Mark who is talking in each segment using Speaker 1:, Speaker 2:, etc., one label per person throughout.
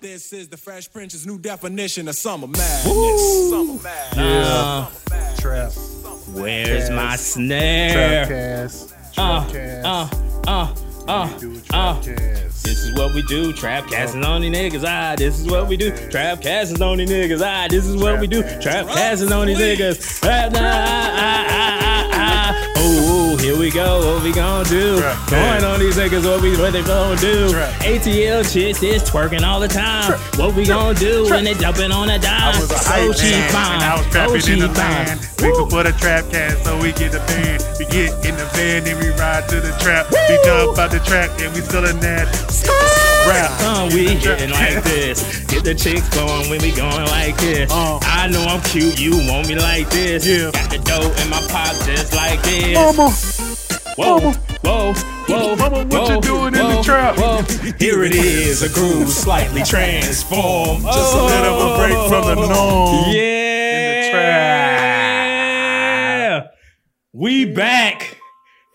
Speaker 1: This is the Fresh Prince's new definition of summer madness. Summer madness.
Speaker 2: Yeah.
Speaker 3: Trap.
Speaker 4: Where's my
Speaker 3: Trap
Speaker 4: snare?
Speaker 3: cast.
Speaker 4: Uh,
Speaker 3: Trap cast.
Speaker 4: uh, uh, uh.
Speaker 3: Do a trap cast.
Speaker 4: This is what we do, trap casting on the niggas. Ah, this is what we do, trap casting on the niggas. Ah, this is what we do, trap casting on these niggas. Ah, nah, ah, ah, ah, ah, ah. Oh, here we go. What we gonna do?
Speaker 3: Trap
Speaker 4: Going
Speaker 3: cast.
Speaker 4: on these niggas. What we what they gonna do?
Speaker 3: Trap.
Speaker 4: ATL chicks is twerking all the time. What we gonna do when they jumping on a dime?
Speaker 3: I was a
Speaker 4: So
Speaker 3: hype
Speaker 4: she
Speaker 3: man,
Speaker 4: fine.
Speaker 3: and I was
Speaker 4: Oh,
Speaker 3: trapping
Speaker 4: she
Speaker 3: in the
Speaker 4: fine.
Speaker 3: land. We could put a trap can, so we get the band. We get in the van, then we ride to the trap. We jump out the trap, and we still in that rap.
Speaker 4: Uh, we hitting like this. Get the chicks going when we going like this.
Speaker 3: Uh.
Speaker 4: I know I'm cute, you want me like this.
Speaker 3: Yeah. Oh,
Speaker 4: Got the dough in my pop just like this.
Speaker 3: Mama,
Speaker 4: whoa,
Speaker 3: mama.
Speaker 4: whoa, whoa,
Speaker 3: Mama, oh. what
Speaker 4: whoa,
Speaker 3: you doing in the
Speaker 4: whoa,
Speaker 3: trap?
Speaker 4: whoa. Here it is, a groove slightly transformed.
Speaker 3: just a little of a break from the norm.
Speaker 4: Oh. Yeah.
Speaker 3: In the trap.
Speaker 4: We back.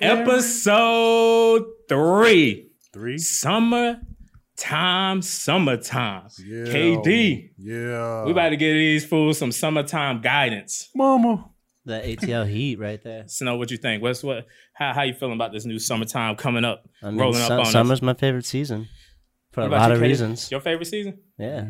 Speaker 4: Episode three.
Speaker 3: Three.
Speaker 4: Summertime, summertime.
Speaker 3: Yeah.
Speaker 4: KD,
Speaker 3: Yeah.
Speaker 4: we about to give these fools some summertime guidance.
Speaker 3: Mama.
Speaker 2: That ATL heat right there.
Speaker 4: So know what you think. What's what? How how you feeling about this new summertime coming up?
Speaker 2: I mean,
Speaker 4: rolling
Speaker 2: su-
Speaker 4: up on us.
Speaker 2: summer's my favorite season for
Speaker 4: What
Speaker 2: a
Speaker 4: about
Speaker 2: lot
Speaker 4: you,
Speaker 2: of
Speaker 4: Katie?
Speaker 2: reasons.
Speaker 4: Your favorite season?
Speaker 2: Yeah.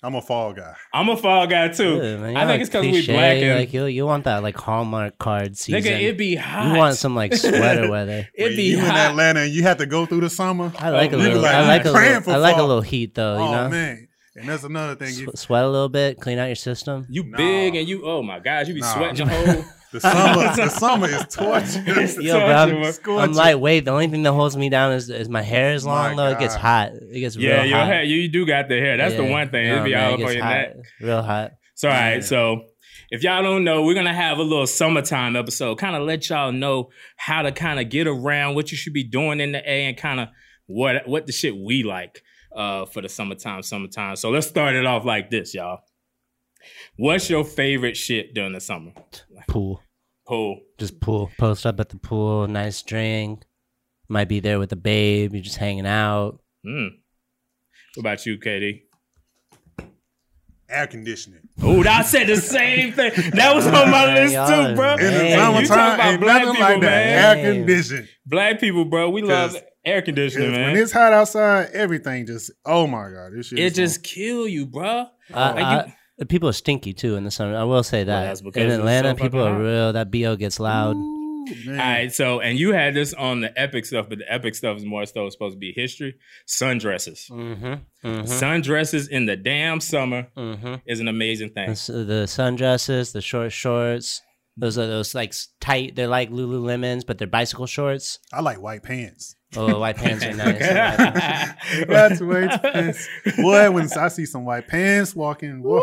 Speaker 3: I'm a fall guy.
Speaker 4: I'm a fall guy too.
Speaker 2: Yeah, man,
Speaker 4: I
Speaker 2: y'all
Speaker 4: think it's because we
Speaker 2: cliche,
Speaker 4: black and
Speaker 2: like you, you want that like Hallmark card season.
Speaker 4: nigga, it be hot.
Speaker 2: you want some like sweater weather.
Speaker 4: it
Speaker 3: When
Speaker 4: be
Speaker 3: you in
Speaker 4: hot.
Speaker 3: Atlanta, and you have to go through the summer.
Speaker 2: I like a
Speaker 4: nigga,
Speaker 2: little.
Speaker 4: like,
Speaker 2: I like a
Speaker 3: praying
Speaker 2: little.
Speaker 3: for
Speaker 2: I like a
Speaker 3: fall.
Speaker 2: little heat though. You
Speaker 3: oh
Speaker 2: know,
Speaker 3: man, and that's another thing. You,
Speaker 2: Sw- sweat a little bit, clean out your system.
Speaker 4: you
Speaker 3: Nah.
Speaker 4: big and you. Oh my gosh, you be
Speaker 3: Nah.
Speaker 4: sweating your whole.
Speaker 3: the summer, the summer is torture.
Speaker 2: Yo, bro,
Speaker 4: you,
Speaker 2: I'm,
Speaker 4: man.
Speaker 2: I'm lightweight. The only thing that holds me down is, is my hair is long
Speaker 3: My
Speaker 2: though. It gets
Speaker 3: God.
Speaker 2: hot. It gets
Speaker 4: Yeah,
Speaker 2: real
Speaker 4: your
Speaker 2: hot.
Speaker 4: hair. You, you do got the hair. That's the
Speaker 2: Yeah.
Speaker 4: one thing.
Speaker 2: Nah,
Speaker 4: It'll be
Speaker 2: man,
Speaker 4: all
Speaker 2: it
Speaker 4: up
Speaker 2: gets
Speaker 4: on your
Speaker 2: hot.
Speaker 4: neck.
Speaker 2: Real hot.
Speaker 4: So, all right. So, if y'all don't know, we're going to have a little summertime episode, kind of let y'all know how to kind of get around what you should be doing in the A and kind of what what the shit we like uh, for the summertime, summertime. So, let's start it off like this, y'all. What's your favorite shit during the summer?
Speaker 2: Pool.
Speaker 4: Pool.
Speaker 2: Just pool. Post up at the pool. Nice drink. Might be there with the babe. You're just hanging out.
Speaker 4: Mm. What about you, Katie?
Speaker 3: Air conditioning.
Speaker 4: Oh, I said the same thing. That was on my
Speaker 2: Man,
Speaker 4: list
Speaker 2: y'all
Speaker 4: too, bro.
Speaker 2: is-
Speaker 3: In the
Speaker 2: Hey,
Speaker 3: summertime,
Speaker 4: you talking about
Speaker 3: ain't
Speaker 4: black
Speaker 3: nothing
Speaker 4: people,
Speaker 3: like
Speaker 4: man.
Speaker 3: that. Air conditioning.
Speaker 4: Black people, bro. We love
Speaker 3: 'Cause
Speaker 4: air
Speaker 3: It's-
Speaker 4: conditioning, man.
Speaker 3: when it's hot outside, everything just oh my god, this shit.
Speaker 4: it
Speaker 3: is
Speaker 4: just kill you, bro.
Speaker 2: Uh,
Speaker 4: Like Oh, you-
Speaker 2: I- the people are stinky too in the summer. I will say that.
Speaker 4: that's because
Speaker 2: in
Speaker 4: it's so
Speaker 2: Atlanta,
Speaker 4: fucking
Speaker 2: people
Speaker 4: hot.
Speaker 2: are real. That bo gets loud.
Speaker 3: fun.
Speaker 4: All
Speaker 3: Man.
Speaker 4: right, so and you had this on the epic stuff, but the epic stuff is more so supposed to be history. Sundresses,
Speaker 2: Mm-hmm. Mm-hmm.
Speaker 4: sundresses in the damn summer
Speaker 2: mm-hmm.
Speaker 4: is an amazing
Speaker 2: The,
Speaker 4: thing.
Speaker 2: s- the sundresses, the short shorts. Those are those like s- tight. They're like Lululemons, but they're bicycle shorts.
Speaker 3: I like white pants.
Speaker 2: Oh, white pants are nice. I like them.
Speaker 3: That's way too fancy. Boy, when I see some white pants walking, whoa.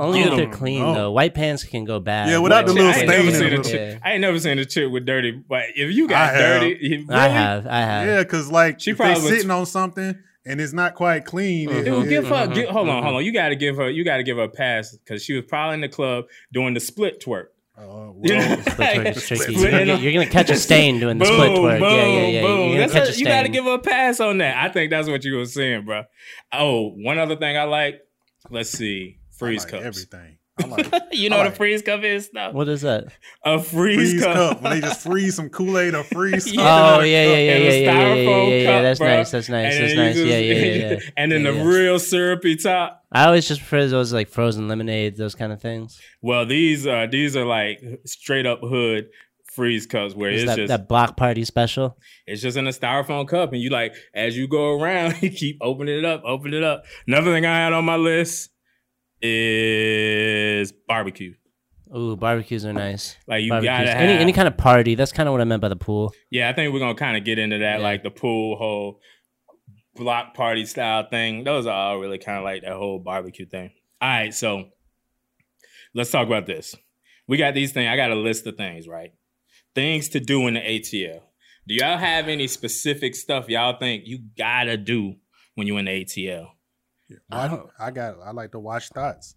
Speaker 2: Only
Speaker 4: Get
Speaker 2: if they're
Speaker 4: 'em.
Speaker 2: clean
Speaker 3: Oh.
Speaker 2: though. White pants can go bad.
Speaker 3: Yeah, without the
Speaker 4: Shit,
Speaker 3: little
Speaker 4: I ain't never
Speaker 3: stain
Speaker 4: seen
Speaker 3: in
Speaker 4: a
Speaker 3: the
Speaker 2: Yeah.
Speaker 4: chick- I ain't never seen a chick with dirty. But if you got
Speaker 3: I have.
Speaker 4: dirty, you-
Speaker 2: I
Speaker 4: really?
Speaker 2: have. I have.
Speaker 3: yeah, because like
Speaker 4: She
Speaker 3: if they
Speaker 4: probably was-
Speaker 3: sitting on something and it's not quite clean. it-
Speaker 4: Dude,
Speaker 3: it-
Speaker 4: give her.
Speaker 2: Mhm,
Speaker 4: Give, hold on,
Speaker 2: mhm.
Speaker 4: hold on. You got to give her. You got to give her a pass because she was probably in the club doing the split twerk.
Speaker 3: Oh, well,
Speaker 4: You know?
Speaker 2: Split twerk is tricky. You're
Speaker 4: Split-
Speaker 2: gonna, you're gonna catch a stain doing the split twerk.
Speaker 4: Boom,
Speaker 2: yeah, yeah, yeah.
Speaker 4: boom.
Speaker 2: You're gonna
Speaker 4: That's
Speaker 2: catch
Speaker 4: a-
Speaker 2: a
Speaker 4: you got to
Speaker 2: stain.
Speaker 4: give her a pass on that. I think that's what you were saying, bro. Oh, one other thing I like. Let's see,
Speaker 3: I
Speaker 4: freeze
Speaker 3: like
Speaker 4: cups.
Speaker 3: everything. I like
Speaker 4: You know
Speaker 3: I
Speaker 4: what a
Speaker 3: like-
Speaker 4: freeze cup is though.
Speaker 2: What is that?
Speaker 4: A freeze,
Speaker 3: freeze
Speaker 4: cup.
Speaker 3: cup when they just freeze some Kool Aid or freeze.
Speaker 4: Yeah.
Speaker 3: Yeah.
Speaker 2: Oh yeah, yeah, yeah,
Speaker 4: And
Speaker 2: yeah,
Speaker 4: a
Speaker 2: yeah, yeah, yeah,
Speaker 4: styrofoam
Speaker 2: yeah, yeah.
Speaker 4: cup,
Speaker 2: That's
Speaker 4: bro.
Speaker 2: nice. That's nice. That's
Speaker 4: then you
Speaker 2: nice.
Speaker 4: just-
Speaker 2: Yeah, yeah, yeah. yeah.
Speaker 4: and then
Speaker 2: Yeah,
Speaker 4: the
Speaker 2: yeah.
Speaker 4: real syrupy top.
Speaker 2: I always just prefer those like frozen lemonades, those kind of things.
Speaker 4: Well, these are these are like straight up hood freeze cups where
Speaker 2: Is
Speaker 4: it's
Speaker 2: that,
Speaker 4: just
Speaker 2: that block party special.
Speaker 4: It's just in a styrofoam cup, and you like as you go around, you keep opening it up, open it up. Another thing I had on my list is barbecue.
Speaker 2: Ooh, barbecues are nice.
Speaker 4: Like you
Speaker 2: barbecues.
Speaker 4: gotta have,
Speaker 2: Any any kind of party. That's kind of what I meant by the pool.
Speaker 4: yeah. I think we're gonna kind of get into that,
Speaker 2: Yeah.
Speaker 4: like the pool whole block party style thing. Those are all really kind of like that whole barbecue thing. All right, so let's talk about this. We got these things. I got a list of things, right? Things to do in the ATL. Do y'all have any specific stuff y'all think you gotta do when you in the ATL?
Speaker 3: I, I got. I like to watch thoughts.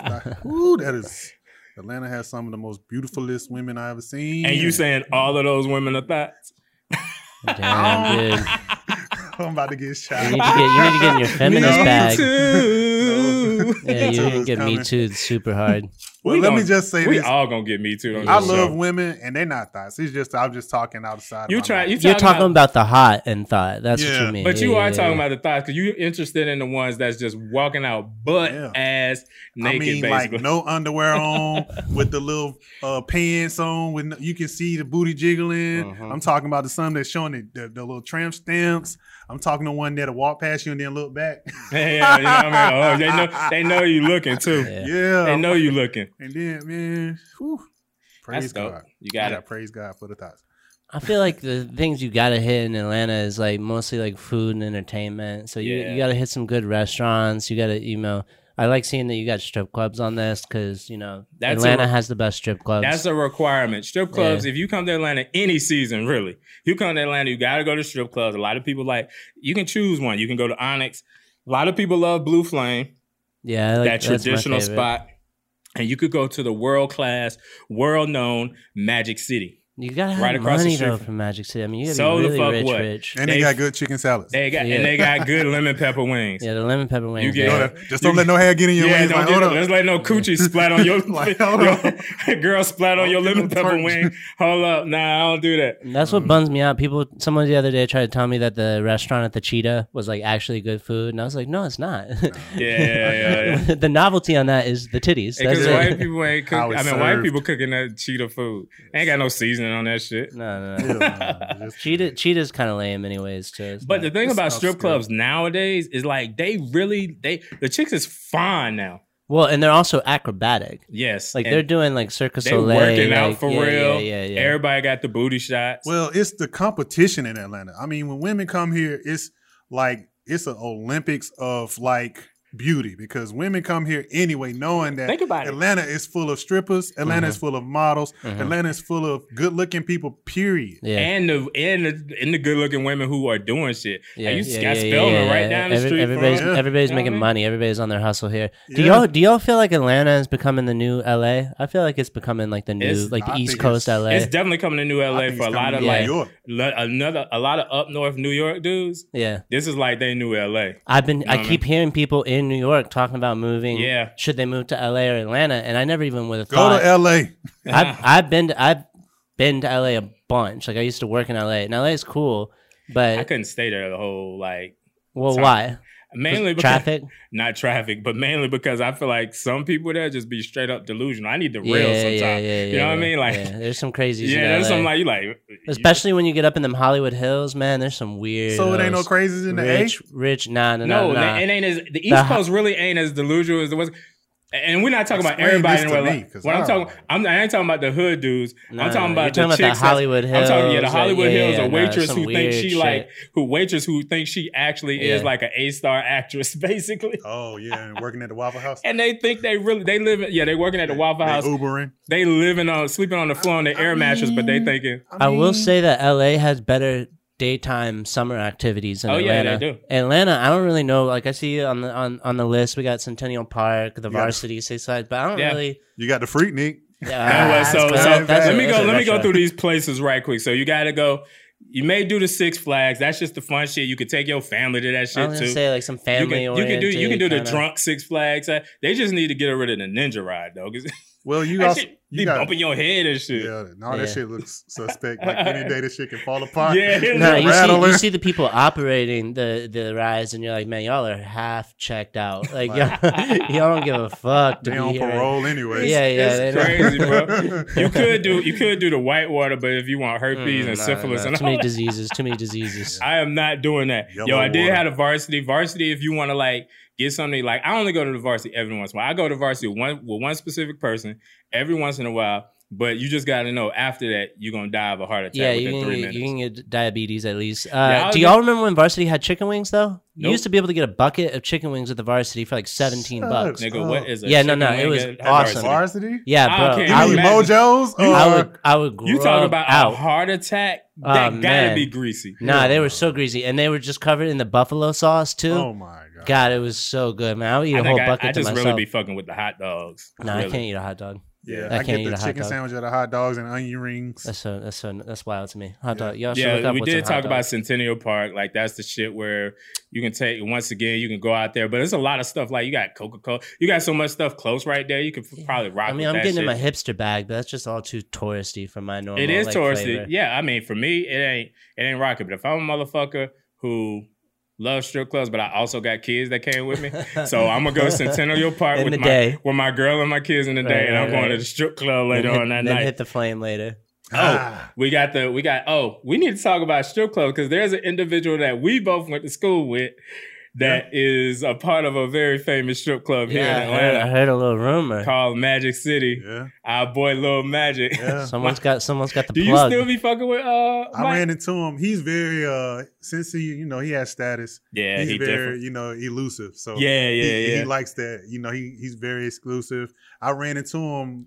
Speaker 4: and
Speaker 3: not- Ooh, that is. Atlanta has some of the most beautifulest women I ever seen.
Speaker 4: you saying all of those women are thoughts?
Speaker 2: Damn, dude.
Speaker 3: I'm about to get shot.
Speaker 2: You need to get you need to get in your feminist
Speaker 3: Me
Speaker 2: bag.
Speaker 4: too.
Speaker 2: Yeah,
Speaker 3: Too
Speaker 2: you didn't
Speaker 3: is
Speaker 2: get me
Speaker 3: coming.
Speaker 2: too super hard.
Speaker 3: Well,
Speaker 4: We
Speaker 3: let
Speaker 4: gon-
Speaker 3: me just say
Speaker 4: we
Speaker 3: this.
Speaker 4: all gonna get me too. on
Speaker 3: I
Speaker 4: this
Speaker 3: love
Speaker 4: show.
Speaker 3: women, and they're not thoughts. It's just I'm just talking outside. of
Speaker 4: You
Speaker 3: my
Speaker 4: try.
Speaker 3: mind.
Speaker 4: You
Speaker 2: You're talking
Speaker 4: about,
Speaker 2: about the hot and thought. That's what
Speaker 3: Yeah.
Speaker 2: you mean.
Speaker 4: but you
Speaker 2: Yeah,
Speaker 4: are
Speaker 2: yeah,
Speaker 4: talking
Speaker 2: yeah.
Speaker 4: about the thoughts because you're interested in the ones that's just walking out butt
Speaker 3: Yeah.
Speaker 4: ass naked,
Speaker 3: I mean,
Speaker 4: basically.
Speaker 3: like no underwear on, with the little uh, pants on. With no, you can see the booty jiggling.
Speaker 4: Uh-huh.
Speaker 3: I'm talking about the some that's showing the, the, the little tramp stamps. I'm talking to one that'll walk past you and then look back.
Speaker 4: yeah, yeah, you know what I mean? Oh, they know. They know you looking too.
Speaker 2: Yeah.
Speaker 3: Yeah,
Speaker 4: They know you looking.
Speaker 3: and then man, whew,
Speaker 4: That's
Speaker 3: praise
Speaker 4: dope.
Speaker 3: God.
Speaker 4: You got
Speaker 3: Yeah,
Speaker 4: it.
Speaker 3: praise God for the thoughts.
Speaker 2: I feel like the things you gotta hit in Atlanta is like mostly like food and entertainment. So you
Speaker 4: Yeah.
Speaker 2: you gotta hit some good restaurants. You gotta you know. I like seeing that you got strip clubs on this because you know
Speaker 4: That's a-
Speaker 2: Atlanta has the best strip clubs.
Speaker 4: That's a requirement. Strip clubs, if you come to Atlanta any season, really, you come to Atlanta, you got to go to strip clubs. A lot of people like, you can choose one. You can go to Onyx. A lot of people love Blue Flame.
Speaker 2: yeah, I like,
Speaker 4: that
Speaker 2: that's my
Speaker 4: traditional
Speaker 2: favorite.
Speaker 4: spot. And you could go to the world class, world known Magic City.
Speaker 2: You gotta have
Speaker 4: Right across the
Speaker 2: money
Speaker 4: street
Speaker 2: though
Speaker 4: from-
Speaker 2: from Magic City. I mean, you gotta
Speaker 4: So the
Speaker 2: be really
Speaker 4: fuck
Speaker 2: rich,
Speaker 4: what?
Speaker 2: rich.
Speaker 3: And they,
Speaker 4: They-
Speaker 3: got good chicken salads.
Speaker 4: They got
Speaker 2: Yeah.
Speaker 4: and they got good lemon pepper wings.
Speaker 2: Yeah, the lemon pepper wings.
Speaker 4: get-
Speaker 2: man.
Speaker 3: Hold up. Just don't let no hair get in your
Speaker 4: Yeah,
Speaker 3: wings.
Speaker 4: don't
Speaker 3: Like,
Speaker 4: get
Speaker 3: hold
Speaker 4: no,
Speaker 3: up.
Speaker 4: let's let no coochie splat on your,
Speaker 3: Like, hold
Speaker 4: your girl splat on
Speaker 3: Don't
Speaker 4: your
Speaker 3: get
Speaker 4: lemon
Speaker 3: no
Speaker 4: pepper
Speaker 3: tarts.
Speaker 4: wing. Hold up, nah, I don't do that.
Speaker 2: And That's what bums me out. People, someone the other day tried to tell me that the restaurant at the Cheetah was like actually good food, and I was like, no, it's not.
Speaker 4: Yeah, yeah, yeah. yeah.
Speaker 2: the novelty on that is the titties. That's
Speaker 4: Because
Speaker 2: it.
Speaker 4: white people ain't cook,
Speaker 3: How
Speaker 4: I
Speaker 3: it's
Speaker 4: mean, white
Speaker 3: served.
Speaker 4: people cooking that cheetah food. Ain't got no seasoning on that shit.
Speaker 2: no, no,
Speaker 3: Yeah,
Speaker 2: no.
Speaker 3: man, just-
Speaker 2: Cheetah, Cheetah's kind of lame, anyways. Too. It's
Speaker 4: But
Speaker 2: not-
Speaker 4: the thing
Speaker 3: It's
Speaker 4: about
Speaker 3: not
Speaker 4: strip
Speaker 3: good.
Speaker 4: clubs nowadays is like they really they the chicks is fine now.
Speaker 2: well, and they're also acrobatic.
Speaker 4: Yes,
Speaker 2: Like
Speaker 4: and
Speaker 2: they're doing like Circus
Speaker 4: they
Speaker 2: Soleil.
Speaker 4: working out
Speaker 2: like,
Speaker 4: for
Speaker 2: yeah,
Speaker 4: real.
Speaker 2: Yeah, yeah, yeah.
Speaker 4: Everybody got the booty shots.
Speaker 3: Well, it's the competition in Atlanta. I mean, when women come here, it's like it's an Olympics of like beauty because women come here anyway, knowing that
Speaker 4: Think about it.
Speaker 3: Atlanta is full of strippers, Atlanta is full of models, Atlanta is full of good-looking people. Period.
Speaker 2: Yeah.
Speaker 4: And the and the and the good looking women who are doing shit.
Speaker 2: Yeah,
Speaker 4: Like, you
Speaker 2: yeah,
Speaker 4: got
Speaker 2: yeah,
Speaker 4: Spelman
Speaker 2: yeah,
Speaker 4: right
Speaker 2: yeah.
Speaker 4: down the street.
Speaker 2: Every-
Speaker 4: from
Speaker 2: Everybody's
Speaker 4: us.
Speaker 3: Yeah.
Speaker 2: everybody's
Speaker 4: You know what I
Speaker 2: making
Speaker 4: mean?
Speaker 2: money. Everybody's on their hustle here. Do
Speaker 3: Yeah.
Speaker 2: y'all do y'all feel like Atlanta is becoming the new LA? I feel like it's becoming like the new
Speaker 4: It's-
Speaker 2: like the
Speaker 3: I
Speaker 2: East
Speaker 3: think
Speaker 2: Coast
Speaker 3: it's-
Speaker 2: LA.
Speaker 4: It's definitely coming to New
Speaker 3: I
Speaker 4: LA
Speaker 3: think
Speaker 4: for a
Speaker 3: it's
Speaker 4: lot
Speaker 3: coming
Speaker 4: of
Speaker 3: to New
Speaker 4: like
Speaker 3: York.
Speaker 4: lo- another a lot of up north New York dudes.
Speaker 2: yeah.
Speaker 4: This is like they new LA.
Speaker 2: I've been
Speaker 4: know
Speaker 2: I
Speaker 4: what I
Speaker 2: keep hearing people in New York talking about moving.
Speaker 4: Yeah.
Speaker 2: Should they move to LA or Atlanta? And I never even would have
Speaker 3: Go
Speaker 2: thought
Speaker 3: to L.A.
Speaker 2: I've I've been to, I've been to LA a bunch. Like I used to work in LA. And LA is cool,
Speaker 4: I
Speaker 2: but
Speaker 4: couldn't stay there the whole like
Speaker 2: well
Speaker 4: sorry.
Speaker 2: why?
Speaker 4: mainly because
Speaker 2: traffic?
Speaker 4: not traffic, but mainly because I feel like some people there just be straight up delusional. I need the
Speaker 2: Yeah,
Speaker 4: real
Speaker 2: yeah,
Speaker 4: sometimes.
Speaker 2: yeah, yeah,
Speaker 4: you know what I mean? Like,
Speaker 2: yeah.
Speaker 4: yeah,
Speaker 2: there's some crazies. in
Speaker 4: there's
Speaker 2: LA.
Speaker 4: some like you like,
Speaker 2: Especially when you get up in them Hollywood Hills, man. There's some weird.
Speaker 3: So it ain't no
Speaker 2: hills.
Speaker 3: crazies in the
Speaker 2: rich, rich. Nah, nah,
Speaker 4: no,
Speaker 2: nah. nah.
Speaker 4: it ain't as the East
Speaker 2: The-
Speaker 4: Coast really ain't as delusional as the West. And we're not talking about
Speaker 3: Explain
Speaker 4: everybody.
Speaker 3: this
Speaker 4: In
Speaker 3: to
Speaker 4: what
Speaker 3: me,
Speaker 4: like,
Speaker 3: 'cause
Speaker 4: what I'm
Speaker 3: I
Speaker 4: talking,
Speaker 3: don't know.
Speaker 4: I'm, I ain't talking about the hood dudes.
Speaker 2: Nah,
Speaker 4: I'm talking
Speaker 2: you're
Speaker 4: about
Speaker 2: talking
Speaker 4: the
Speaker 2: about the
Speaker 4: chicks that's-
Speaker 2: Hollywood
Speaker 4: I'm talking yeah, the
Speaker 2: Hills, like,
Speaker 4: Hollywood
Speaker 2: yeah,
Speaker 4: Hills,
Speaker 2: yeah,
Speaker 4: a
Speaker 2: nah,
Speaker 4: waitress
Speaker 2: some
Speaker 4: who thinks
Speaker 2: weird
Speaker 4: she like
Speaker 2: shit.
Speaker 4: who waitress who thinks she actually is
Speaker 2: Yeah.
Speaker 4: like an A star actress, basically.
Speaker 3: Oh yeah, and working at the Waffle House.
Speaker 4: And they think they really they live. Yeah, they working at the Waffle
Speaker 3: They
Speaker 4: House.
Speaker 3: Ubering.
Speaker 4: They living on sleeping on the floor on the air mattress, but
Speaker 2: Mm-hmm.
Speaker 4: they thinking
Speaker 2: I will
Speaker 3: mean,
Speaker 2: say that LA has better daytime summer activities than
Speaker 4: Oh, yeah,
Speaker 2: Atlanta.
Speaker 4: they do.
Speaker 2: Atlanta, I don't really know. Like I see on the on, on the list, we got Centennial Park, the
Speaker 3: Yeah.
Speaker 2: Varsity Six Sides, but I don't
Speaker 4: Yeah.
Speaker 2: really.
Speaker 3: you got the freak Nick.
Speaker 2: Yeah,
Speaker 4: Anyway,
Speaker 2: that's
Speaker 4: so,
Speaker 2: good.
Speaker 4: so
Speaker 3: That's
Speaker 2: That's
Speaker 4: let
Speaker 2: a-
Speaker 4: me
Speaker 2: that's
Speaker 4: go.
Speaker 2: a
Speaker 4: Let me go
Speaker 2: retro.
Speaker 4: through these places right quick. So you got to go. You may do the Six Flags. That's just the fun shit. You could take your family to that
Speaker 2: I
Speaker 4: shit
Speaker 2: was
Speaker 4: too.
Speaker 2: gonna say like some
Speaker 4: you
Speaker 2: family.
Speaker 4: can, you can do you can do the
Speaker 2: kinda-
Speaker 4: drunk Six Flags. Uh, They just need to get rid of the ninja ride though, because
Speaker 3: Well, you also
Speaker 4: shit be
Speaker 3: you got
Speaker 4: bumping your head and shit.
Speaker 3: yeah, and all that
Speaker 2: Yeah.
Speaker 3: shit looks suspect. Like any day, this shit can fall apart.
Speaker 4: Yeah.
Speaker 2: No, you see,
Speaker 3: Rattler.
Speaker 2: you see the people operating the the rides, and you're like, man, y'all are half checked out. Like, y'all, y'all don't give a fuck. To
Speaker 3: they
Speaker 2: be
Speaker 3: on
Speaker 2: here.
Speaker 3: parole anyway.
Speaker 2: Yeah, yeah, they
Speaker 4: It's
Speaker 2: don't-
Speaker 4: crazy, bro. You could do you could do the white water, but if you want herpes
Speaker 2: Mm,
Speaker 4: and
Speaker 2: nah,
Speaker 4: syphilis
Speaker 2: nah,
Speaker 4: and
Speaker 2: too
Speaker 4: all
Speaker 2: many
Speaker 4: that,
Speaker 2: diseases. Too many diseases.
Speaker 4: I am not doing that. Yo,
Speaker 3: Yellow
Speaker 4: I did
Speaker 3: water.
Speaker 4: have a varsity. Varsity, if you want to like get something like I only go to the varsity every once in a while. I go to varsity with one with one specific person every once in a while. But you just gotta know after that you're gonna die of a heart attack
Speaker 2: Yeah, you
Speaker 4: within
Speaker 2: can,
Speaker 4: three
Speaker 2: get,
Speaker 4: minutes.
Speaker 2: you can get diabetes at least. Uh,
Speaker 4: Yeah, I was
Speaker 2: do y'all remember when varsity had chicken wings though? You
Speaker 4: Nope.
Speaker 2: used to be able to get a bucket of chicken wings at the varsity for like seventeen
Speaker 3: Shut
Speaker 2: bucks.
Speaker 3: up.
Speaker 4: Nigga,
Speaker 3: Oh.
Speaker 4: what is a
Speaker 2: Yeah, no,
Speaker 4: chicken
Speaker 2: no, it
Speaker 4: wing
Speaker 2: was
Speaker 4: at- at
Speaker 2: awesome.
Speaker 4: varsity?
Speaker 3: Varsity.
Speaker 2: Yeah,
Speaker 4: I
Speaker 2: bro.
Speaker 4: can't
Speaker 2: I
Speaker 3: You
Speaker 2: would,
Speaker 3: mean
Speaker 4: Imagine-
Speaker 3: Mojo's?
Speaker 2: I
Speaker 3: Or
Speaker 2: would, I would
Speaker 4: You
Speaker 2: grub
Speaker 4: talk about a
Speaker 2: out.
Speaker 4: heart attack?
Speaker 2: Oh,
Speaker 4: That gotta
Speaker 2: man.
Speaker 4: be greasy.
Speaker 2: Nah, they were so greasy, and they were just covered in the buffalo sauce too.
Speaker 3: oh my god.
Speaker 2: God, it was so good, man. I would eat
Speaker 4: I
Speaker 2: a whole
Speaker 4: think I,
Speaker 2: bucket
Speaker 4: I
Speaker 2: to
Speaker 4: just
Speaker 2: myself.
Speaker 4: really be fucking with the hot dogs.
Speaker 2: no, I
Speaker 4: really.
Speaker 2: can't eat a hot dog.
Speaker 3: Yeah,
Speaker 2: I
Speaker 3: I,
Speaker 2: can't
Speaker 3: get
Speaker 2: eat a
Speaker 3: the
Speaker 2: hot
Speaker 3: chicken
Speaker 2: dog.
Speaker 3: sandwich out of hot dogs and onion rings.
Speaker 2: That's so that's so that's wild to me. Hot dog. Y'all should look
Speaker 4: Yeah,
Speaker 2: up
Speaker 4: we
Speaker 2: what's in
Speaker 4: did
Speaker 2: hot
Speaker 4: talk
Speaker 2: dog.
Speaker 4: about Centennial Park. Like that's the shit where you can take once again, you can go out there. But there's a lot of stuff like you got Coca Cola, you got so much stuff close right there. You could probably rock.
Speaker 2: I mean,
Speaker 4: with
Speaker 2: I'm
Speaker 4: that shit.
Speaker 2: getting in my hipster bag, but that's just all too touristy for my normal.
Speaker 4: It is
Speaker 2: like,
Speaker 4: touristy.
Speaker 2: flavor.
Speaker 4: Yeah, I mean, for me, it ain't it ain't rocket. But if I'm a motherfucker who loves strip clubs, but I also got kids that came with me, so I'm gonna go to Centennial Park
Speaker 2: In
Speaker 4: with
Speaker 2: the
Speaker 4: my
Speaker 2: day.
Speaker 4: with my girl and my kids in the
Speaker 2: Right,
Speaker 4: day, and
Speaker 2: right,
Speaker 4: I'm going to
Speaker 2: right.
Speaker 4: the strip club
Speaker 2: Then
Speaker 4: later
Speaker 2: hit-
Speaker 4: on that
Speaker 2: then
Speaker 4: night.
Speaker 2: hit the flame later.
Speaker 4: Oh,
Speaker 3: Ah,
Speaker 4: we got the we got oh, we need to talk about strip club because there's an individual that we both went to school with that is a part of a very famous strip club here
Speaker 2: Yeah, I
Speaker 4: in
Speaker 2: heard, I
Speaker 4: Atlanta
Speaker 2: heard a little rumor.
Speaker 4: called Magic City.
Speaker 3: Yeah,
Speaker 4: Our boy Lil Magic.
Speaker 3: yeah.
Speaker 2: Someone's got someone's got the
Speaker 4: Do you
Speaker 2: plug.
Speaker 4: still be fucking with uh
Speaker 3: I
Speaker 4: Mike?
Speaker 3: ran into him. He's very uh since he you know he has status.
Speaker 4: Yeah,
Speaker 3: he's
Speaker 4: he
Speaker 3: very
Speaker 4: different.
Speaker 3: you know elusive. So
Speaker 4: Yeah, yeah,
Speaker 3: he,
Speaker 4: yeah.
Speaker 3: he likes that. You know he he's very exclusive. I ran into him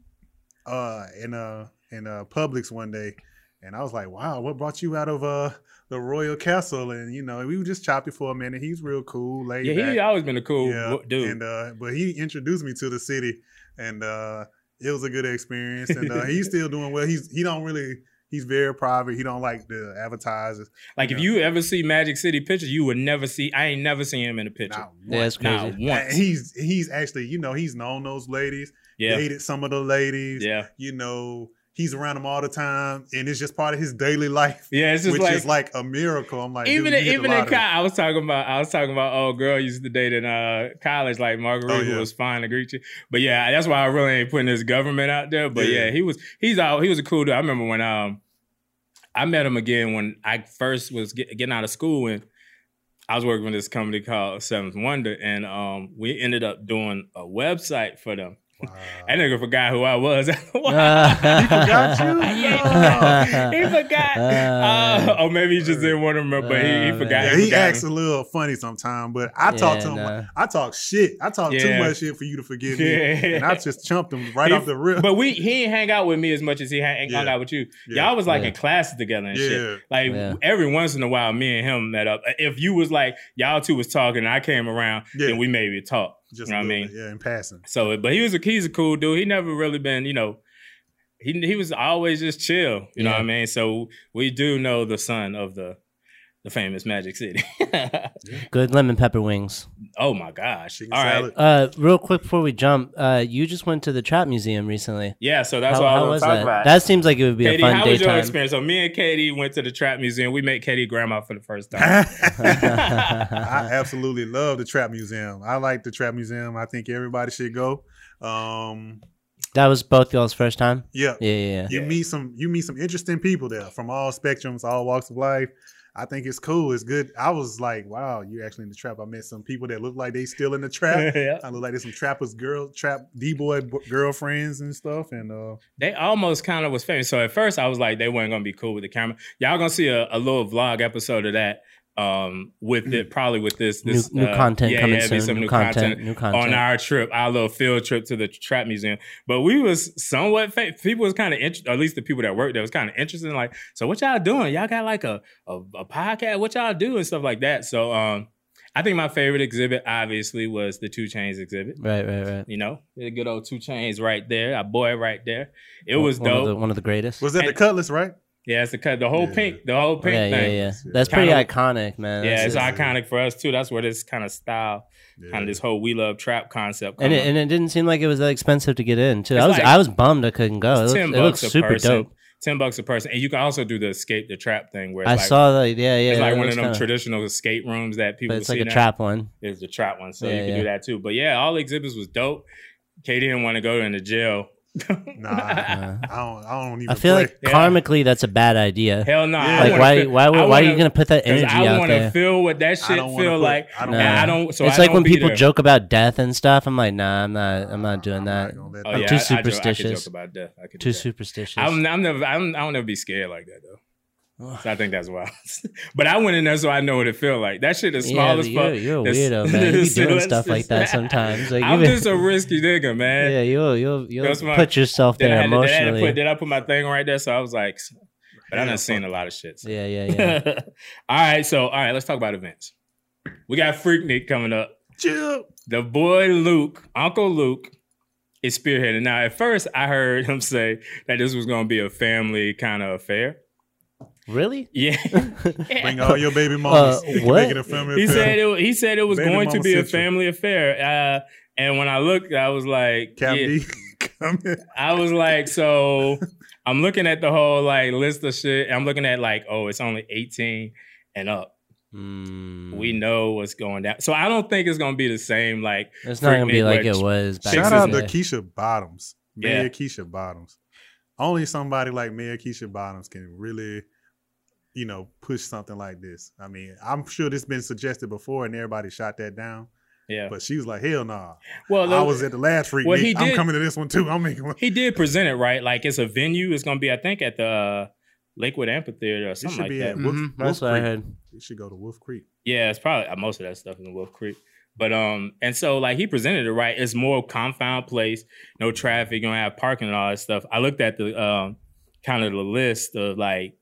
Speaker 3: uh in uh in uh Publix one day, and I was like, wow, what brought you out of uh the Royal Castle? And you know we just chopped it for a minute. He's real cool, laid
Speaker 4: yeah,
Speaker 3: back.
Speaker 4: he always been a cool wo- dude.
Speaker 3: And uh, but he introduced me to the city, and uh, it was a good experience. And uh, he's still doing well. He's he don't really he's very private. He don't like the advertisers.
Speaker 4: like if
Speaker 3: yeah.
Speaker 4: you ever see Magic City pictures, you would never see. I ain't never seen him in a picture.
Speaker 3: Not
Speaker 2: yeah,
Speaker 3: once.
Speaker 2: it's
Speaker 4: Not
Speaker 2: crazy.
Speaker 3: And
Speaker 4: once.
Speaker 3: he's he's actually you know he's known those ladies,
Speaker 4: Yeah,
Speaker 3: dated some of the ladies.
Speaker 4: yeah,
Speaker 3: You know he's around them all the time, and it's just part of his daily life,
Speaker 4: yeah. It's just
Speaker 3: which
Speaker 4: like
Speaker 3: is like a miracle. I'm like
Speaker 4: even
Speaker 3: dude, you hit the
Speaker 4: even in
Speaker 3: lottery.
Speaker 4: college, I was talking about I was talking about old girl used to date in uh, college like Margarita
Speaker 3: Oh, yeah.
Speaker 4: was fine to greet you, but yeah, that's why I really ain't putting this government out there. But yeah,
Speaker 3: Yeah.
Speaker 4: he was he's out he was a cool dude. I remember when um I met him again when I first was get, getting out of school and I was working with this company called Seventh Wonder and um we ended up doing a website for them.
Speaker 3: Wow.
Speaker 4: That nigga forgot who I was.
Speaker 3: forgot you?
Speaker 4: Yeah, he forgot.
Speaker 2: Uh,
Speaker 4: Uh, or maybe he just didn't want to remember. but he,
Speaker 2: Oh,
Speaker 4: he forgot.
Speaker 2: man.
Speaker 3: Yeah, he
Speaker 4: forgot me.
Speaker 3: acts a little funny sometimes, but I talk to
Speaker 2: Yeah,
Speaker 3: him.
Speaker 2: nah.
Speaker 3: I talk shit. I talk
Speaker 4: Yeah.
Speaker 3: too much shit for you to forgive me.
Speaker 4: Yeah.
Speaker 3: And I just chumped him right
Speaker 4: He-
Speaker 3: off the rip.
Speaker 4: But we he didn't hang out with me as much as he hang, hung
Speaker 3: Yeah.
Speaker 4: out with you.
Speaker 3: Yeah.
Speaker 4: Y'all was like
Speaker 2: Yeah.
Speaker 4: in classes together and shit.
Speaker 3: Yeah.
Speaker 4: Like
Speaker 2: Yeah.
Speaker 4: every once in a while, me and him met up. If you was like y'all two was talking, and I came around,
Speaker 3: Yeah.
Speaker 4: then we maybe talk.
Speaker 3: Just
Speaker 4: you know
Speaker 3: a
Speaker 4: what I
Speaker 3: little
Speaker 4: mean?
Speaker 3: bit, Yeah, in passing.
Speaker 4: So, but he was a he's a cool dude. He never really been, you know, he he was always just chill. You know
Speaker 2: Yeah.
Speaker 4: what I mean? So we do know the son of the the famous Magic City.
Speaker 2: Good lemon pepper wings.
Speaker 4: oh my gosh!
Speaker 3: Chicken
Speaker 4: All right,
Speaker 3: salad.
Speaker 2: Uh, real quick before we jump, uh, you just went to the trap museum recently.
Speaker 4: yeah. So that's
Speaker 2: how,
Speaker 4: what I
Speaker 2: how
Speaker 4: was,
Speaker 2: was
Speaker 4: talking
Speaker 2: that?
Speaker 4: about.
Speaker 2: That seems like it would be
Speaker 4: Katie,
Speaker 2: a fun
Speaker 4: how was your
Speaker 2: daytime.
Speaker 4: experience? So me and Katie went to the trap museum. We met Katie grandma for the first time.
Speaker 3: I absolutely love the Trap Museum. I like the Trap Museum. I think everybody should go. Um,
Speaker 2: that was both y'all's first time.
Speaker 3: yeah.
Speaker 2: Yeah, yeah, yeah.
Speaker 3: You meet some you meet some interesting people there from all spectrums, all walks of life. I think it's cool. It's good. I was like, wow, you're actually in the trap. I met some people that look like they still in the trap.
Speaker 4: Yeah.
Speaker 3: I look like there's some trappers girl trap D boy b- girlfriends and stuff. And uh
Speaker 4: They almost kind of was famous. So at first I was like, they weren't gonna be cool with the camera. Y'all gonna see a, a little vlog episode of that. Um, with it probably with this
Speaker 2: New,
Speaker 4: this
Speaker 2: Mm. new
Speaker 4: uh,
Speaker 2: content
Speaker 4: yeah,
Speaker 2: coming
Speaker 4: yeah, it'd be
Speaker 2: soon.
Speaker 4: some
Speaker 2: New,
Speaker 4: new
Speaker 2: content,
Speaker 4: content
Speaker 2: New content.
Speaker 4: on our trip, our little field trip to the trap museum. But we was somewhat fa- people was kind of interested, at least the people that worked there was kind of interested. in, Like, so what y'all doing? Y'all got like a, a a podcast? What y'all do and stuff like that. So, um, I think my favorite exhibit obviously was the Two Chains exhibit.
Speaker 2: right, right, right.
Speaker 4: You know, the good old Two Chains right there, our boy right there. It
Speaker 2: One-
Speaker 4: was
Speaker 2: one
Speaker 4: dope.
Speaker 2: Of the, one of the greatest.
Speaker 3: was that the
Speaker 4: And-
Speaker 3: Cutlass, right?
Speaker 4: yeah, it's the cut, the whole
Speaker 3: Yeah.
Speaker 4: pink, the whole pink
Speaker 2: yeah,
Speaker 4: thing.
Speaker 2: yeah,
Speaker 4: Yeah,
Speaker 2: yeah.
Speaker 3: That's it.
Speaker 2: That's pretty
Speaker 4: Kinda-
Speaker 2: iconic, man. That's
Speaker 4: it's
Speaker 2: just-
Speaker 3: just-
Speaker 4: iconic for us too. That's where this kind of style, kind of this whole we love trap concept. come
Speaker 2: and it, and it didn't seem like it was that expensive to get in too. I
Speaker 4: It's
Speaker 2: was
Speaker 4: like-
Speaker 2: I was bummed I couldn't go. Oh, It
Speaker 4: It's
Speaker 2: looks,
Speaker 4: ten
Speaker 2: it looks
Speaker 4: bucks a
Speaker 2: super
Speaker 4: person.
Speaker 2: dope.
Speaker 4: Ten bucks a person, and you can also do the escape the trap thing where it's
Speaker 2: I
Speaker 4: like,
Speaker 2: saw that. Yeah, yeah.
Speaker 4: it's like
Speaker 2: it
Speaker 4: one of
Speaker 2: looks
Speaker 4: them
Speaker 2: kinda-
Speaker 4: traditional escape rooms that people
Speaker 2: but it's
Speaker 4: see
Speaker 2: like a
Speaker 4: now.
Speaker 2: trap one.
Speaker 4: It's the trap one, so
Speaker 2: Yeah,
Speaker 4: you can
Speaker 2: yeah.
Speaker 4: do that too. But yeah, all the exhibits was dope. Katie didn't want to go in the jail.
Speaker 3: Nah,
Speaker 2: Uh,
Speaker 3: I don't. I don't even.
Speaker 2: I feel
Speaker 3: play.
Speaker 2: like
Speaker 4: Yeah.
Speaker 2: karmically that's a bad idea.
Speaker 4: Hell no!
Speaker 3: Yeah.
Speaker 2: Like
Speaker 3: wanna
Speaker 2: why why would- why are you gonna put that
Speaker 4: Because
Speaker 2: energy
Speaker 4: I
Speaker 2: out
Speaker 4: want to
Speaker 2: there?
Speaker 4: feel what that shit
Speaker 3: don't wanna
Speaker 4: feel
Speaker 3: put-
Speaker 4: like.
Speaker 3: I
Speaker 4: I
Speaker 3: don't
Speaker 4: don't.
Speaker 2: wanna-
Speaker 4: I don't so
Speaker 2: it's
Speaker 4: I
Speaker 2: like
Speaker 4: don't
Speaker 2: when
Speaker 4: be
Speaker 2: people
Speaker 4: there.
Speaker 2: joke about death and stuff. I'm like, nah, I'm not. I'm not doing
Speaker 3: I'm
Speaker 2: that.
Speaker 3: gonna let
Speaker 4: Oh,
Speaker 2: I'm
Speaker 4: yeah,
Speaker 2: too
Speaker 4: I- I joke- I could
Speaker 2: superstitious.
Speaker 4: joke about death. I could do
Speaker 2: Too
Speaker 4: that.
Speaker 2: superstitious.
Speaker 4: I'm, I'm never. I'm, I don't ever be scared like that though.
Speaker 2: Ugh.
Speaker 4: So I think that's why. but I went in there so I know what it feel like. That shit is small
Speaker 2: yeah,
Speaker 4: as
Speaker 2: but
Speaker 4: fuck.
Speaker 2: you're, you're a
Speaker 4: That's-
Speaker 2: weirdo, man. You be
Speaker 4: that's-
Speaker 2: doing
Speaker 4: that's-
Speaker 2: stuff like that sometimes. Like,
Speaker 4: I'm
Speaker 2: even-
Speaker 4: just a risky nigga, man.
Speaker 2: yeah, you'll you'll you'll
Speaker 4: That's my-
Speaker 2: put yourself
Speaker 4: Then I,
Speaker 2: there
Speaker 4: had to, then I had to
Speaker 2: emotionally.
Speaker 4: put, then I put my thing right there, so I was like, but I done seen a lot of shit. so.
Speaker 2: yeah, yeah, yeah.
Speaker 4: all right, so all right, let's talk about events. We got Freaknik coming up.
Speaker 3: Chill.
Speaker 4: The boy Luke, Uncle Luke, is spearheaded. Now, at first, I heard him say that this was going to be a family kind of affair.
Speaker 2: Really?
Speaker 4: Yeah,
Speaker 3: Bring all your baby mamas.
Speaker 2: Uh, what?
Speaker 3: Make it a family
Speaker 4: he
Speaker 3: affair.
Speaker 4: said it. He said it was
Speaker 3: Baby
Speaker 4: going to
Speaker 3: mama
Speaker 4: be a
Speaker 3: central.
Speaker 4: family affair. Uh, and when I looked, I was like,
Speaker 3: Cap
Speaker 4: yeah.
Speaker 3: D, come in.
Speaker 4: I was like, so I'm looking at the whole like list of shit. I'm looking at like, oh, it's only 18 and up.
Speaker 2: Mm,
Speaker 4: We know what's going down. So I don't think it's gonna be the same. Like,
Speaker 2: it's not gonna be like it
Speaker 4: Freaknik,
Speaker 2: was back
Speaker 3: Shout
Speaker 4: Texas
Speaker 3: out
Speaker 2: in
Speaker 3: to
Speaker 2: the day.
Speaker 3: Keisha Bottoms, Mayor Keisha Bottoms. Only somebody like Mayor Keisha Bottoms can really, you know, push something like this. I mean, I'm sure this been suggested before, and everybody shot that down.
Speaker 4: yeah.
Speaker 3: But she was like, "Hell nah!
Speaker 4: well,
Speaker 3: I
Speaker 4: though,
Speaker 3: was at the last freak.
Speaker 4: Well, he
Speaker 3: I'm
Speaker 4: did-
Speaker 3: coming to this one too. I'm making one.
Speaker 4: he did present it right. Like, it's a venue. It's gonna be, I think, at the uh, Lakewood Amphitheater or
Speaker 3: It
Speaker 4: something
Speaker 3: should
Speaker 4: like
Speaker 3: be
Speaker 4: that.
Speaker 3: at Wolf,
Speaker 2: Mhm,
Speaker 3: Wolf
Speaker 2: That's what I
Speaker 3: Creek.
Speaker 2: heard.
Speaker 3: It should go to Wolf Creek.
Speaker 4: Yeah, it's probably uh, most of that stuff in Wolf Creek. But um, and so like he presented it right. It's more confound place, no traffic, you don't have parking and all that stuff. I looked at the um, kind of the list of like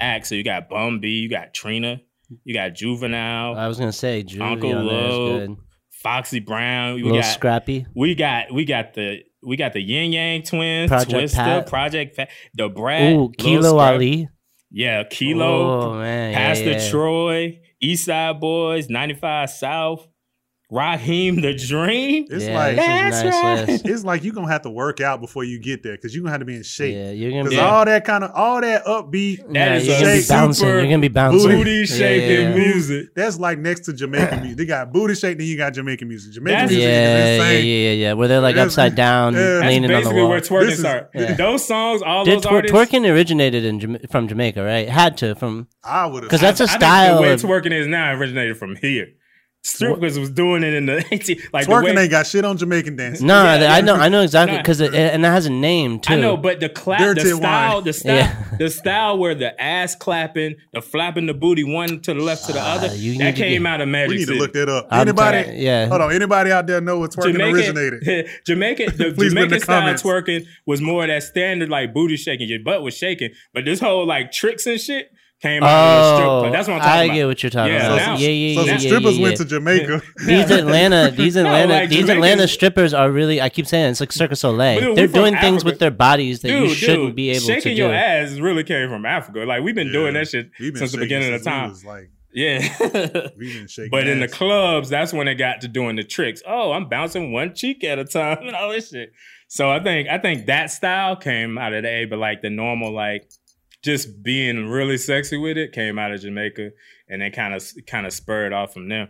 Speaker 4: acts. So you got Bumby, you got Trina, you got Juvenile,
Speaker 2: I was gonna say Judy
Speaker 4: Oh. Uncle
Speaker 2: on there is
Speaker 4: Lo,
Speaker 2: good.
Speaker 4: Foxy Brown. We
Speaker 2: Little
Speaker 4: got
Speaker 2: Scrappy.
Speaker 4: we got we got the we got the Yin Yang Twins,
Speaker 2: Project
Speaker 4: Twister,
Speaker 2: Pat.
Speaker 4: Project Pat, the Brad,
Speaker 2: Ooh,
Speaker 4: Lil
Speaker 2: Kilo
Speaker 4: Scrap-
Speaker 2: Ali.
Speaker 4: yeah, Kilo,
Speaker 2: Oh man, yeah,
Speaker 4: Pastor
Speaker 2: yeah.
Speaker 4: Troy, East Side Boys, 95 South, Raheem the Dream.
Speaker 3: It's
Speaker 2: yeah,
Speaker 3: like
Speaker 2: this is
Speaker 4: That's
Speaker 2: a
Speaker 4: right.
Speaker 2: nice list.
Speaker 3: it's like you're gonna have to work out before you get there because you're gonna have to be in shape.
Speaker 2: Yeah, you're gonna
Speaker 3: Because
Speaker 2: be.
Speaker 4: Yeah.
Speaker 3: all that kind of all that upbeat,
Speaker 2: yeah,
Speaker 4: is
Speaker 2: you're
Speaker 4: a
Speaker 2: gonna be
Speaker 3: super
Speaker 2: bouncing. You're gonna be bouncing.
Speaker 4: Booty shaking
Speaker 2: Yeah, yeah, yeah.
Speaker 4: music.
Speaker 3: That's like next to Jamaican music. They got booty shake, then you got Jamaican music. Jamaican
Speaker 4: That's-
Speaker 3: music
Speaker 2: Yeah,
Speaker 3: is
Speaker 2: yeah,
Speaker 3: insane.
Speaker 2: yeah, yeah. Where they're like
Speaker 3: That's-
Speaker 2: upside down,
Speaker 3: yeah. That's
Speaker 4: That's
Speaker 2: leaning on the
Speaker 4: basically
Speaker 2: wall.
Speaker 4: where
Speaker 3: This
Speaker 4: twerking
Speaker 3: is-
Speaker 4: started.
Speaker 2: Yeah.
Speaker 4: Those songs, all
Speaker 2: Did
Speaker 4: those
Speaker 2: twer-
Speaker 4: artists.
Speaker 2: twerking originated in Jama- from Jamaica, right? Had to from
Speaker 3: I would
Speaker 2: because
Speaker 3: have.
Speaker 2: that's a
Speaker 4: I think
Speaker 2: style.
Speaker 4: The way
Speaker 2: of,
Speaker 4: twerking is now originated from here. Strippers was doing it in the 80s. Like the
Speaker 3: Twerking
Speaker 4: way,
Speaker 3: ain't got shit on Jamaican dancing.
Speaker 2: no,
Speaker 4: yeah,
Speaker 2: that- I know, I know exactly
Speaker 4: Nah.
Speaker 2: because it, and it has a name too.
Speaker 4: I know, but the clap, the
Speaker 3: Dirty
Speaker 4: style,
Speaker 3: wine.
Speaker 4: the style,
Speaker 2: Yeah.
Speaker 4: the style where the ass clapping, the flapping the booty one to the left to the
Speaker 2: Ah,
Speaker 4: other,
Speaker 2: you
Speaker 4: that
Speaker 2: need to
Speaker 4: came
Speaker 2: get-
Speaker 4: out of Magic
Speaker 3: We need to
Speaker 4: City.
Speaker 3: look that up.
Speaker 2: I'm
Speaker 3: anybody?
Speaker 2: tired, yeah.
Speaker 3: Hold on. Anybody out there know where twerking originated?
Speaker 4: Jamaica, the
Speaker 3: Please put in the
Speaker 4: Jamaican style
Speaker 3: comments.
Speaker 4: twerking was more of that standard like booty shaking. Your butt was shaking, but this whole like tricks and shit came out of the strip
Speaker 2: Oh,
Speaker 4: club. That's what I'm
Speaker 2: I
Speaker 4: talking
Speaker 2: get
Speaker 4: about.
Speaker 2: what you're talking
Speaker 4: Yeah,
Speaker 2: about.
Speaker 4: now-
Speaker 2: yeah, yeah,
Speaker 3: so
Speaker 2: yeah,
Speaker 3: some
Speaker 2: yeah,
Speaker 3: strippers
Speaker 2: yeah,
Speaker 3: went
Speaker 2: yeah.
Speaker 3: to Jamaica.
Speaker 2: These Atlanta, these Atlanta,
Speaker 4: like
Speaker 2: these
Speaker 4: Jamaicans-
Speaker 2: Atlanta strippers are really. I keep saying it's like Circus Soleil.
Speaker 4: Dude, we
Speaker 2: They're
Speaker 4: from
Speaker 2: doing things
Speaker 4: Africa.
Speaker 2: with their bodies that you shouldn't be able
Speaker 4: shaking
Speaker 2: to do.
Speaker 4: your ass really came from Africa. Like we've been doing that shit
Speaker 3: We've been
Speaker 4: since the
Speaker 3: shaking
Speaker 4: beginning of
Speaker 3: since we
Speaker 4: time.
Speaker 3: was, like
Speaker 4: Yeah.
Speaker 3: we've been shaking.
Speaker 4: But in the
Speaker 3: ass.
Speaker 4: clubs, that's when it got to doing the tricks. Oh, I'm bouncing one cheek at a time and all this shit. So I think I think that style came out of the A, but like the normal, like just being really sexy with it came out of Jamaica, and then kind of kind of spurred off from there.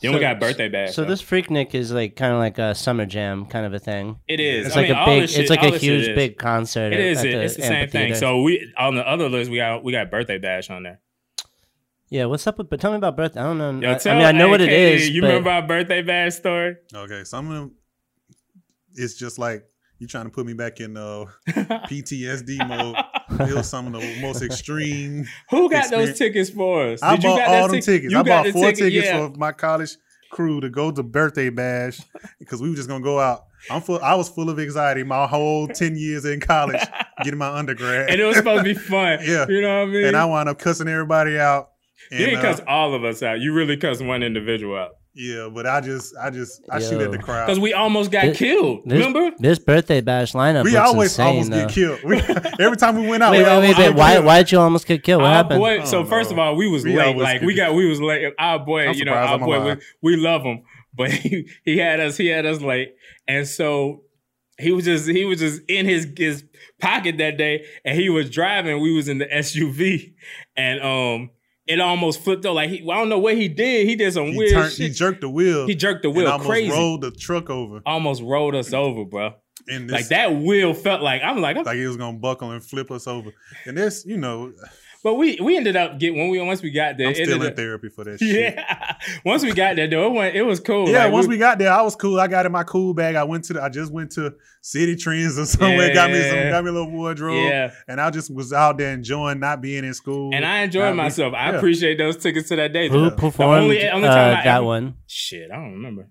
Speaker 4: Then we
Speaker 2: So-
Speaker 4: got birthday bash.
Speaker 2: So this Freaknik is like kind of like a summer jam kind of a thing.
Speaker 4: it is.
Speaker 2: It's
Speaker 4: I
Speaker 2: like
Speaker 4: mean,
Speaker 2: a
Speaker 4: all
Speaker 2: big,
Speaker 4: this shit-
Speaker 2: it's like
Speaker 4: all
Speaker 2: a
Speaker 4: this shit
Speaker 2: huge
Speaker 4: is.
Speaker 2: big concert.
Speaker 4: It
Speaker 2: at-
Speaker 4: is.
Speaker 2: at
Speaker 4: It. It's the same thing.
Speaker 2: amphitheater.
Speaker 4: So we on the other list we got we got birthday bash on there.
Speaker 2: yeah, what's up with? But tell me about birthday. I don't know.
Speaker 4: Yo,
Speaker 2: I- I,
Speaker 4: tell-
Speaker 2: mean, I know
Speaker 4: hey,
Speaker 2: what it
Speaker 4: KD,
Speaker 2: is.
Speaker 4: You
Speaker 2: but
Speaker 4: remember our birthday bash story?
Speaker 3: okay, some of them. It's just like you trying to put me back in uh, PTSD mode. It was some of the most extreme.
Speaker 4: Who got
Speaker 3: Experience.
Speaker 4: those tickets for us?
Speaker 3: I
Speaker 4: Did you
Speaker 3: bought
Speaker 4: got
Speaker 3: all
Speaker 4: that
Speaker 3: them
Speaker 4: tic-
Speaker 3: tickets.
Speaker 4: you
Speaker 3: I
Speaker 4: got
Speaker 3: bought
Speaker 4: the
Speaker 3: four
Speaker 4: ticket,
Speaker 3: tickets
Speaker 4: yeah.
Speaker 3: for my college crew to go to birthday bash because we were just gonna go out. I'm full. I was full of anxiety my whole ten years in college getting my undergrad,
Speaker 4: and it was supposed to be fun.
Speaker 3: Yeah.
Speaker 4: You know what I mean?
Speaker 3: And I wound up cussing everybody out.
Speaker 4: you
Speaker 3: And,
Speaker 4: didn't cuss
Speaker 3: uh,
Speaker 4: all of us out. You really cussed one individual out.
Speaker 3: yeah, but I just, I just, I shoot
Speaker 2: Yo.
Speaker 3: at the
Speaker 4: Because
Speaker 3: crowd.
Speaker 4: we almost got
Speaker 2: This-
Speaker 4: killed.
Speaker 2: this,
Speaker 4: remember?
Speaker 2: this birthday bash lineup?
Speaker 3: We
Speaker 2: looks
Speaker 3: always
Speaker 2: insane,
Speaker 3: almost
Speaker 2: though.
Speaker 3: get killed. We, every time we went out,
Speaker 2: Wait,
Speaker 3: we
Speaker 2: wait,
Speaker 3: almost
Speaker 2: wait,
Speaker 3: get
Speaker 2: wait. Why,
Speaker 3: killed.
Speaker 2: why did you almost get killed? What
Speaker 4: our
Speaker 2: happened?
Speaker 4: Oh, boy.
Speaker 3: I
Speaker 4: So
Speaker 3: don't
Speaker 4: first
Speaker 3: know.
Speaker 4: of all, we was
Speaker 3: We
Speaker 4: late.
Speaker 3: always
Speaker 4: Like
Speaker 3: get
Speaker 4: we got,
Speaker 3: this.
Speaker 4: we was late. Our boy,
Speaker 3: I'm
Speaker 4: you know,
Speaker 3: surprised
Speaker 4: our
Speaker 3: I'm
Speaker 4: boy,
Speaker 3: alive.
Speaker 4: we, we love him, but he, he had us, he had us late, and so he was just, he was just in his his pocket that day, and he was driving. We was in the SUV, and um, it almost flipped over. Like he, I don't know what he did. He did some
Speaker 3: He,
Speaker 4: weird
Speaker 3: turned, he
Speaker 4: shit.
Speaker 3: jerked the wheel.
Speaker 4: He jerked the
Speaker 3: and
Speaker 4: wheel
Speaker 3: almost
Speaker 4: crazy.
Speaker 3: rolled the truck over.
Speaker 4: Almost rolled us over, bro.
Speaker 3: And
Speaker 4: Like
Speaker 3: this,
Speaker 4: that wheel felt like I'm like, I'm-
Speaker 3: like he was gonna buckle and flip us over. And this, you know,
Speaker 4: but we we ended up getting when we once we got there.
Speaker 3: I'm
Speaker 4: it
Speaker 3: still
Speaker 4: ended
Speaker 3: in
Speaker 4: up-
Speaker 3: therapy for that. shit.
Speaker 4: Yeah, once we got there though, it, went, it was cool.
Speaker 3: Yeah,
Speaker 4: Like,
Speaker 3: once we, got there, I was cool. I got in my cool bag. I went to the, I just went to City Trends or somewhere, got me some
Speaker 4: Yeah.
Speaker 3: got me a little wardrobe.
Speaker 4: yeah,
Speaker 3: And I just was out there enjoying not being in school.
Speaker 4: and I enjoyed
Speaker 3: Nah, we-
Speaker 4: myself. I
Speaker 3: yeah.
Speaker 4: appreciate those tickets to that day.
Speaker 2: Who
Speaker 4: though.
Speaker 2: performed
Speaker 4: only- only
Speaker 2: uh,
Speaker 4: time I
Speaker 2: that
Speaker 4: ever-
Speaker 2: one?
Speaker 4: Shit, I don't remember.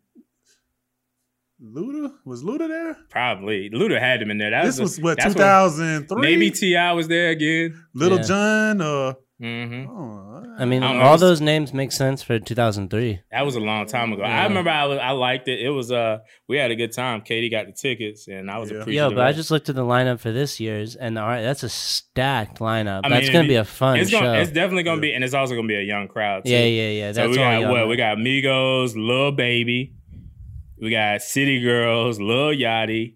Speaker 3: Luda? Was Luda there?
Speaker 4: Probably Luda had him in there. That
Speaker 3: this was what,
Speaker 4: that's
Speaker 3: 2003?
Speaker 4: Maybe Ti was there again.
Speaker 3: Little
Speaker 2: Yeah.
Speaker 3: John or
Speaker 4: Mm-hmm.
Speaker 3: Oh, all right.
Speaker 2: I mean,
Speaker 4: I don't know,
Speaker 2: all
Speaker 4: it's-
Speaker 2: those names make sense for 2003.
Speaker 4: That was a long time ago. I
Speaker 2: Yeah.
Speaker 4: remember I was, I liked it. It was uh we had a good time. Katie got the tickets and I was
Speaker 3: Yeah.
Speaker 4: yeah.
Speaker 2: Yo, but I just looked at the lineup for this year's, and all right, that's a stacked lineup.
Speaker 4: I mean,
Speaker 2: that's
Speaker 4: it'd
Speaker 2: gonna
Speaker 4: be-
Speaker 2: be a fun
Speaker 4: it's
Speaker 2: show.
Speaker 4: gonna, it's definitely gonna be and it's also gonna be a young crowd too.
Speaker 2: yeah, yeah, yeah. That's
Speaker 4: so we
Speaker 2: all
Speaker 4: got
Speaker 2: y'all
Speaker 4: what
Speaker 2: know.
Speaker 4: we got Migos, Lil Baby, we got City Girls, Lil Yachty.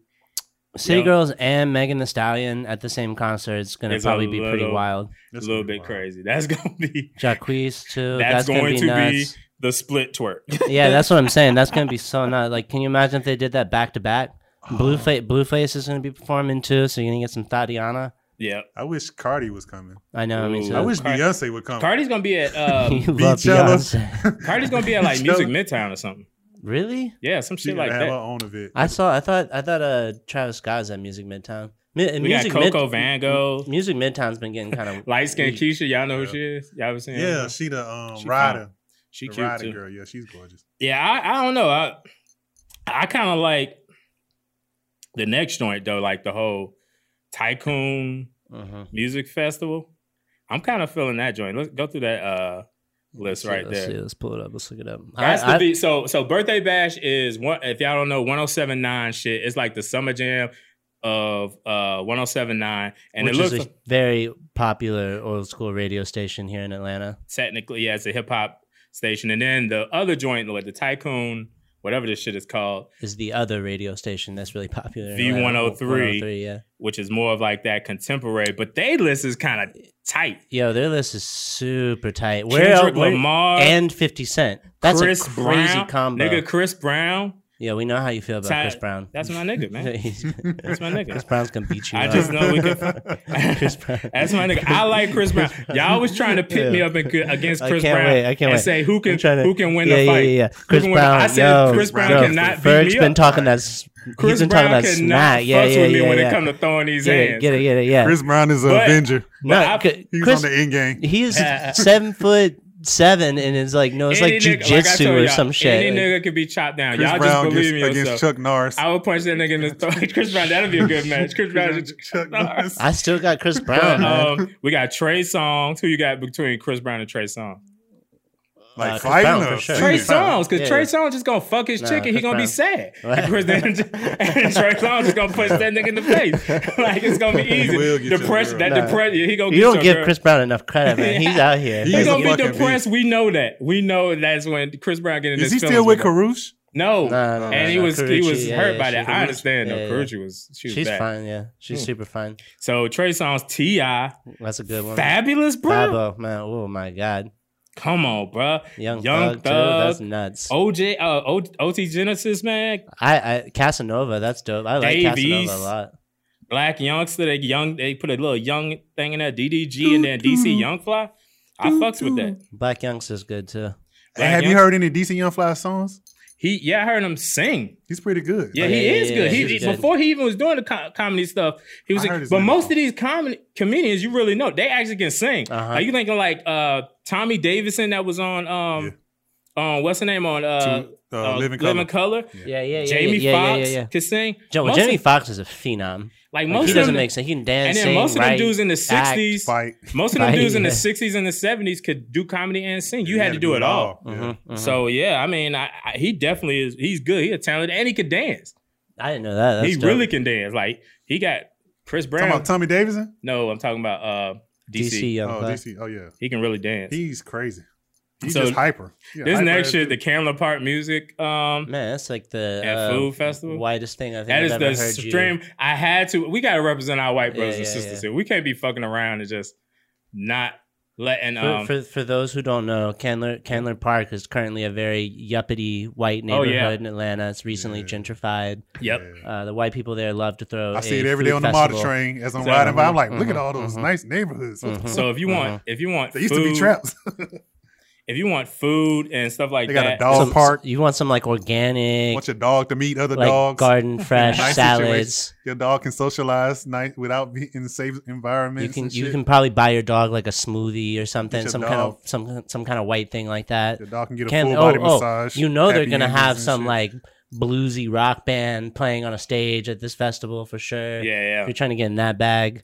Speaker 2: City
Speaker 4: Yo.
Speaker 2: Girls and Megan Thee Stallion at the same concert. It's gonna
Speaker 4: It's a
Speaker 2: probably be pretty
Speaker 4: little-
Speaker 2: wild.
Speaker 4: A
Speaker 3: That's
Speaker 4: little
Speaker 3: gonna
Speaker 4: bit
Speaker 3: be wild.
Speaker 4: crazy. That's gonna be
Speaker 2: Jacquees too.
Speaker 4: That's
Speaker 2: That's, gonna,
Speaker 4: going
Speaker 2: be
Speaker 4: to be-
Speaker 2: nuts.
Speaker 4: the split twerk.
Speaker 2: yeah, that's what I'm saying. That's gonna be so nuts. Like, can you imagine if they did that back to back? Blueface, Blueface is gonna be performing too, so you're gonna get some Thadiana.
Speaker 4: yeah.
Speaker 3: I wish Cardi was coming.
Speaker 2: I know. I mean,
Speaker 4: Ooh.
Speaker 2: so
Speaker 3: I wish
Speaker 4: Cardi-
Speaker 3: Beyonce would come.
Speaker 4: Cardi's gonna be at uh
Speaker 2: you love
Speaker 3: Beachella.
Speaker 2: Beyonce.
Speaker 4: Cardi's gonna be at like
Speaker 3: Beachella.
Speaker 4: Music Midtown or something.
Speaker 2: Really?
Speaker 4: Yeah, some
Speaker 3: She
Speaker 4: shit
Speaker 3: gotta
Speaker 4: like
Speaker 3: have her
Speaker 4: that.
Speaker 3: own of it.
Speaker 2: I saw. I thought. I thought. Uh, Travis Scott's at Music Midtown. Mi-
Speaker 4: We got
Speaker 2: Music Mid-
Speaker 4: Coco Van Gogh.
Speaker 2: Music Midtown's been getting kind of
Speaker 4: Light skin
Speaker 2: cute.
Speaker 4: Keisha, y'all know
Speaker 3: Yeah.
Speaker 4: who she is. Y'all ever seen her?
Speaker 3: Yeah, she the um
Speaker 4: She
Speaker 3: rider,
Speaker 4: she
Speaker 3: the
Speaker 4: cute
Speaker 3: rider
Speaker 4: too.
Speaker 3: girl. Yeah, she's gorgeous.
Speaker 4: Yeah, I, I don't know. I I kind of like the next joint though, like the whole Tycoon
Speaker 2: Mhm.
Speaker 4: Music Festival. I'm kind of feeling that joint. Let's go through that uh list
Speaker 2: Let's see,
Speaker 4: right
Speaker 2: let's
Speaker 4: there.
Speaker 2: See, let's pull it up. Let's look it up.
Speaker 4: That's
Speaker 2: I,
Speaker 4: the
Speaker 2: I-
Speaker 4: beat. So so birthday bash is one if y'all don't know 1079 shit. It's like the summer jam of uh 1079 and
Speaker 2: which
Speaker 4: it looks
Speaker 2: is a very popular old school radio station here in Atlanta.
Speaker 4: technically yeah, it's a hip hop station. And then the other joint with the Tycoon, whatever this shit is called,
Speaker 2: Is the other radio station that's really popular? in
Speaker 4: V103.
Speaker 2: Atlanta. 103, Yeah.
Speaker 4: which is more of like that contemporary, but they list is kind of tight.
Speaker 2: Yo, their list is super tight. Where,
Speaker 4: Kendrick
Speaker 2: where-
Speaker 4: Lamar
Speaker 2: and Fifty Cent. That's
Speaker 4: Chris
Speaker 2: a crazy
Speaker 4: Brown,
Speaker 2: combo.
Speaker 4: Nigga, Chris Brown.
Speaker 2: Yeah, we know how you feel about
Speaker 4: Ty-
Speaker 2: Chris Brown.
Speaker 4: That's my nigga, man.
Speaker 2: He's-
Speaker 4: That's my nigga.
Speaker 2: Chris Brown's gonna beat you.
Speaker 4: I
Speaker 2: up.
Speaker 4: just know we could.
Speaker 2: Chris Brown.
Speaker 4: That's my nigga. I like Chris Brown. Y'all was trying to pit me
Speaker 2: Yeah.
Speaker 4: up and, against
Speaker 2: I
Speaker 4: Chris
Speaker 2: can't
Speaker 4: Brown
Speaker 2: wait, I can't
Speaker 4: and
Speaker 2: wait.
Speaker 4: say who can
Speaker 2: I'm trying to-
Speaker 4: who can win
Speaker 2: yeah,
Speaker 4: the
Speaker 2: yeah,
Speaker 4: fight.
Speaker 2: Yeah, yeah,
Speaker 4: Who
Speaker 2: Chris
Speaker 4: can win the-
Speaker 2: Brown.
Speaker 4: I said
Speaker 2: yo,
Speaker 4: Chris Brown
Speaker 2: yo,
Speaker 4: cannot beat
Speaker 2: Ferg's
Speaker 4: me
Speaker 2: been
Speaker 4: up.
Speaker 2: talking that. s-
Speaker 4: Chris
Speaker 2: he's been
Speaker 4: Brown
Speaker 2: talking that
Speaker 4: cannot
Speaker 2: smack. Yeah,
Speaker 4: fucks
Speaker 2: yeah,
Speaker 4: with me
Speaker 2: yeah,
Speaker 4: when
Speaker 2: yeah.
Speaker 4: it come to throwing these
Speaker 2: Get it,
Speaker 4: hands.
Speaker 2: get it, get it. Yeah.
Speaker 3: Chris Brown is an
Speaker 4: But-
Speaker 3: Avenger.
Speaker 4: But
Speaker 2: no,
Speaker 4: I-
Speaker 2: c-
Speaker 3: He's
Speaker 2: Chris.
Speaker 3: on the end game.
Speaker 2: He's seven foot seven, and it's like no, it's like
Speaker 4: Any nigga- like I
Speaker 2: jujitsu
Speaker 4: told
Speaker 2: or
Speaker 4: y'all,
Speaker 2: some shit.
Speaker 4: Any
Speaker 2: Like,
Speaker 4: nigga could be chopped down.
Speaker 3: Chris
Speaker 4: y'all
Speaker 3: Brown
Speaker 4: just believe in
Speaker 3: against,
Speaker 4: yourself.
Speaker 3: against Chuck Norris.
Speaker 4: I would punch that nigga in the throat. Chris Brown, that'd be a good match. Chris Brown, is-
Speaker 3: Chuck Norris.
Speaker 2: I still got Chris Brown.
Speaker 4: But,
Speaker 2: man.
Speaker 4: um, we got Trey Songz. Who you got between Chris Brown and Trey Songz?
Speaker 3: like
Speaker 2: Chris
Speaker 3: fighting
Speaker 2: Brown,
Speaker 3: or
Speaker 2: for sure.
Speaker 4: Trey
Speaker 3: singing?
Speaker 4: Songz, because
Speaker 2: Yeah,
Speaker 4: Trey
Speaker 2: yeah.
Speaker 4: Songz just gonna fuck his
Speaker 2: Nah,
Speaker 4: chick and he
Speaker 2: Chris
Speaker 4: gonna be
Speaker 2: Brown.
Speaker 4: sad. And Chris and Trey Songz is gonna punch that nigga in the face. like it's gonna be
Speaker 3: He will
Speaker 4: easy.
Speaker 3: get your
Speaker 4: Depression. That
Speaker 3: girl.
Speaker 2: Nah.
Speaker 4: depression. He gonna
Speaker 2: you
Speaker 4: get
Speaker 2: don't
Speaker 4: your
Speaker 2: give
Speaker 4: girl.
Speaker 2: Chris Brown enough credit, man. He's out here.
Speaker 3: He
Speaker 4: He's
Speaker 3: He's a
Speaker 4: gonna be
Speaker 3: fucking
Speaker 4: depressed. We know that. We know that's when Chris Brown getting
Speaker 3: Is
Speaker 4: his
Speaker 3: he
Speaker 4: feelings
Speaker 3: still with
Speaker 4: about-
Speaker 3: Karush?
Speaker 4: No.
Speaker 2: Nah, nah,
Speaker 4: and he
Speaker 2: nah,
Speaker 4: was he
Speaker 2: Karrueche,
Speaker 4: was
Speaker 2: yeah,
Speaker 4: hurt
Speaker 2: yeah,
Speaker 4: by
Speaker 2: she-
Speaker 4: that. I
Speaker 2: Karrueche,
Speaker 4: understand though.
Speaker 2: yeah, yeah.
Speaker 4: Karucci was she was
Speaker 2: She's
Speaker 4: bad.
Speaker 2: fine, yeah. She's
Speaker 4: Hmm.
Speaker 2: super fine.
Speaker 4: So Trey Songz, Ti,
Speaker 2: That's a good one.
Speaker 4: fabulous, bro.
Speaker 2: Fabo, man. Oh my God,
Speaker 4: Come on, bro.
Speaker 2: Young,
Speaker 4: Young
Speaker 2: Thug, too. That's
Speaker 4: Thug.
Speaker 2: nuts.
Speaker 4: OJ, uh, o, OT Genesis, man.
Speaker 2: I, I Casanova, that's dope. I like
Speaker 4: Davies.
Speaker 2: Casanova a lot.
Speaker 4: Black youngster, they young. They put a little young thing in there. DDG and then DC Young Fly. I fucks with that.
Speaker 2: Black Youngster's good too.
Speaker 3: Hey, have you
Speaker 4: Young-
Speaker 3: heard any decent Young Fly songs?
Speaker 4: He, yeah, I heard him sing.
Speaker 3: He's pretty good.
Speaker 4: Yeah,
Speaker 2: Oh,
Speaker 4: he
Speaker 2: yeah,
Speaker 4: is
Speaker 2: yeah,
Speaker 4: good.
Speaker 2: yeah,
Speaker 4: He,
Speaker 2: he's
Speaker 4: he-
Speaker 2: good.
Speaker 4: before he even was doing the co- comedy stuff, he was.
Speaker 3: I heard his
Speaker 4: but
Speaker 3: name
Speaker 4: most of
Speaker 3: before.
Speaker 4: these comedy comedians, you really know, they actually can sing.
Speaker 2: Uh-huh.
Speaker 4: Are you thinking like uh, Tommy Davidson that was on um, on what's the name on uh,
Speaker 3: To, uh,
Speaker 4: uh,
Speaker 3: Living
Speaker 4: Living,
Speaker 3: Color.
Speaker 4: Color?
Speaker 2: Yeah, yeah, yeah.
Speaker 4: Jamie
Speaker 2: yeah, yeah,
Speaker 4: Foxx
Speaker 2: yeah, yeah.
Speaker 4: could sing.
Speaker 2: Jo-
Speaker 4: Most
Speaker 2: Jamie
Speaker 4: of-
Speaker 2: Foxx is a phenom.
Speaker 4: like
Speaker 2: Like,
Speaker 4: most
Speaker 2: he
Speaker 4: of
Speaker 2: doesn't
Speaker 4: them,
Speaker 2: make sense. He can dance,
Speaker 4: and then
Speaker 2: sing,
Speaker 4: most of them
Speaker 2: write,
Speaker 4: dudes in the
Speaker 2: act.
Speaker 4: sixties,
Speaker 3: Fight.
Speaker 4: most of them
Speaker 2: Right,
Speaker 4: dudes in the
Speaker 2: yeah.
Speaker 4: sixties and the seventies could do comedy and sing. You had to do it all.
Speaker 3: Yeah.
Speaker 2: Mhm, mhm.
Speaker 4: So yeah, I mean, I, I, he definitely is. He's good. He's talented, and he could dance.
Speaker 2: I didn't know that. That's
Speaker 4: he
Speaker 2: dope.
Speaker 4: really can dance. Like he got Chris Brown.
Speaker 3: Talking about Tommy Davidson?
Speaker 4: no, I'm talking about uh, DC.
Speaker 2: DC, Young
Speaker 3: oh,
Speaker 2: Thug.
Speaker 3: DC. Oh, yeah.
Speaker 4: He can really dance.
Speaker 3: He's crazy. He's
Speaker 4: So,
Speaker 3: just hyper. Yeah,
Speaker 4: this
Speaker 3: hyper
Speaker 4: next
Speaker 3: ass
Speaker 4: shit,
Speaker 3: dude.
Speaker 4: the Camel Park music. Um,
Speaker 2: Man, that's like the
Speaker 4: At
Speaker 2: uh,
Speaker 4: Food Festival?
Speaker 2: widest thing I've
Speaker 4: that
Speaker 2: ever
Speaker 4: is
Speaker 2: heard.
Speaker 4: the
Speaker 2: you-
Speaker 4: stream. I had to. We gotta represent our white
Speaker 2: Yeah,
Speaker 4: brothers and
Speaker 2: yeah,
Speaker 4: sisters.
Speaker 2: yeah.
Speaker 4: here. We can't be fucking around and just not letting.
Speaker 2: For,
Speaker 4: Um,
Speaker 2: for for those who don't know, Candler Candler Park is currently a very yuppity white
Speaker 4: Oh,
Speaker 2: neighborhood
Speaker 4: yeah.
Speaker 2: in Atlanta. It's recently
Speaker 3: Yeah.
Speaker 2: gentrified.
Speaker 4: yep.
Speaker 3: Yeah.
Speaker 2: Uh, the white people there love to throw.
Speaker 3: I see
Speaker 2: a
Speaker 3: it every
Speaker 2: food
Speaker 3: day on the
Speaker 2: festival.
Speaker 3: model train as I'm
Speaker 4: So,
Speaker 3: riding by. I'm like, look at
Speaker 2: mhm,
Speaker 3: all those
Speaker 2: mhm.
Speaker 3: nice neighborhoods.
Speaker 2: Mhm.
Speaker 4: So if you want, if you want,
Speaker 3: They used
Speaker 4: food,
Speaker 3: to be traps.
Speaker 4: If you want food and stuff like
Speaker 3: They got a
Speaker 4: that,
Speaker 3: dog
Speaker 2: Some-
Speaker 3: park.
Speaker 2: You want some like organic,
Speaker 3: Want your dog to meet other
Speaker 2: like
Speaker 3: dogs.
Speaker 2: garden fresh
Speaker 3: Nice
Speaker 2: salads.
Speaker 3: Your dog can socialize nice without being in safe environments.
Speaker 2: You can
Speaker 3: and
Speaker 2: you
Speaker 3: shit.
Speaker 2: can probably buy your dog like a smoothie or
Speaker 3: Get
Speaker 2: something,
Speaker 3: your
Speaker 2: some kind of
Speaker 3: dog-
Speaker 2: some some kind of white thing like that.
Speaker 3: Your dog can get a
Speaker 2: Can-
Speaker 3: full
Speaker 2: oh,
Speaker 3: body
Speaker 2: oh,
Speaker 3: massage.
Speaker 2: You know they're
Speaker 3: happy
Speaker 2: gonna
Speaker 3: endings
Speaker 2: have
Speaker 3: and
Speaker 2: some
Speaker 3: shit.
Speaker 2: like bluesy rock band playing on a stage at this festival for
Speaker 4: yeah,
Speaker 2: sure. If
Speaker 4: yeah,
Speaker 2: you're trying to get in that bag.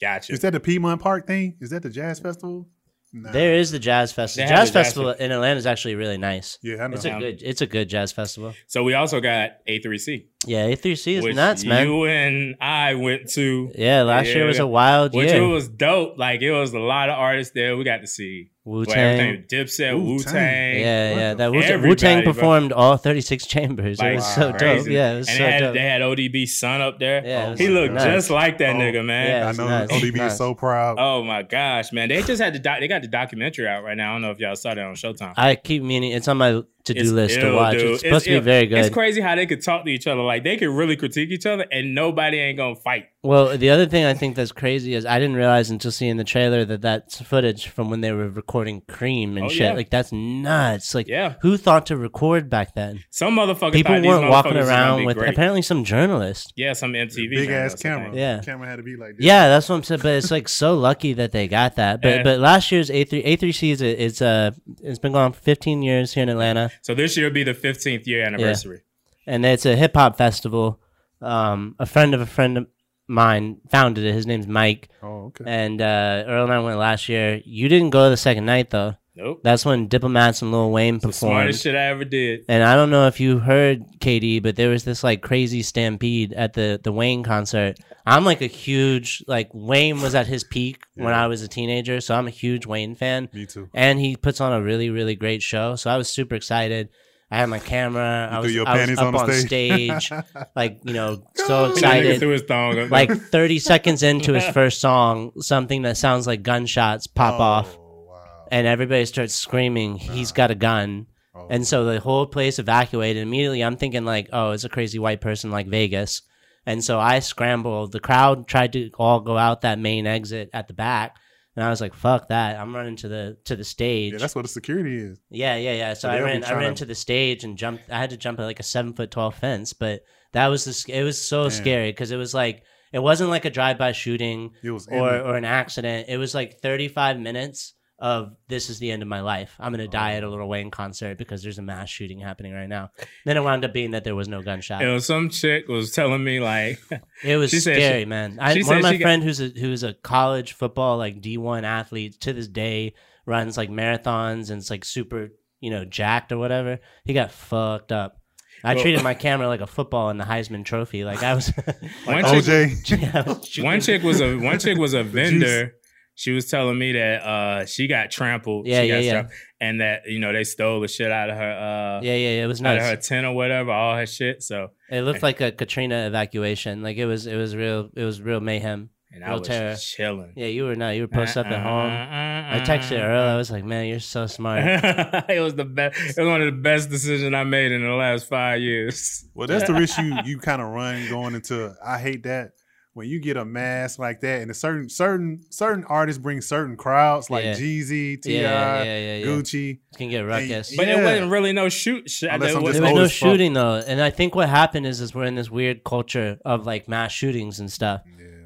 Speaker 4: gotcha.
Speaker 3: Is that the Piedmont Park thing? Is that the jazz festival? Nah.
Speaker 2: There is the jazz festival.
Speaker 4: They have
Speaker 2: Jazz
Speaker 4: the jazz
Speaker 2: festival in Atlanta is actually really nice.
Speaker 3: Yeah, I know.
Speaker 2: It's a
Speaker 4: Um,
Speaker 2: good. It's a good jazz festival.
Speaker 4: So we also got A3C,
Speaker 2: Yeah, A3C is
Speaker 4: which
Speaker 2: nuts, man.
Speaker 4: you and I went to,
Speaker 2: yeah, last year was
Speaker 4: Yeah.
Speaker 2: a wild
Speaker 4: which it
Speaker 2: year.
Speaker 4: was dope. Like it was a lot of artists there. We got to see
Speaker 2: Wu
Speaker 4: like,
Speaker 2: Tang.
Speaker 4: everything. Dipset,
Speaker 3: Wu-Tang.
Speaker 4: Wu Tang.
Speaker 2: Yeah,
Speaker 3: What
Speaker 2: yeah.
Speaker 3: the
Speaker 2: That
Speaker 3: fuck?
Speaker 2: Wu Tang
Speaker 4: Everybody, bro.
Speaker 2: performed all 36 chambers. it
Speaker 4: Like,
Speaker 2: was so
Speaker 4: crazy.
Speaker 2: dope. Yeah, it was
Speaker 4: and
Speaker 2: so
Speaker 4: they, had,
Speaker 2: dope.
Speaker 4: they had ODB son up there.
Speaker 2: Yeah,
Speaker 3: Oh
Speaker 2: it
Speaker 4: he
Speaker 2: was
Speaker 4: looked
Speaker 2: nuts.
Speaker 4: just like that
Speaker 3: Oh,
Speaker 4: nigga, man.
Speaker 2: yeah.
Speaker 3: I
Speaker 2: it's
Speaker 3: know
Speaker 2: nuts, it's
Speaker 3: ODB
Speaker 2: nuts.
Speaker 3: is so proud.
Speaker 4: Oh my gosh, man! They just had the doc- they got the documentary out right now. I don't know if y'all saw that on Showtime.
Speaker 2: I keep meaning it's on my to
Speaker 4: It's
Speaker 2: do list to
Speaker 4: ill,
Speaker 2: watch.
Speaker 4: dude.
Speaker 2: It's supposed to be
Speaker 4: ill.
Speaker 2: very good.
Speaker 4: It's crazy how they could talk to each other. Like they could really critique each other, and nobody ain't gonna fight.
Speaker 2: Well, the other thing I think that's crazy is I didn't realize until seeing the trailer that that's footage from when they were recording Cream and
Speaker 4: Oh,
Speaker 2: shit.
Speaker 4: yeah.
Speaker 2: Like that's nuts. Like
Speaker 4: Yeah.
Speaker 2: who thought to record back then?
Speaker 4: Some motherfuckers
Speaker 2: People
Speaker 4: thought these
Speaker 2: weren't walking
Speaker 4: motherfuckers was gonna be
Speaker 2: around with
Speaker 4: great.
Speaker 2: apparently some journalist.
Speaker 4: yeah, some MTV
Speaker 3: Big ass
Speaker 4: journalist, I
Speaker 3: camera.
Speaker 4: think.
Speaker 2: Yeah.
Speaker 3: camera had to be like this.
Speaker 2: Yeah, that's what I'm saying. But it's like so lucky that they got that. But
Speaker 4: Yeah.
Speaker 2: but last year's A three A three C is a, it's uh it's been going on for 15 years here in Atlanta,
Speaker 4: So this year will be the 15th year anniversary.
Speaker 2: and it's a hip hop festival. Um, a friend of a friend of mine founded it. His name's Mike,
Speaker 3: Oh, okay.
Speaker 2: and uh, Earl and I went last year. You didn't go the second night though.
Speaker 4: Nope.
Speaker 2: That's when Diplomats and Lil Wayne
Speaker 4: The smartest
Speaker 2: performed.
Speaker 4: shit I ever did.
Speaker 2: And I don't know if you heard KD, but there was this like crazy stampede at the the Wayne concert. I'm like a huge like Wayne was at his peak when
Speaker 3: Yeah.
Speaker 2: I was a teenager, so I'm a huge Wayne fan.
Speaker 3: Me too.
Speaker 2: And he puts on a really really great show, so I was super excited. I had my camera. I
Speaker 3: threw
Speaker 2: was,
Speaker 3: your
Speaker 2: I was
Speaker 3: panties
Speaker 2: up
Speaker 3: on the
Speaker 2: on
Speaker 3: stage.
Speaker 2: stage, like you know, so
Speaker 4: That nigga threw
Speaker 2: excited.
Speaker 4: his thong. up.
Speaker 2: Like 30 seconds into his first song, something that sounds like gunshots pop off
Speaker 3: Oh, wow.
Speaker 2: and everybody starts screaming he's got a gun
Speaker 3: Oh.
Speaker 2: and so the whole place evacuated immediately i'm thinking like oh it's a crazy white person like vegas and so i scrambled the crowd tried to all go out that main exit at the back and i was like fuck that i'm running to the to the stage
Speaker 3: yeah, that's what the security is.
Speaker 2: yeah, yeah, yeah. So
Speaker 3: So
Speaker 2: I
Speaker 3: they'll be
Speaker 2: ran, I
Speaker 3: trying
Speaker 2: ran
Speaker 3: to-
Speaker 2: to the stage and jumped. I had to jump at like a seven foot tall fence, but that was the. sc- It was so
Speaker 3: Damn.
Speaker 2: scary because it was like it wasn't like a drive by shooting
Speaker 3: It was
Speaker 2: or
Speaker 3: imminent.
Speaker 2: or an accident. It was like thirty five minutes of this is the end of my life. I'm
Speaker 3: Oh,
Speaker 2: gonna die at a Little Wayne concert because there's a mass shooting happening right now. Then it wound up being that there was no gunshot.
Speaker 4: you know, some chick was telling me like
Speaker 2: It was
Speaker 4: She said
Speaker 2: scary,
Speaker 4: she-
Speaker 2: man. I,
Speaker 4: she
Speaker 2: one
Speaker 4: said
Speaker 2: of my
Speaker 4: she got-
Speaker 2: friend who's a, who's a college football like D one athlete to this day runs like marathons and it's like super you know jacked or whatever. He got fucked up. I
Speaker 4: Well-
Speaker 2: treated my camera like a football in the Heisman Trophy. Like I was.
Speaker 4: one chick,
Speaker 3: OJ.
Speaker 2: Yeah, I was
Speaker 4: one
Speaker 2: shooting-
Speaker 4: chick was a one chick was a
Speaker 3: juice.
Speaker 4: vendor. She was telling me that uh, she got trampled.
Speaker 2: Yeah,
Speaker 4: she
Speaker 2: yeah,
Speaker 4: got
Speaker 2: yeah.
Speaker 4: trampled, and that you know they stole the shit out of her. Uh,
Speaker 2: Yeah, yeah, yeah, it was
Speaker 4: out of her
Speaker 2: nuts.
Speaker 4: tent or whatever, all her shit. So,
Speaker 2: It looked like a Katrina evacuation. Like it was, it was real, it was real mayhem.
Speaker 4: and I
Speaker 2: Real
Speaker 4: was
Speaker 2: terror.
Speaker 4: chilling. Uh-uh,
Speaker 2: Yeah, you were not. You were post up at home. I texted Earl. I was like, "Man, you're so smart."
Speaker 4: it was the best. It was one of the best decisions I made in the last five years.
Speaker 3: Well, that's the risk you you kind of run going into. I hate that when you get a mass like that, and a certain certain certain artists bring certain crowds like
Speaker 2: Yeah.
Speaker 3: Jeezy, Ti,
Speaker 2: Yeah, yeah, yeah, yeah. yeah.
Speaker 3: Gucci.
Speaker 2: It can get ruckus.
Speaker 4: But it
Speaker 3: Yeah.
Speaker 4: wasn't really no shoot. Sh-
Speaker 3: Unless
Speaker 4: there
Speaker 3: I'm
Speaker 4: was-
Speaker 3: just
Speaker 2: there was
Speaker 3: old
Speaker 2: no
Speaker 3: as fuck.
Speaker 2: shooting though, and I think what happened is is we're in this weird culture of like mass shootings and stuff,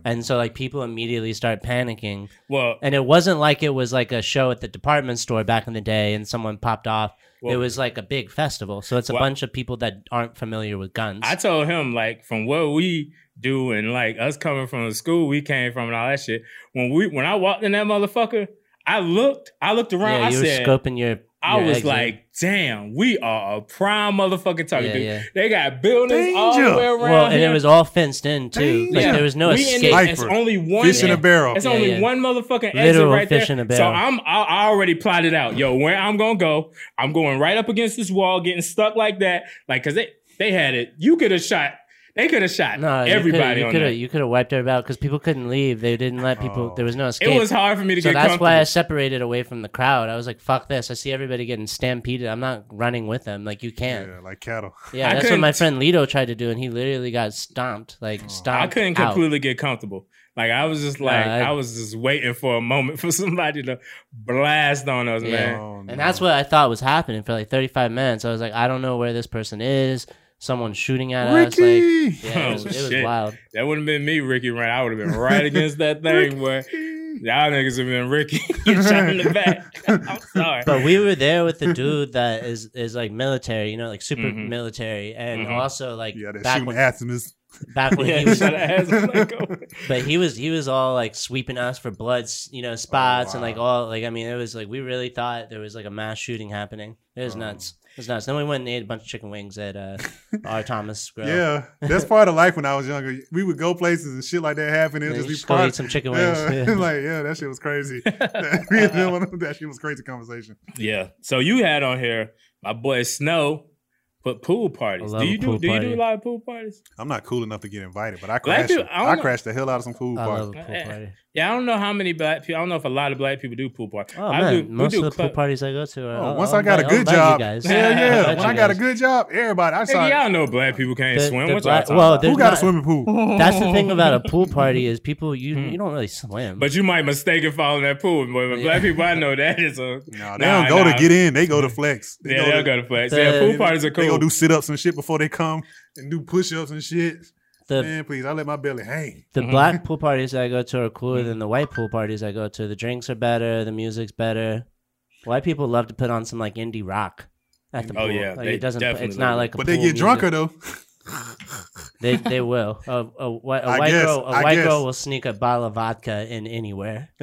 Speaker 2: and so like people immediately start panicking.
Speaker 4: well,
Speaker 2: And it wasn't like it was like a show at the department store back in the day, and someone popped off. it
Speaker 4: Well-
Speaker 2: was like a big festival, so it's a
Speaker 4: Well-
Speaker 2: bunch of people that aren't familiar with guns.
Speaker 4: I told him like from what we do and like us coming from the school we came from and all that shit. When we when I walked in that motherfucker, I looked. I looked around.
Speaker 2: yeah,
Speaker 4: I
Speaker 2: you were
Speaker 4: said.
Speaker 2: scoping your.
Speaker 4: I
Speaker 2: your
Speaker 4: was
Speaker 2: exit.
Speaker 4: like, damn, we are a prime motherfucking target.
Speaker 2: Yeah,
Speaker 4: dude.
Speaker 2: yeah.
Speaker 4: They got buildings all
Speaker 3: Danger.
Speaker 4: the way around.
Speaker 2: well, and
Speaker 4: here.
Speaker 2: it was all fenced in too.
Speaker 3: Dang,
Speaker 2: Like
Speaker 3: yeah.
Speaker 2: there was no
Speaker 4: we in
Speaker 2: escape.
Speaker 4: the-
Speaker 3: Hyper.
Speaker 4: It's only one. e-
Speaker 3: Fish in a barrel.
Speaker 4: It's
Speaker 2: Yeah,
Speaker 4: only
Speaker 2: yeah.
Speaker 4: one motherfucking exit
Speaker 2: Literal
Speaker 4: right there.
Speaker 2: fish in a
Speaker 4: So
Speaker 2: barrel.
Speaker 4: I'm I, I already plotted out. Yo, where I'm gonna go? I'm going right up against this wall, getting stuck like that. Like, cause they they had it. You could have shot. They could have shot
Speaker 2: no, you
Speaker 4: everybody
Speaker 2: coulda- You
Speaker 4: on
Speaker 2: could have
Speaker 4: that.
Speaker 2: you could have wiped everybody out because people couldn't leave. They didn't let people.
Speaker 3: Oh.
Speaker 2: There was no escape.
Speaker 4: It was hard for me to
Speaker 2: So
Speaker 4: get
Speaker 2: that's
Speaker 4: comfortable.
Speaker 2: why I separated away from the crowd. I was like, "Fuck this!" I see everybody getting stampeded. I'm not running with them. Like you can't.
Speaker 3: Yeah, like cattle.
Speaker 2: Yeah,
Speaker 4: I
Speaker 2: that's what my friend
Speaker 4: couldn't- Oh,
Speaker 2: Lito tried to do, and he literally got stomped. Like stomped.
Speaker 4: I couldn't
Speaker 2: out.
Speaker 4: completely get comfortable. Like I was just like
Speaker 2: I-
Speaker 4: I, was just waiting for a moment for somebody to blast on us,
Speaker 2: Yeah.
Speaker 4: man.
Speaker 3: Oh, no.
Speaker 2: And that's what I thought was happening for like 35 minutes. I was like, I don't know where this person is. Someone's shooting at us.
Speaker 3: Ricky.
Speaker 2: Like, yeah, it was,
Speaker 4: Oh,
Speaker 2: it was
Speaker 4: shit.
Speaker 2: wild.
Speaker 4: That wouldn't have been me, Ricky. Right, I would have been right against that thing, boy. Y'all niggas have been Ricky. you shot in the back. I'm sorry.
Speaker 2: But we were there with the dude that is is like military, you know, like super
Speaker 4: Mhm.
Speaker 2: military, and
Speaker 4: Mhm.
Speaker 2: also like
Speaker 3: yeah, they're
Speaker 2: back
Speaker 3: shooting
Speaker 2: when
Speaker 3: atoms.
Speaker 2: back when
Speaker 4: yeah,
Speaker 2: he was
Speaker 4: shut her ass Blanco.
Speaker 2: but he was he was all like sweeping us for blood, s- you know, spots and like
Speaker 3: Oh, wow.
Speaker 2: all like I mean it was like we really thought there was like a mass shooting happening. It was
Speaker 3: Oh.
Speaker 2: nuts. It was nuts. Then we went and ate a bunch of chicken wings at uh, our Thomas Grill.
Speaker 3: Yeah, that's part of life when I was younger. We would go places and shit like that happened. It
Speaker 2: And
Speaker 3: would just
Speaker 2: you
Speaker 3: be
Speaker 2: just go
Speaker 3: part
Speaker 2: eat some chicken wings.
Speaker 3: yeah.
Speaker 2: Yeah.
Speaker 3: like yeah, that shit was crazy. that shit was crazy conversation.
Speaker 4: yeah. So you had on here my boy Snow put pool parties.
Speaker 2: love
Speaker 4: Do
Speaker 2: a
Speaker 4: you do?
Speaker 2: pool
Speaker 4: Do you
Speaker 2: party.
Speaker 4: do a lot of pool parties?
Speaker 3: I'm not cool enough to get invited, but I
Speaker 4: Black
Speaker 3: crashed.
Speaker 4: people- I don't
Speaker 3: I,
Speaker 4: know-
Speaker 3: crashed the hell out of some pool
Speaker 2: I love
Speaker 3: parties.
Speaker 2: a pool
Speaker 4: Yeah.
Speaker 2: party.
Speaker 4: Yeah, I don't know how many black people. I don't know if a lot of black people do pool parties.
Speaker 2: Oh
Speaker 4: I
Speaker 2: man,
Speaker 4: do, we
Speaker 2: most
Speaker 4: do
Speaker 2: of the pool
Speaker 4: club-
Speaker 2: parties I go to are.
Speaker 3: Oh,
Speaker 2: I'll-
Speaker 3: once
Speaker 2: I'll
Speaker 3: I got a
Speaker 2: invite- I'll
Speaker 3: good
Speaker 2: invite you
Speaker 3: job,
Speaker 2: guys.
Speaker 3: hell
Speaker 4: I'll
Speaker 3: yeah!
Speaker 4: invite
Speaker 3: When
Speaker 4: you
Speaker 3: I got a
Speaker 2: guys.
Speaker 3: good job, everybody, I
Speaker 4: Nigga,
Speaker 3: saw.
Speaker 4: y'all know black people can't
Speaker 2: The-
Speaker 4: swim.
Speaker 2: the
Speaker 4: What y'all
Speaker 2: black-
Speaker 4: talking
Speaker 2: well,
Speaker 4: about?
Speaker 3: Who
Speaker 2: there's
Speaker 3: got a
Speaker 2: not-
Speaker 3: swimming pool?
Speaker 2: That's the thing about a pool party is people you
Speaker 4: Hmm.
Speaker 2: you don't really swim.
Speaker 4: But you might mistake and fall in that pool. But
Speaker 2: Yeah.
Speaker 4: black people I know that is a
Speaker 3: No, they
Speaker 4: Nah,
Speaker 3: don't go
Speaker 4: nah.
Speaker 3: to get in. They go to flex. They
Speaker 4: yeah,
Speaker 3: go
Speaker 4: they'll
Speaker 3: to-
Speaker 4: go to flex.
Speaker 2: The-
Speaker 4: yeah, pool parties are cool.
Speaker 3: They go do sit ups and shit before they come and do push ups and shit.
Speaker 2: the
Speaker 3: Man, please, I let my belly hang.
Speaker 2: the
Speaker 4: Mhm.
Speaker 2: black pool parties I go to are cooler
Speaker 4: Mm-hmm.
Speaker 2: than the white pool parties I go to. The drinks are better, the music's better. White people love to put on some like indie rock at the
Speaker 4: Oh,
Speaker 2: pool.
Speaker 4: yeah,
Speaker 2: like,
Speaker 4: they
Speaker 2: it doesn't.
Speaker 4: definitely
Speaker 2: It's not
Speaker 4: love it.
Speaker 2: like. A
Speaker 3: But they
Speaker 2: pool
Speaker 3: get
Speaker 2: music.
Speaker 3: drunker though.
Speaker 2: They they will. A, a, whi- a
Speaker 3: I
Speaker 2: white
Speaker 3: guess,
Speaker 2: girl a
Speaker 3: I
Speaker 2: white girl
Speaker 3: guess.
Speaker 2: will sneak a bottle of vodka in anywhere.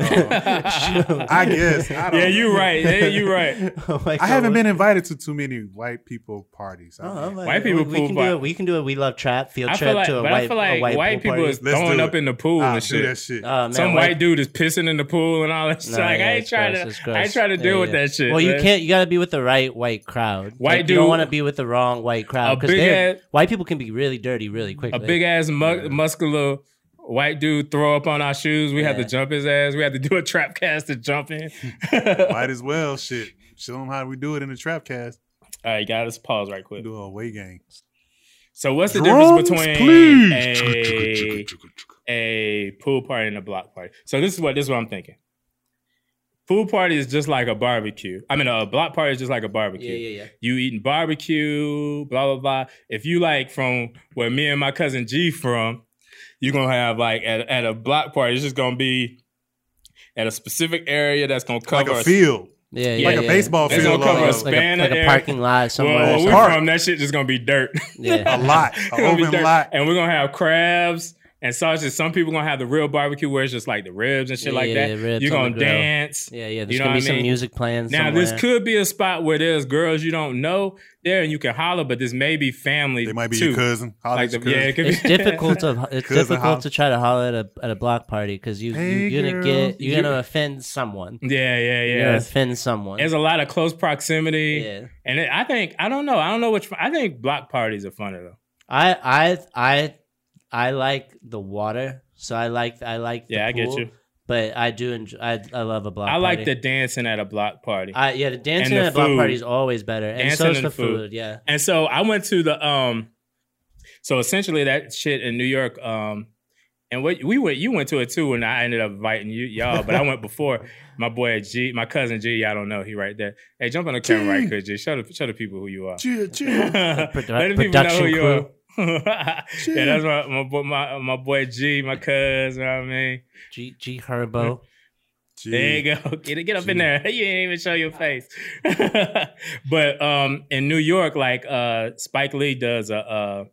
Speaker 3: I guess. I don't
Speaker 4: yeah, you're right. Yeah, you're right.
Speaker 3: I haven't been invited to too many white people parties. I mean,
Speaker 4: White people
Speaker 2: Oh, we,
Speaker 4: pool
Speaker 2: can
Speaker 4: bar-
Speaker 2: do it. We can do it. We love trap field
Speaker 4: I
Speaker 2: trip
Speaker 4: feel like,
Speaker 2: to a
Speaker 4: but
Speaker 2: white,
Speaker 4: I feel like
Speaker 2: a
Speaker 4: white,
Speaker 2: white, pool
Speaker 4: people
Speaker 2: party.
Speaker 4: is
Speaker 3: Let's
Speaker 4: throwing
Speaker 3: do
Speaker 4: up
Speaker 3: it.
Speaker 4: in the pool
Speaker 3: I'll
Speaker 4: and
Speaker 3: do
Speaker 4: shit.
Speaker 3: that shit.
Speaker 2: Oh, man,
Speaker 4: Some
Speaker 2: white
Speaker 4: white dude is pissing in the pool and all that. shit.
Speaker 2: No,
Speaker 4: like
Speaker 2: yeah,
Speaker 4: I ain't
Speaker 2: it's
Speaker 4: trying
Speaker 2: gross, it's
Speaker 4: to.
Speaker 2: gross.
Speaker 4: I ain't trying to
Speaker 2: Yeah,
Speaker 4: deal with
Speaker 2: yeah.
Speaker 4: that shit.
Speaker 2: Well, you
Speaker 4: man.
Speaker 2: can't. You got to be with the right white crowd.
Speaker 4: White
Speaker 2: like, you don't
Speaker 4: dude-
Speaker 2: want to be with the wrong white crowd
Speaker 4: A
Speaker 2: because
Speaker 4: big
Speaker 2: they're
Speaker 4: ass-
Speaker 2: white people can be really dirty really quickly.
Speaker 4: A big ass mu- muscular white dude throw up on our shoes. We had to
Speaker 2: Yeah.
Speaker 4: jump his ass. We had to do a trap cast to jump in.
Speaker 3: Might as well. Shit. Show them how we do it in the trap cast.
Speaker 4: All right, guys, let's pause right quick.
Speaker 3: Do a away game.
Speaker 4: So what's the difference
Speaker 3: Drums,
Speaker 4: between a,
Speaker 3: please.
Speaker 4: a pool party and a block party? So this is what this is what I'm thinking. Pool party is just like a barbecue. I mean, a block party is just like a barbecue.
Speaker 2: yeah, yeah, yeah.
Speaker 4: You eating barbecue, blah blah blah. If you like from where me and my cousin G from, you're gonna have like at, at a block party. It's just gonna be at a specific area that's gonna
Speaker 3: Like
Speaker 4: cover
Speaker 3: a field.
Speaker 2: Yeah, yeah,
Speaker 4: Like
Speaker 2: yeah,
Speaker 4: a
Speaker 2: yeah.
Speaker 3: baseball
Speaker 4: It's
Speaker 3: field.
Speaker 4: gonna cover a
Speaker 3: uh,
Speaker 2: Like, like, a,
Speaker 4: span of
Speaker 2: like a
Speaker 4: air.
Speaker 2: parking lot
Speaker 4: Well,
Speaker 2: somewhere.
Speaker 4: where
Speaker 2: or
Speaker 4: we
Speaker 2: something.
Speaker 3: Park.
Speaker 4: from, that shit just gonna be dirt.
Speaker 3: A
Speaker 2: yeah.
Speaker 3: lot.
Speaker 4: It's
Speaker 3: An
Speaker 4: gonna be
Speaker 3: open
Speaker 4: dirt.
Speaker 3: lot.
Speaker 4: And we're gonna have crabs and sausage. Some people gonna have the real barbecue where it's just like the ribs and shit
Speaker 2: Yeah,
Speaker 4: like
Speaker 2: yeah,
Speaker 4: that.
Speaker 2: yeah, ribs
Speaker 4: You're
Speaker 2: on
Speaker 4: gonna
Speaker 2: the grill.
Speaker 4: dance.
Speaker 2: yeah, yeah. There's
Speaker 4: You know
Speaker 2: gonna be
Speaker 4: what I
Speaker 2: some
Speaker 4: mean?
Speaker 2: music playing.
Speaker 4: Now
Speaker 2: somewhere.
Speaker 4: this could be a spot where there's girls you don't know there, and you can holler, but this may be family.
Speaker 3: They might be
Speaker 4: too.
Speaker 3: your cousin. Holla
Speaker 4: Like
Speaker 3: at
Speaker 4: the,
Speaker 3: your
Speaker 4: yeah,
Speaker 3: cousin.
Speaker 4: it could
Speaker 2: It's
Speaker 4: be
Speaker 2: difficult to it's
Speaker 3: Cousin
Speaker 2: difficult
Speaker 3: holler.
Speaker 2: to try to holler at a at a block party because you,
Speaker 3: Hey,
Speaker 2: you are gonna
Speaker 3: girl.
Speaker 2: get you're gonna
Speaker 4: You-
Speaker 2: offend someone.
Speaker 4: yeah, yeah,
Speaker 2: You're gonna
Speaker 4: yeah.
Speaker 2: offend someone.
Speaker 4: There's a lot of close proximity,
Speaker 2: yeah.
Speaker 4: and it, I think I don't know. I don't know which. I think block parties are funner though.
Speaker 2: I I I I like the water, so I like I like. The
Speaker 4: Yeah, I get
Speaker 2: pool,
Speaker 4: you.
Speaker 2: But I do enjoy. I, I love a block.
Speaker 4: I like
Speaker 2: party.
Speaker 4: the dancing at a block party.
Speaker 2: I, yeah, the dancing
Speaker 4: and the
Speaker 2: at a block
Speaker 4: food.
Speaker 2: party is always better, and
Speaker 4: Dancing
Speaker 2: so is
Speaker 4: and
Speaker 2: the
Speaker 4: the food.
Speaker 2: food. Yeah,
Speaker 4: And so I went to the um so essentially that shit in New York um and what we went you went to it too and I ended up inviting you y'all but I went before my boy G my cousin G I don't know he right there. Hey jump on the camera right
Speaker 3: G.
Speaker 4: quick G show the show the people who you are.
Speaker 3: Chill, chill.
Speaker 4: Let
Speaker 2: produ-
Speaker 4: the people know who
Speaker 2: production
Speaker 4: you are.
Speaker 2: crew.
Speaker 4: yeah, that's my my, boy- my my boy G, my cousin. You know what I mean,
Speaker 2: G G Herbo.
Speaker 4: Mm-hmm.
Speaker 3: Chill.
Speaker 4: there you go. Get it, get up in
Speaker 3: Gee.
Speaker 4: there. You didn't even show your face. but um, in New York, like uh, Spike Lee does a,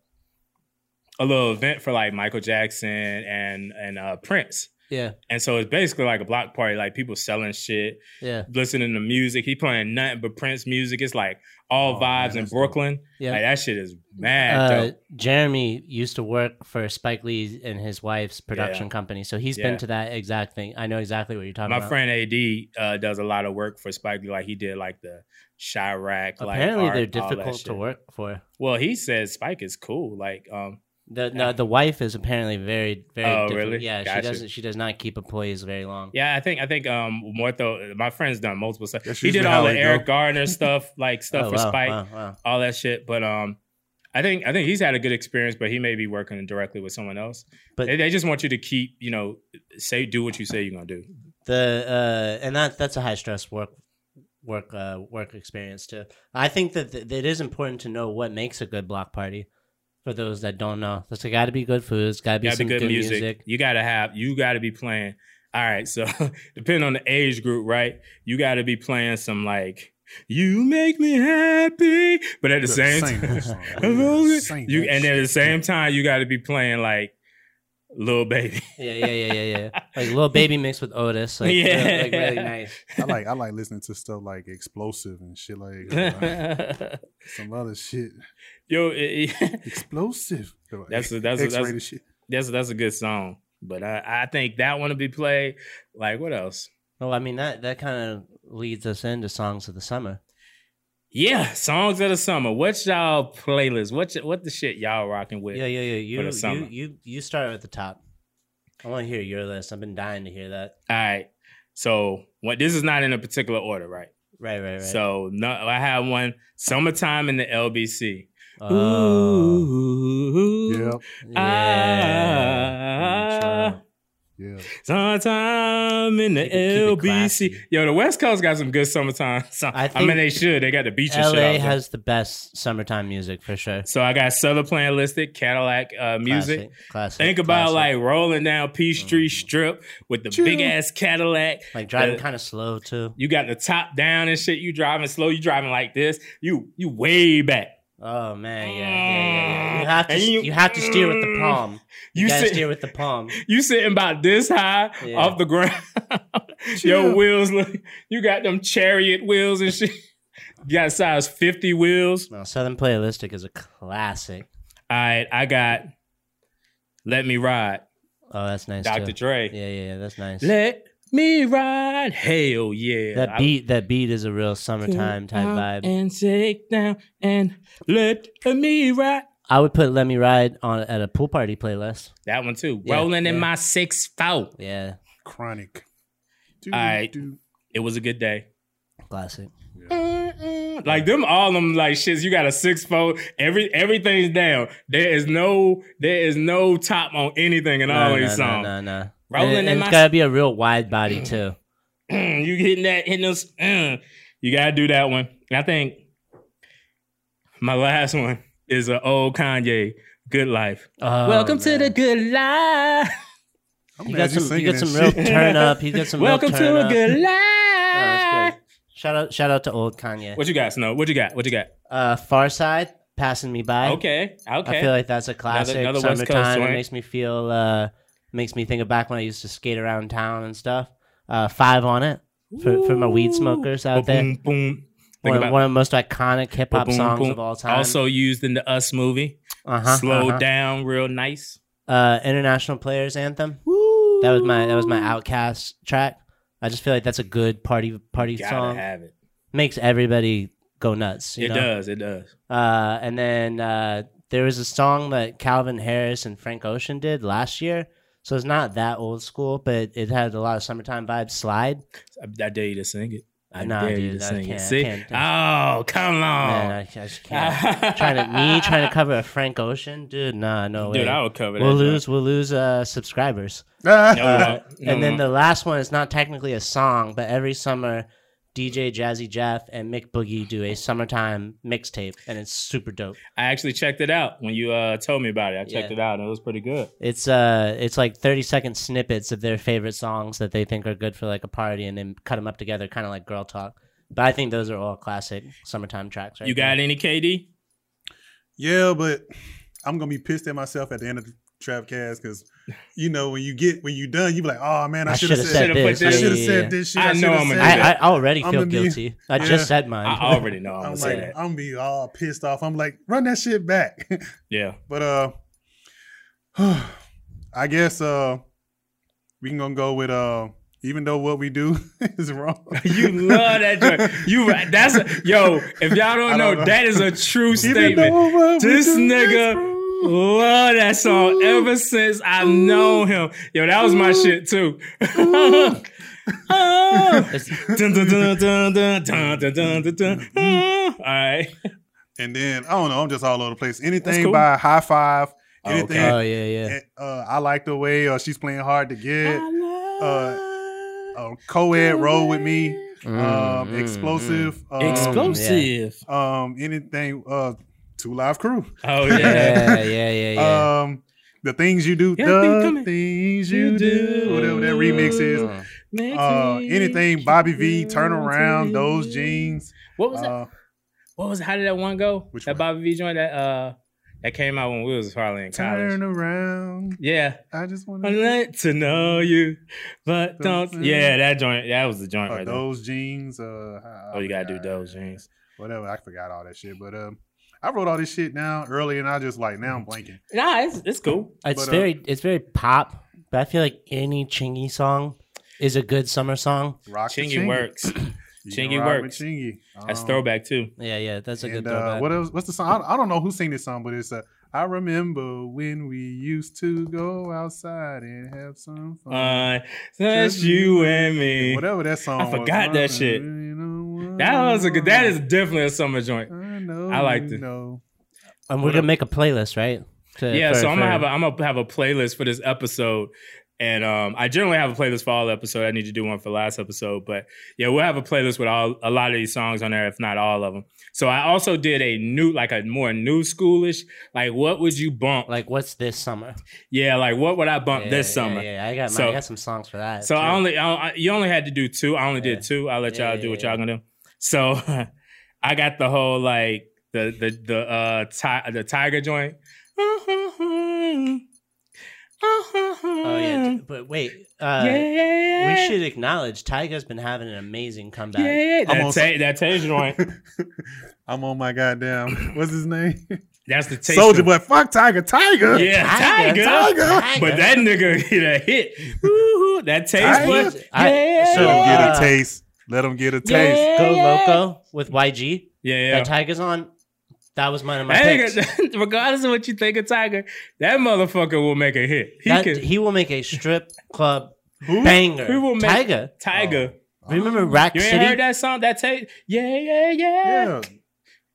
Speaker 4: a a little event for like Michael Jackson and and uh, Prince,
Speaker 2: Yeah,
Speaker 4: and so it's basically like a block party. Like people selling shit,
Speaker 2: yeah,
Speaker 4: listening to music. He playing nothing but Prince music. It's like all
Speaker 3: Oh, man,
Speaker 4: vibes in
Speaker 3: that's dope.
Speaker 4: Brooklyn.
Speaker 2: yeah.
Speaker 4: Like that shit is mad.
Speaker 2: uh,
Speaker 4: dope.
Speaker 2: Jeremy used to work for Spike Lee and his wife's production company, so he's
Speaker 4: Yeah.
Speaker 2: been to that exact thing. I know exactly what you're talking
Speaker 4: My
Speaker 2: about.
Speaker 4: friend AD uh, does a lot of work for Spike Lee. Like he did like the Chirac.
Speaker 2: Apparently,
Speaker 4: like,
Speaker 2: they're
Speaker 4: art, all that
Speaker 2: difficult to
Speaker 4: shit.
Speaker 2: work for.
Speaker 4: Well, he says Spike is cool. Like, um,
Speaker 2: The
Speaker 4: Yeah.
Speaker 2: no, the wife is apparently very very.
Speaker 4: Oh,
Speaker 2: different.
Speaker 4: really?
Speaker 2: Yeah,
Speaker 4: Gotcha.
Speaker 2: she doesn't. She does not keep employees very long.
Speaker 4: yeah, I think I think um Mortho, my friend's done multiple stuff.
Speaker 3: That's
Speaker 4: he did
Speaker 3: usually
Speaker 4: all
Speaker 3: how
Speaker 4: the
Speaker 3: it go.
Speaker 4: Eric Garner stuff, like stuff
Speaker 2: Oh,
Speaker 4: for
Speaker 2: wow,
Speaker 4: Spike,
Speaker 2: wow, wow.
Speaker 4: all that shit. But um, I think I think he's had a good experience, but he may be working directly with someone else. But
Speaker 2: But-
Speaker 4: they, they just want you to keep, you know, say do what you say you're gonna do.
Speaker 2: The uh, and that that's a high stress work work uh, work experience too. I think that, th- that it is important to know what makes a good block party. For those that don't know, there's got to be good food. It's got to be
Speaker 4: gotta
Speaker 2: some
Speaker 4: be good, music.
Speaker 2: music.
Speaker 4: You gotta have you gotta be playing. All right, so depending on the age group, right? You gotta be playing some like You make me happy. But at the
Speaker 3: Sing
Speaker 4: same time,
Speaker 3: that song. Sing
Speaker 4: you
Speaker 3: that
Speaker 4: and at the
Speaker 3: shit.
Speaker 4: same time you gotta be playing like little baby.
Speaker 2: Yeah, yeah, yeah, yeah, yeah. Like little baby mixed with Otis. Like,
Speaker 4: Yeah.
Speaker 2: really- like really nice.
Speaker 3: I like I like listening to stuff like explosive and shit like uh,
Speaker 4: Yo,
Speaker 3: some other shit.
Speaker 4: it- it-
Speaker 3: Explosive.
Speaker 4: That's a- that's a- that's a-
Speaker 3: X-rated shit.
Speaker 4: that's that's a good song. But I, I think that one to be played. Like what else?
Speaker 2: Well, Oh, I mean that that kind of leads us into songs of the summer.
Speaker 4: Yeah, songs of the summer. What's y'all playlist? What y- what the shit y'all rocking with?
Speaker 2: Yeah, yeah, yeah. You
Speaker 4: the
Speaker 2: you
Speaker 4: summer.
Speaker 2: you you start at the top. I want to hear your list. I've been dying to hear that.
Speaker 4: All right. So what? This is not in a particular order, right?
Speaker 2: Right, right, right.
Speaker 4: So no, I have one. Summertime in the LBC.
Speaker 2: Uh, oh,
Speaker 3: Yeah,
Speaker 4: Ooh,
Speaker 2: yeah.
Speaker 4: Ah.
Speaker 3: yeah.
Speaker 4: Summertime in the
Speaker 2: Keep it- keep it
Speaker 4: LBC.
Speaker 2: classy. Yo,
Speaker 4: Yo, the West Coast got some good summertime. songs.
Speaker 2: I
Speaker 4: I,
Speaker 2: think
Speaker 4: mean, they should. They got the beach and shit.
Speaker 2: LA
Speaker 4: out there.
Speaker 2: has the best summertime music for sure.
Speaker 4: So I got Southern Plan listed, Cadillac uh, music.
Speaker 2: Classic, classic,
Speaker 4: Think about
Speaker 2: classic. Mm-hmm.
Speaker 4: like rolling down Peachtree Strip with the
Speaker 3: Chill.
Speaker 4: big ass Cadillac.
Speaker 2: like driving
Speaker 4: the-
Speaker 2: kind of slow too.
Speaker 4: You got the top down and shit. You driving slow. You driving like this. You you way back.
Speaker 2: Oh man, yeah, yeah, yeah. yeah. You have to
Speaker 4: And
Speaker 2: you,
Speaker 4: you- Mm.
Speaker 2: have to steer with the palm. You,
Speaker 4: You
Speaker 2: gotta
Speaker 4: sit-
Speaker 2: steer with the palm.
Speaker 4: You sitting about this high
Speaker 2: Yeah.
Speaker 4: off the ground.
Speaker 3: Chill.
Speaker 4: Your wheels look. You got them chariot wheels and shit. You got size fifty wheels.
Speaker 2: No, Southern Playalistic is a classic.
Speaker 4: All right, I got. Let me ride,
Speaker 2: Oh, that's nice.
Speaker 4: Dr.
Speaker 2: too.
Speaker 4: Dre.
Speaker 2: Yeah, yeah, yeah. That's nice.
Speaker 4: Let me ride. Hell yeah.
Speaker 2: that
Speaker 4: I-
Speaker 2: beat, that beat is a real summertime type
Speaker 4: Out
Speaker 2: vibe.
Speaker 4: And take down and let me ride.
Speaker 2: I would put "Let Me Ride" on at a pool party playlist.
Speaker 4: That one too.
Speaker 2: Yeah,
Speaker 4: Rolling in
Speaker 2: yeah.
Speaker 4: my six foul.
Speaker 2: Yeah,
Speaker 3: Chronic. Do,
Speaker 4: Aight.
Speaker 3: do.
Speaker 4: It was a good day.
Speaker 2: classic.
Speaker 4: Like them, all them like shits. You got a six fold. Every everything's down. There is no there is no top on anything in all these songs.
Speaker 2: No, no, no.
Speaker 4: Rolling
Speaker 2: and,
Speaker 4: in
Speaker 2: and
Speaker 4: my- Mm.
Speaker 2: it's gotta be a real wide body too.
Speaker 4: you hitting that hitting those. mm. You gotta do that one. And I think my last one is an old Kanye. Good life.
Speaker 2: Oh,
Speaker 4: Welcome to
Speaker 2: man.
Speaker 4: the good life.
Speaker 3: I'm
Speaker 2: You
Speaker 3: glad
Speaker 2: got some. You
Speaker 3: singing
Speaker 2: got
Speaker 3: that
Speaker 2: some real
Speaker 3: shit.
Speaker 2: turn up. You got some. real
Speaker 4: Welcome
Speaker 2: turn
Speaker 4: to a
Speaker 2: up.
Speaker 4: good
Speaker 2: Oh,
Speaker 4: life.
Speaker 2: that's good. Shout out! Shout out to old Kanye.
Speaker 4: What you got, Snow? What you got? What you got?
Speaker 2: Uh, Far Side passing me by.
Speaker 4: Okay, okay.
Speaker 2: I feel like that's a classic.
Speaker 4: another West Coast
Speaker 2: summertime.
Speaker 4: joint.
Speaker 2: it makes me feel. Uh, makes me think of back when I used to skate around town and stuff. Uh, five on it for, for my weed smokers out there.
Speaker 4: Boom, boom. Think
Speaker 2: One, of-
Speaker 4: about-
Speaker 2: one of the most iconic hip hop
Speaker 4: Boom,
Speaker 2: songs
Speaker 4: boom.
Speaker 2: of all time.
Speaker 4: Also used in the Us movie.
Speaker 2: uh-huh,
Speaker 4: Slow
Speaker 2: uh-huh.
Speaker 4: down, real nice.
Speaker 2: Uh, International Players Anthem. That was my that was my Outcast track. I just feel like that's a good party party
Speaker 4: Gotta
Speaker 2: song.
Speaker 4: have it.
Speaker 2: Makes everybody go nuts. You
Speaker 4: It
Speaker 2: know?
Speaker 4: does. It does.
Speaker 2: Uh, and then uh, there was a song that Calvin Harris and Frank Ocean did last year. So it's not that old school, but it had a lot of summertime vibes. Slide.
Speaker 4: I, I dare you to sing it. I
Speaker 2: Nah,
Speaker 4: dare you
Speaker 2: dude,
Speaker 4: to
Speaker 2: I
Speaker 4: sing
Speaker 2: can't-
Speaker 4: it.
Speaker 2: I
Speaker 4: See?
Speaker 2: can't do-
Speaker 4: Oh, come
Speaker 2: Man,
Speaker 4: on.
Speaker 2: I, I just can't. trying to me trying to cover a Frank Ocean, dude. Nah, no way.
Speaker 4: Dude, I would cover that.
Speaker 2: we'll
Speaker 4: joint.
Speaker 2: lose. We'll lose uh, subscribers.
Speaker 3: Ah,
Speaker 4: No, no, no,
Speaker 2: Uh, and then
Speaker 4: no.
Speaker 2: the last one is not technically a song, but every summer, DJ Jazzy Jeff and Mick Boogie do a summertime mixtape, and it's super dope.
Speaker 4: I actually checked it out when you uh, told me about it. I checked
Speaker 2: Yeah.
Speaker 4: it out and it was pretty good.
Speaker 2: It's uh, it's like thirty second snippets of their favorite songs that they think are good for like a party, and then cut them up together, kind of like girl talk. But I think those are all classic summertime tracks. Right
Speaker 4: You got any KD?
Speaker 3: Yeah, but I'm gonna be pissed at myself at the end of the Trapcast because you know when you get when you done, you be like, oh man, I,
Speaker 2: I
Speaker 3: should have
Speaker 2: shoulda
Speaker 3: said,
Speaker 4: said
Speaker 3: I
Speaker 4: this.
Speaker 3: should have
Speaker 4: Yeah,
Speaker 3: said
Speaker 2: yeah, yeah.
Speaker 3: this shit.
Speaker 4: I know
Speaker 3: shoulda
Speaker 4: I'm an
Speaker 3: said
Speaker 2: I,
Speaker 3: that."
Speaker 2: I already
Speaker 3: I'm
Speaker 2: feel
Speaker 3: gonna be-
Speaker 2: guilty. I
Speaker 3: Yeah.
Speaker 2: just said mine.
Speaker 4: I already know I'm
Speaker 3: I'm
Speaker 4: gonna say
Speaker 3: like, uh,
Speaker 4: that.
Speaker 3: I'm gonna be all pissed off. I'm like, run that shit back.
Speaker 4: Yeah.
Speaker 3: but uh, I guess uh, we can gonna go with uh, even though what we do is wrong.
Speaker 4: You love that joint. You right. That's a, yo. If y'all don't,
Speaker 3: I don't
Speaker 4: know,
Speaker 3: know.
Speaker 4: that is a true
Speaker 3: even though
Speaker 4: statement.
Speaker 3: what we
Speaker 4: This
Speaker 3: do is
Speaker 4: nigga
Speaker 3: wrong.
Speaker 4: Love that song ever since I've known him. Yo, that was my shit too. Dun,
Speaker 2: It's-
Speaker 4: dun, dun, dun, dun, dun, dun, dun, dun, dun. Ah. All right.
Speaker 3: And then I don't know. I'm just all over the place. Anything
Speaker 4: cool.
Speaker 3: by High Five.
Speaker 4: Okay.
Speaker 3: Anything.
Speaker 2: oh yeah, yeah.
Speaker 3: and, uh, I like the way uh, she's playing hard to get. Uh, uh, co-ed roll with me. Um,
Speaker 2: Mm, mm,
Speaker 3: explosive. Um,
Speaker 4: Explosive.
Speaker 3: Um, anything. Uh, two live crew.
Speaker 4: Oh
Speaker 2: mm.
Speaker 4: yeah.
Speaker 3: Uh,
Speaker 2: Yeah, yeah, yeah, yeah.
Speaker 3: Um, the things you do.
Speaker 4: Yeah, I think
Speaker 3: the
Speaker 4: coming.
Speaker 3: things you do. Whatever that remix is.
Speaker 2: Mm.
Speaker 3: Uh, anything Bobby V, turn around those jeans.
Speaker 4: What was that?
Speaker 3: Uh,
Speaker 4: What was how did that one go?
Speaker 3: Which
Speaker 4: that
Speaker 3: one?
Speaker 4: Bobby V joint that uh that came out when we was probably in college.
Speaker 3: turn around.
Speaker 4: Yeah,
Speaker 3: I just want
Speaker 4: I
Speaker 3: to.
Speaker 4: like to know you, but
Speaker 3: Don't
Speaker 4: don't. Oh, Yeah, that joint. That was the joint right there.
Speaker 3: those jeans. Uh, I-
Speaker 4: Oh, you gotta do
Speaker 3: God.
Speaker 4: those jeans.
Speaker 3: Whatever. I forgot all that shit. But um, I wrote all this shit down early, and I just like now
Speaker 4: Mm.
Speaker 3: I'm blanking.
Speaker 4: Nah, it's it's cool.
Speaker 2: It's
Speaker 3: But, uh,
Speaker 2: very it's very pop, but I feel like any Chingy song is a good summer song.
Speaker 3: Rock the
Speaker 4: Chingy Oh. works.
Speaker 3: You can
Speaker 4: Chingy
Speaker 3: rock with
Speaker 4: works.
Speaker 3: Chingy.
Speaker 4: That's
Speaker 3: Um,
Speaker 4: throwback too.
Speaker 2: Yeah, yeah, that's a good
Speaker 3: and, uh,
Speaker 2: throwback.
Speaker 3: what else? What's the song? I, I don't know who sang this song, but it's uh, I remember when we used to go outside and have some fun.
Speaker 4: Uh, that's you and me.
Speaker 3: Whatever that song. was.
Speaker 4: forgot that shit. That was a good. That is definitely a summer joint.
Speaker 3: I, know
Speaker 4: I liked
Speaker 3: you
Speaker 4: it.
Speaker 3: know.
Speaker 2: and we're
Speaker 4: what
Speaker 2: gonna
Speaker 4: a-
Speaker 2: make a playlist, right? To-
Speaker 4: yeah
Speaker 2: for-
Speaker 4: so i'm
Speaker 2: for-
Speaker 4: gonna have a, i'm gonna have a playlist for this episode and um, I generally have a playlist for all episode. I need to do one for last episode, but yeah, we'll have a playlist with all a lot of these songs on there, if not all of them. So I also did a new, like a more new schoolish, like what would you bump?
Speaker 2: like what's this summer?
Speaker 4: yeah, like what would I bump
Speaker 2: Yeah,
Speaker 4: Uh, this
Speaker 2: yeah,
Speaker 4: summer?
Speaker 2: Yeah, I got my,
Speaker 4: So-
Speaker 2: I got some songs for that.
Speaker 4: So
Speaker 2: too.
Speaker 4: I only I, I- you only had to do two. I only
Speaker 2: Yeah.
Speaker 4: did two. I'll let
Speaker 2: Yeah,
Speaker 4: y'all
Speaker 2: yeah,
Speaker 4: do what
Speaker 2: yeah.
Speaker 4: y'all gonna do. So I got the whole like the the the uh ti- the tiger joint. Oh
Speaker 2: Oh yeah,
Speaker 4: yeah.
Speaker 2: d- but wait, uh,
Speaker 4: yeah, yeah,
Speaker 2: we should acknowledge Tyga's been having an amazing comeback.
Speaker 4: Yeah, yeah, yeah.
Speaker 3: I'm
Speaker 4: That,
Speaker 3: on-
Speaker 4: ta- that taste joint.
Speaker 3: I'm on my goddamn. What's his name?
Speaker 4: That's the taste.
Speaker 3: Soldier
Speaker 4: joint.
Speaker 3: boy. Fuck Tiger. Tiger.
Speaker 4: Yeah,
Speaker 2: Tiger,
Speaker 4: tiger.
Speaker 2: Tiger.
Speaker 4: But that nigga hit a hit. Woo-hoo, that taste.
Speaker 3: Tiger?
Speaker 4: was-
Speaker 2: I-
Speaker 4: Yeah,
Speaker 3: Let
Speaker 2: so,
Speaker 3: him get
Speaker 2: uh,
Speaker 3: a taste. Let him get a
Speaker 4: Yeah.
Speaker 3: taste.
Speaker 2: Go
Speaker 4: yeah.
Speaker 2: Loco with YG.
Speaker 4: Yeah, yeah.
Speaker 2: That Tiger's on. That was mine of my
Speaker 4: That
Speaker 2: picks.
Speaker 4: nigga- regardless of what you think of Tiger, that motherfucker will make a hit. He
Speaker 2: That-
Speaker 4: can.
Speaker 2: he will make a strip club
Speaker 3: Who?
Speaker 2: banger.
Speaker 4: Who will make-
Speaker 2: Tiger. Oh.
Speaker 4: Tiger.
Speaker 2: Remember Rack
Speaker 4: You ain't
Speaker 2: City?
Speaker 4: heard that song? That tape? Yeah, yeah, yeah.
Speaker 3: Yeah.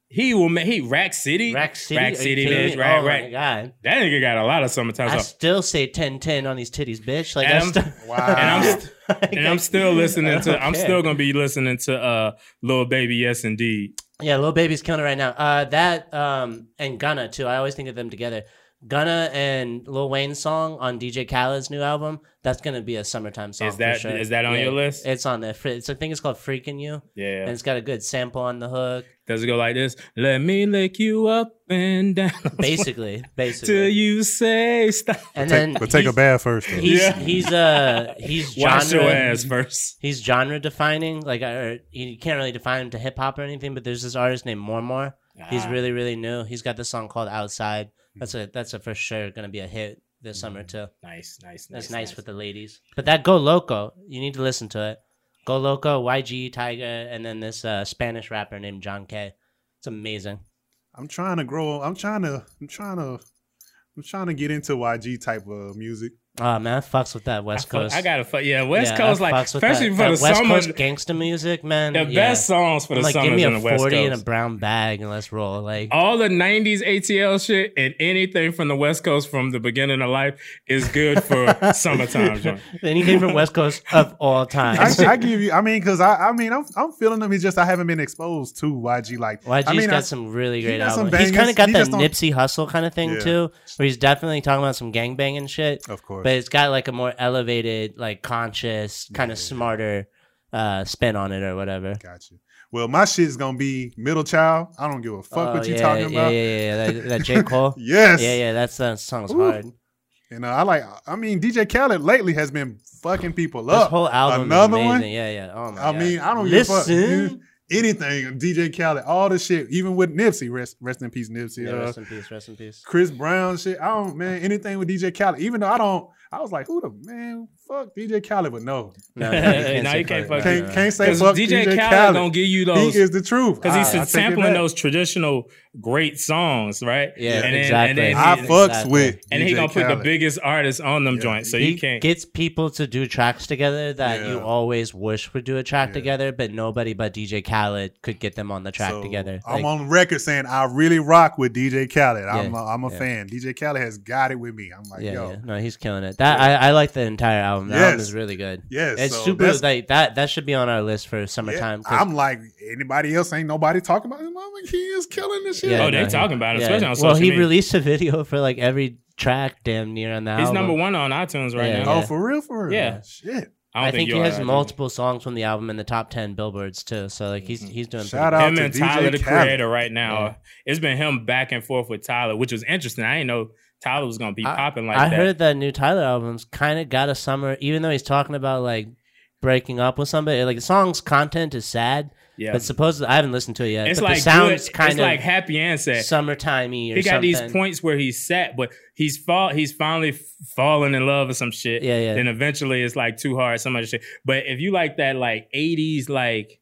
Speaker 4: He will make he Rack City.
Speaker 2: Rack City.
Speaker 4: Rack
Speaker 2: Are you
Speaker 4: City,
Speaker 2: kidding
Speaker 4: bitch.
Speaker 2: me?
Speaker 4: Rack,
Speaker 2: oh my
Speaker 4: rack.
Speaker 2: god.
Speaker 4: That nigga got a lot of summertime
Speaker 2: I
Speaker 4: songs.
Speaker 2: still say 10-10 on these titties, bitch. Like I
Speaker 4: And I'm-
Speaker 2: still-
Speaker 3: Wow.
Speaker 4: And I'm st-
Speaker 2: Like,
Speaker 4: and I'm still listening to I'm
Speaker 2: Okay.
Speaker 4: still gonna be listening to uh Lil Baby Yes Indeed.
Speaker 2: Yeah, Lil Baby's killing it right now. Uh, that um and Gunna too. I always think of them together. Gunna and Lil Wayne's song on DJ Khaled's new album. That's gonna be a summertime song.
Speaker 4: Is that-
Speaker 2: for sure.
Speaker 4: is that on
Speaker 2: Yeah,
Speaker 4: your list?
Speaker 2: It's on there. Fr- It's I think it's called "Freaking You," and
Speaker 4: Yeah.
Speaker 2: it's got a good sample on the hook.
Speaker 4: Does it go like this? Let me lick you up and down
Speaker 2: Basically,
Speaker 4: till
Speaker 2: basically.
Speaker 4: you say stop.
Speaker 3: Take-
Speaker 2: and then
Speaker 3: but take a
Speaker 2: he's-
Speaker 3: bath first. Though.
Speaker 2: He's
Speaker 4: Yeah.
Speaker 2: he's uh he's
Speaker 4: Wash your
Speaker 2: genre
Speaker 4: ass first.
Speaker 2: he's genre defining. Like or, you can't really define him to hip hop or anything. But there's this artist named Mormor. He's
Speaker 4: Ah.
Speaker 2: really, really new. He's got this song called Outside.
Speaker 3: Hmm.
Speaker 2: That's a that's a for sure gonna be a hit this summer too.
Speaker 4: Hmm. nice, nice, nice.
Speaker 2: That's nice, with the ladies. But that Go Loco, you need to listen to it. Go Loco, YG, Tiger, and then this uh, Spanish rapper named John K. It's amazing.
Speaker 3: I'm trying to grow. I'm trying to. I'm trying to. I'm trying to get into YG type of music.
Speaker 2: Oh man, I fucks with that
Speaker 4: I,
Speaker 2: West
Speaker 4: fuck-
Speaker 2: Coast.
Speaker 4: I gotta fuck yeah, West
Speaker 2: Yeah, I
Speaker 4: Coast like
Speaker 2: fucks with
Speaker 4: especially
Speaker 2: that-
Speaker 4: for the
Speaker 2: that West
Speaker 4: summer
Speaker 2: Coast gangster music, man.
Speaker 4: the
Speaker 2: yeah.
Speaker 4: best songs for the
Speaker 2: I'm like,
Speaker 4: summer
Speaker 2: give me
Speaker 4: is
Speaker 2: a
Speaker 4: on the West Coast. Oh.
Speaker 2: forty in a brown bag and let's roll. Like,
Speaker 4: all the 90s ATL shit and anything from the West Coast from the beginning of life is good for summertime. Joint.
Speaker 2: anything from West Coast of all time.
Speaker 3: I, I give you. I mean, because I. I mean, I'm. I'm feeling them. It's just I haven't been exposed to YG like.
Speaker 2: YG's
Speaker 3: I mean,
Speaker 2: got
Speaker 3: I-
Speaker 2: some really
Speaker 3: he
Speaker 2: great
Speaker 3: got some
Speaker 2: albums. He's kind
Speaker 3: bangers.
Speaker 2: of got
Speaker 3: He
Speaker 2: that
Speaker 3: just don't-
Speaker 2: Nipsey Hustle kind of thing
Speaker 3: Yeah.
Speaker 2: too, where he's definitely talking about some gangbanging shit,
Speaker 3: Of course.
Speaker 2: but it's got like a more elevated, like conscious, kind
Speaker 3: Yeah.
Speaker 2: of smarter uh, spin on it or whatever.
Speaker 3: Gotcha. Well, my shit's gonna be middle child. I don't give a fuck
Speaker 2: Oh,
Speaker 3: what you
Speaker 2: yeah,
Speaker 3: talking
Speaker 2: yeah,
Speaker 3: about.
Speaker 2: Yeah, yeah, yeah. That, that J Cole.
Speaker 3: Yes.
Speaker 2: Yeah, yeah. That's that song's
Speaker 3: Ooh.
Speaker 2: hard.
Speaker 3: And uh, I like. I mean, DJ Khaled lately has been fucking people
Speaker 2: This
Speaker 3: up.
Speaker 2: whole album
Speaker 3: another
Speaker 2: is amazing.
Speaker 3: one?
Speaker 2: Yeah, yeah. Oh my
Speaker 3: I
Speaker 2: God.
Speaker 3: mean, I don't give a fuck.
Speaker 2: listen.
Speaker 3: Anything DJ Khaled, all the shit, even with Nipsey. Rest, rest in peace, Nipsey.
Speaker 2: Yeah,
Speaker 3: uh,
Speaker 2: rest in peace. Rest in peace.
Speaker 3: Chris Brown shit. I don't man anything with DJ Khaled. Even though I don't, I was like, who the man? Fuck DJ Khaled, but no,
Speaker 2: No,
Speaker 4: No,
Speaker 2: say
Speaker 4: you can't fuck
Speaker 3: can't
Speaker 2: No, no.
Speaker 3: can't say
Speaker 4: Because
Speaker 3: fuck
Speaker 4: DJ, Khaled, gonna give you those
Speaker 3: he is the truth.
Speaker 4: because
Speaker 2: Ah,
Speaker 4: he's
Speaker 3: I- I take it
Speaker 4: sampling
Speaker 3: back.
Speaker 4: those traditional great songs, right?
Speaker 2: Yeah,
Speaker 4: and
Speaker 2: exactly.
Speaker 4: Then, and
Speaker 3: I
Speaker 4: then he,
Speaker 2: fuck-
Speaker 3: fucks
Speaker 2: Exactly.
Speaker 3: with
Speaker 4: and he
Speaker 3: DJ
Speaker 4: gonna put the
Speaker 3: Khaled.
Speaker 4: biggest artists on them
Speaker 3: Yeah.
Speaker 4: joints, so
Speaker 2: he
Speaker 4: you can't.
Speaker 2: gets people to do tracks together that you
Speaker 3: Yeah.
Speaker 2: always wish would do a track
Speaker 3: Yeah.
Speaker 2: together, but nobody but DJ Khaled could get them on the track
Speaker 3: So,
Speaker 2: together.
Speaker 3: I'm
Speaker 2: Like,
Speaker 3: on record saying I really rock with DJ Khaled. I'm
Speaker 2: Yeah,
Speaker 3: a, I'm a
Speaker 2: yeah.
Speaker 3: fan. DJ Khaled has got it with me. I'm like,
Speaker 2: yeah,
Speaker 3: yo,
Speaker 2: yeah, no, he's killing it. That I, I like the entire album. The album
Speaker 3: Yes.
Speaker 2: is really good.
Speaker 3: yes,
Speaker 2: It's
Speaker 3: so
Speaker 2: super
Speaker 3: that's-
Speaker 2: like that. That should be on our list for
Speaker 3: yeah,
Speaker 2: summertime. 'cause-
Speaker 3: I'm like anybody else ain't nobody talking about him. I'm like, he is killing this shit.
Speaker 2: Yeah,
Speaker 4: oh, they
Speaker 2: no,
Speaker 4: talking about him,
Speaker 2: yeah.
Speaker 4: especially on social
Speaker 2: well, he
Speaker 4: media.
Speaker 2: released a video for like every track, damn near on the
Speaker 4: He's
Speaker 2: album.
Speaker 4: number one on iTunes right
Speaker 2: Yeah,
Speaker 4: now.
Speaker 3: Oh, for real, for real.
Speaker 4: Yeah.
Speaker 3: shit.
Speaker 4: I
Speaker 2: I
Speaker 4: don't
Speaker 2: think,
Speaker 4: think,
Speaker 2: he
Speaker 4: you
Speaker 2: has
Speaker 4: are, dude.
Speaker 2: multiple songs from the album in the top ten billboards too. So like
Speaker 4: Mm-hmm.
Speaker 2: he's he's doing
Speaker 3: Shout
Speaker 2: pretty
Speaker 3: out
Speaker 4: him
Speaker 3: to
Speaker 4: and
Speaker 3: DJ
Speaker 4: Tyler, the
Speaker 3: Khaled.
Speaker 4: creator, right now.
Speaker 2: Yeah.
Speaker 4: It's been him back and forth with Tyler, which was interesting. I didn't know Tyler was gonna be
Speaker 2: I-
Speaker 4: popping like
Speaker 2: I
Speaker 4: that.
Speaker 2: heard that new Tyler album's kind of got a summer, even though he's talking about like breaking up with somebody. Like the song's content is sad,
Speaker 4: yeah,
Speaker 2: but supposedly I haven't listened to it yet.
Speaker 4: it's
Speaker 2: but
Speaker 4: like
Speaker 2: the sounds
Speaker 4: good,
Speaker 2: kind
Speaker 4: it's
Speaker 2: of
Speaker 4: like happy and sad.
Speaker 2: summertimey or
Speaker 4: he got
Speaker 2: something.
Speaker 4: these points where he's set, but he's fall he's finally f- falling in love or some shit.
Speaker 2: Yeah, yeah.
Speaker 4: Then eventually it's like too hard, some other shit. But if you like that like eighties like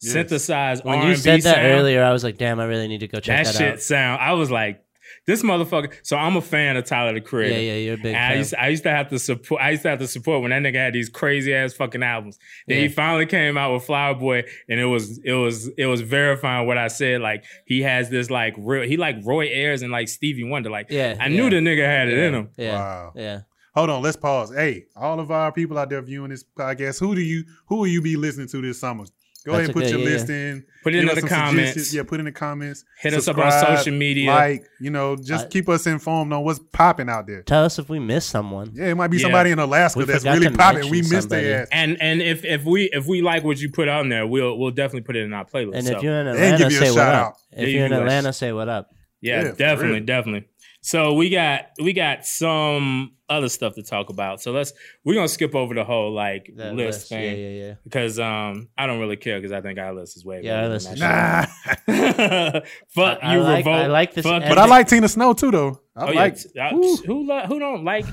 Speaker 3: Yes.
Speaker 4: synthesized
Speaker 2: when
Speaker 4: R&B
Speaker 2: you said that
Speaker 4: sound,
Speaker 2: earlier, I was like, damn, I really need to go check
Speaker 4: that,
Speaker 2: that,
Speaker 4: shit sound, I was like, this motherfucker. So I'm a fan of Tyler the
Speaker 2: out.
Speaker 4: Creator.
Speaker 2: Yeah, yeah, you're a big
Speaker 4: I
Speaker 2: fan.
Speaker 4: used, I used to have to support. I used to have to support when that nigga had these crazy ass fucking albums. Then he
Speaker 2: Yeah.
Speaker 4: finally came out with Flower Boy, and it was it was it was verifying what I said. Like he has this like real. He like Roy Ayers and like Stevie Wonder. Like
Speaker 2: Yeah,
Speaker 4: I knew
Speaker 2: yeah.
Speaker 4: the nigga had it in
Speaker 2: Yeah,
Speaker 4: him.
Speaker 2: Yeah,
Speaker 3: Wow.
Speaker 2: yeah.
Speaker 3: Hold on, let's pause. Hey, all of our people out there viewing this podcast, who do you who will you be listening to this summer? Go ahead
Speaker 2: That's
Speaker 3: and put
Speaker 2: okay,
Speaker 3: your
Speaker 2: yeah,
Speaker 3: list in.
Speaker 4: Put it
Speaker 3: Give
Speaker 4: in
Speaker 3: us
Speaker 4: the
Speaker 3: some
Speaker 4: comments.
Speaker 3: suggestions. Yeah, put in the comments.
Speaker 4: Hit us up on
Speaker 3: Subscribe,
Speaker 4: social media.
Speaker 3: Like, you know, just
Speaker 2: I-
Speaker 3: keep us informed on what's popping out there.
Speaker 2: Tell us if we missed someone.
Speaker 3: Yeah, it might be
Speaker 4: Yeah.
Speaker 3: somebody in Alaska
Speaker 2: We
Speaker 3: that's
Speaker 2: forgot
Speaker 3: really
Speaker 2: to
Speaker 3: popping. We
Speaker 2: mention
Speaker 3: missed
Speaker 2: somebody.
Speaker 3: their ass.
Speaker 4: and and if if we if we like what you put on there, we'll we'll definitely put it in our playlist.
Speaker 2: And
Speaker 4: So,
Speaker 2: if you're in
Speaker 3: give
Speaker 2: Atlanta,
Speaker 3: you a
Speaker 2: say what
Speaker 3: shout
Speaker 2: up.
Speaker 3: out.
Speaker 4: Yeah,
Speaker 2: If
Speaker 4: you
Speaker 2: you're in
Speaker 4: can, like,
Speaker 2: Atlanta, say what up.
Speaker 4: yeah,
Speaker 3: Yeah, for
Speaker 4: definitely,
Speaker 3: real.
Speaker 4: definitely. So we got we got some other stuff to talk about. So let's we're gonna skip over the whole like
Speaker 2: That
Speaker 4: list,
Speaker 2: list. Yeah,
Speaker 4: thing.
Speaker 2: yeah, yeah.
Speaker 4: because um I don't really care because I think our list is way better
Speaker 2: Yeah, our
Speaker 4: than
Speaker 2: list
Speaker 4: that
Speaker 2: is-
Speaker 4: shit.
Speaker 3: Nah.
Speaker 4: fuck
Speaker 2: I- I
Speaker 4: you
Speaker 2: like-
Speaker 4: revolt
Speaker 2: I like this
Speaker 4: fuck
Speaker 2: end-
Speaker 3: But I like Tina Snow too though. I
Speaker 4: oh,
Speaker 3: like
Speaker 4: yeah. I-
Speaker 3: Woo.
Speaker 4: who lo- who don't like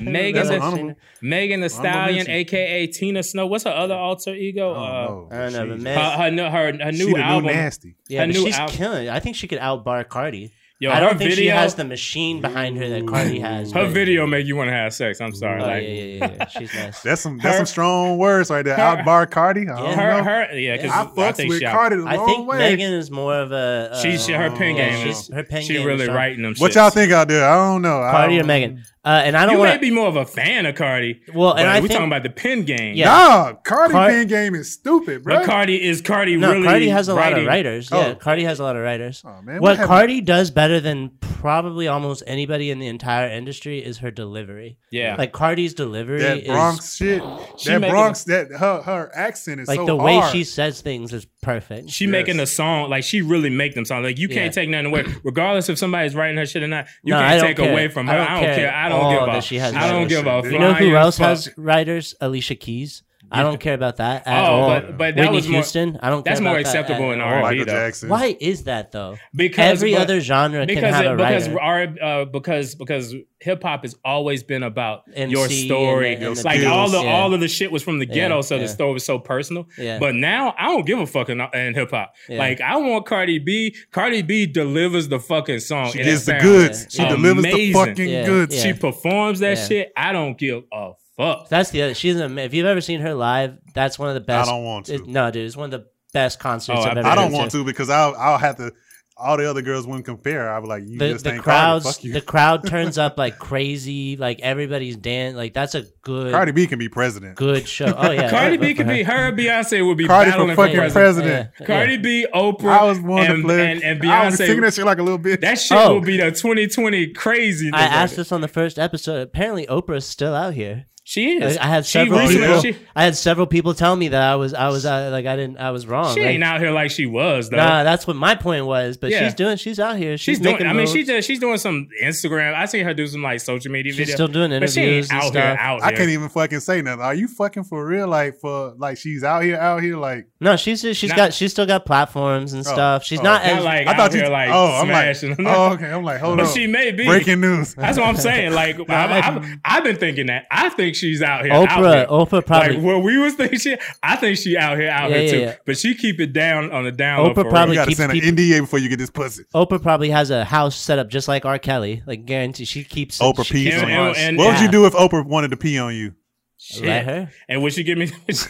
Speaker 4: Megan
Speaker 3: that's
Speaker 4: the,
Speaker 3: an honorable.
Speaker 4: Megan the Stallion
Speaker 3: mention.
Speaker 4: aka Tina Snow what's her other alter ego
Speaker 3: I don't know.
Speaker 2: I don't know, but
Speaker 3: Jeez.
Speaker 2: man-
Speaker 4: uh her her new- her, her
Speaker 3: Oh, She
Speaker 4: new
Speaker 3: the
Speaker 4: album
Speaker 3: nasty.
Speaker 2: Yeah,
Speaker 4: Her
Speaker 2: but
Speaker 4: new
Speaker 2: she's
Speaker 4: album-
Speaker 2: killing it. I think she could outbar Cardi.
Speaker 4: yo
Speaker 2: I
Speaker 4: her
Speaker 2: don't think
Speaker 4: video
Speaker 2: she has the machine behind her that Cardi has.
Speaker 4: her
Speaker 2: but-
Speaker 4: video make you want to have sex I'm sorry
Speaker 2: Oh, yeah,
Speaker 4: like
Speaker 2: yeah, yeah, yeah. She's nice.
Speaker 3: That's some that's
Speaker 4: Her-
Speaker 3: some strong words right there.
Speaker 4: her-
Speaker 3: Outbar Cardi. I don't
Speaker 4: her
Speaker 3: know.
Speaker 4: her yeah because
Speaker 2: Yeah.
Speaker 4: I,
Speaker 3: I fucks
Speaker 4: think
Speaker 3: with
Speaker 4: she
Speaker 3: Cardi the
Speaker 2: I
Speaker 3: long
Speaker 2: think
Speaker 3: way.
Speaker 2: Megan is more of a. Uh,
Speaker 4: she, she her pen
Speaker 3: yeah,
Speaker 4: game
Speaker 3: she's-
Speaker 4: is
Speaker 2: her pen
Speaker 4: she
Speaker 2: game is
Speaker 4: really
Speaker 2: strong.
Speaker 4: writing them
Speaker 3: What
Speaker 4: shits.
Speaker 3: y'all think out there? I don't know. I
Speaker 2: Cardi or
Speaker 3: don't-
Speaker 2: Megan. Uh, and I don't
Speaker 4: Um, you may
Speaker 2: want.
Speaker 4: be more of a fan of Cardi
Speaker 2: Well,
Speaker 4: but
Speaker 2: and I
Speaker 4: we
Speaker 2: think
Speaker 4: talking about the pen game
Speaker 2: Yeah.
Speaker 3: Nah, Cardi
Speaker 2: Car-
Speaker 3: pen game is stupid, bro.
Speaker 4: But Cardi is Cardi
Speaker 2: no.
Speaker 4: really
Speaker 2: Cardi has a lot
Speaker 4: writing-
Speaker 2: of writers. Yeah,
Speaker 3: Oh.
Speaker 2: Cardi has a lot of writers.
Speaker 3: Oh, man, what
Speaker 2: what
Speaker 3: happened?
Speaker 2: Cardi does better than probably almost anybody in the entire industry is her delivery.
Speaker 4: Yeah.
Speaker 2: like Cardi's delivery
Speaker 3: that
Speaker 2: is
Speaker 3: Bronx shit.
Speaker 4: She
Speaker 3: That
Speaker 4: making-
Speaker 3: Bronx. That her her accent is
Speaker 2: like
Speaker 3: so
Speaker 2: the way
Speaker 3: hard.
Speaker 2: she says things is perfect.
Speaker 4: She
Speaker 3: Yes.
Speaker 4: making a song like she really make them songs. Like you can't
Speaker 2: Yeah.
Speaker 4: take nothing away, regardless if somebody's writing her shit or not. You
Speaker 2: No, I
Speaker 4: can't
Speaker 2: don't
Speaker 4: take
Speaker 2: care.
Speaker 4: away from her. I don't, care. I
Speaker 2: at
Speaker 4: don't
Speaker 2: all
Speaker 4: give a.
Speaker 2: that she has
Speaker 4: I don't
Speaker 2: writers.
Speaker 4: give a.
Speaker 3: You
Speaker 2: You know
Speaker 4: flying
Speaker 2: who else
Speaker 4: fuck.
Speaker 2: has writers? Alicia Keys. I don't care about that at
Speaker 4: Oh,
Speaker 2: all.
Speaker 4: but- but that
Speaker 2: Whitney
Speaker 4: was more-
Speaker 2: Houston. I don't.
Speaker 4: that's
Speaker 2: care about
Speaker 4: more
Speaker 2: that
Speaker 4: acceptable
Speaker 2: at
Speaker 4: in
Speaker 2: all.
Speaker 4: R&B.
Speaker 3: Michael
Speaker 4: though.
Speaker 3: Jackson.
Speaker 2: Why is that though?
Speaker 4: Because
Speaker 2: Every
Speaker 4: but-
Speaker 2: other genre can
Speaker 4: because
Speaker 2: have
Speaker 4: it-
Speaker 2: a
Speaker 4: because
Speaker 2: writer.
Speaker 4: R, uh, because because hip hop has always been about
Speaker 2: MC
Speaker 4: your
Speaker 2: and the-
Speaker 4: story.
Speaker 2: and the
Speaker 4: like all the
Speaker 2: skills. Yeah.
Speaker 4: all of the shit was from the ghetto,
Speaker 2: Yeah,
Speaker 4: so the
Speaker 2: yeah.
Speaker 4: story was so personal.
Speaker 2: Yeah.
Speaker 4: But now I don't give a fuck in, in hip hop.
Speaker 2: Yeah.
Speaker 4: Like I want Cardi B. Cardi B delivers the fucking song.
Speaker 3: She
Speaker 4: and
Speaker 3: gives
Speaker 4: it
Speaker 3: the
Speaker 4: sounds
Speaker 3: goods. She
Speaker 2: Yeah.
Speaker 3: delivers the
Speaker 4: amazing.
Speaker 3: fucking
Speaker 2: Yeah.
Speaker 3: goods.
Speaker 4: She
Speaker 2: Yeah.
Speaker 4: performs that
Speaker 2: Yeah.
Speaker 4: shit. I don't give a fuck.
Speaker 2: That's the other. She's an, if you've ever seen her live, that's one of the best.
Speaker 3: don't want to.
Speaker 2: it- no, dude, it's one of the best concerts
Speaker 4: Oh, I-
Speaker 2: I've ever.
Speaker 3: I don't
Speaker 2: been
Speaker 3: want to because I'll I'll have to. All the other girls wouldn't compare. I was like, you
Speaker 2: The,
Speaker 3: just
Speaker 2: the
Speaker 3: ain't
Speaker 2: crowds,
Speaker 3: Cardi. Fuck you.
Speaker 2: the crowd turns up like crazy. Like everybody's dancing. Like that's a good,
Speaker 3: Cardi B can be president.
Speaker 2: good show. Oh yeah,
Speaker 4: Cardi
Speaker 2: good
Speaker 4: B
Speaker 2: for
Speaker 4: could
Speaker 2: her.
Speaker 4: be her. and Beyonce would be
Speaker 3: Cardi for
Speaker 4: battling for
Speaker 3: fucking
Speaker 4: president.
Speaker 3: president.
Speaker 2: Yeah, yeah.
Speaker 4: Cardi B, Oprah,
Speaker 3: I was born
Speaker 4: and,
Speaker 3: to play.
Speaker 4: and, and
Speaker 3: I was singing
Speaker 4: Beyonce.
Speaker 3: that shit like a little bitch.
Speaker 4: That shit
Speaker 2: Oh.
Speaker 4: will be the 2020 crazy.
Speaker 2: I asked this on the first episode. Apparently, Oprah's still out here.
Speaker 4: She is.
Speaker 2: I, I had
Speaker 4: She
Speaker 2: several
Speaker 4: recently-
Speaker 2: people.
Speaker 4: She,
Speaker 2: I had several people tell me that I was, I was, uh, like, I didn't, I was wrong.
Speaker 4: she
Speaker 2: Like,
Speaker 4: ain't out here like she was though.
Speaker 2: Nah, that's what my point was. But
Speaker 4: Yeah.
Speaker 2: she's doing, she's out here. She's,
Speaker 4: she's doing.
Speaker 2: making
Speaker 4: I mean,
Speaker 2: moves.
Speaker 4: she just she's doing some Instagram. I seen her do some like social media
Speaker 2: She's
Speaker 4: videos.
Speaker 2: still doing
Speaker 4: but she ain't
Speaker 2: interviews and
Speaker 4: out
Speaker 2: stuff.
Speaker 4: here. Out
Speaker 3: I
Speaker 4: here.
Speaker 3: can't even fucking say nothing. Are you fucking for real? Like for like she's out here, out here. Like
Speaker 2: No, she's just, she's
Speaker 4: Not-
Speaker 2: got she's still got platforms and
Speaker 3: Oh,
Speaker 2: stuff. She's
Speaker 3: oh.
Speaker 2: not
Speaker 4: Not
Speaker 2: as
Speaker 4: like
Speaker 3: I
Speaker 4: out
Speaker 3: thought you.
Speaker 4: here like
Speaker 3: oh, I'm like.
Speaker 4: smashing.
Speaker 3: Oh, okay. I'm like, hold
Speaker 4: but
Speaker 3: on.
Speaker 4: she may be
Speaker 3: Breaking news.
Speaker 4: That's what I'm saying. Like I've, I've, I've been thinking that. I think she's out here. out
Speaker 2: Oprah.
Speaker 4: here.
Speaker 2: Oprah probably
Speaker 4: Like where we was thinking, she, I think she out here, out
Speaker 2: Yeah,
Speaker 4: here
Speaker 2: yeah,
Speaker 4: too.
Speaker 2: yeah.
Speaker 4: But she keep it down on the down. low
Speaker 2: Oprah
Speaker 4: for real.
Speaker 2: probably
Speaker 3: you gotta
Speaker 2: keeps
Speaker 3: send an
Speaker 2: people-
Speaker 3: NDA before you get this pussy.
Speaker 2: Oprah probably has a house set up just like R. Kelly. Like guarantee she keeps
Speaker 3: Oprah
Speaker 2: she
Speaker 3: pees
Speaker 2: keeps
Speaker 3: on
Speaker 2: it
Speaker 3: you.
Speaker 2: on.
Speaker 4: And-
Speaker 3: What would
Speaker 2: Yeah.
Speaker 3: you do if Oprah wanted to pee on you?
Speaker 4: Shit.
Speaker 2: Let her.
Speaker 4: And would she give me?
Speaker 3: it's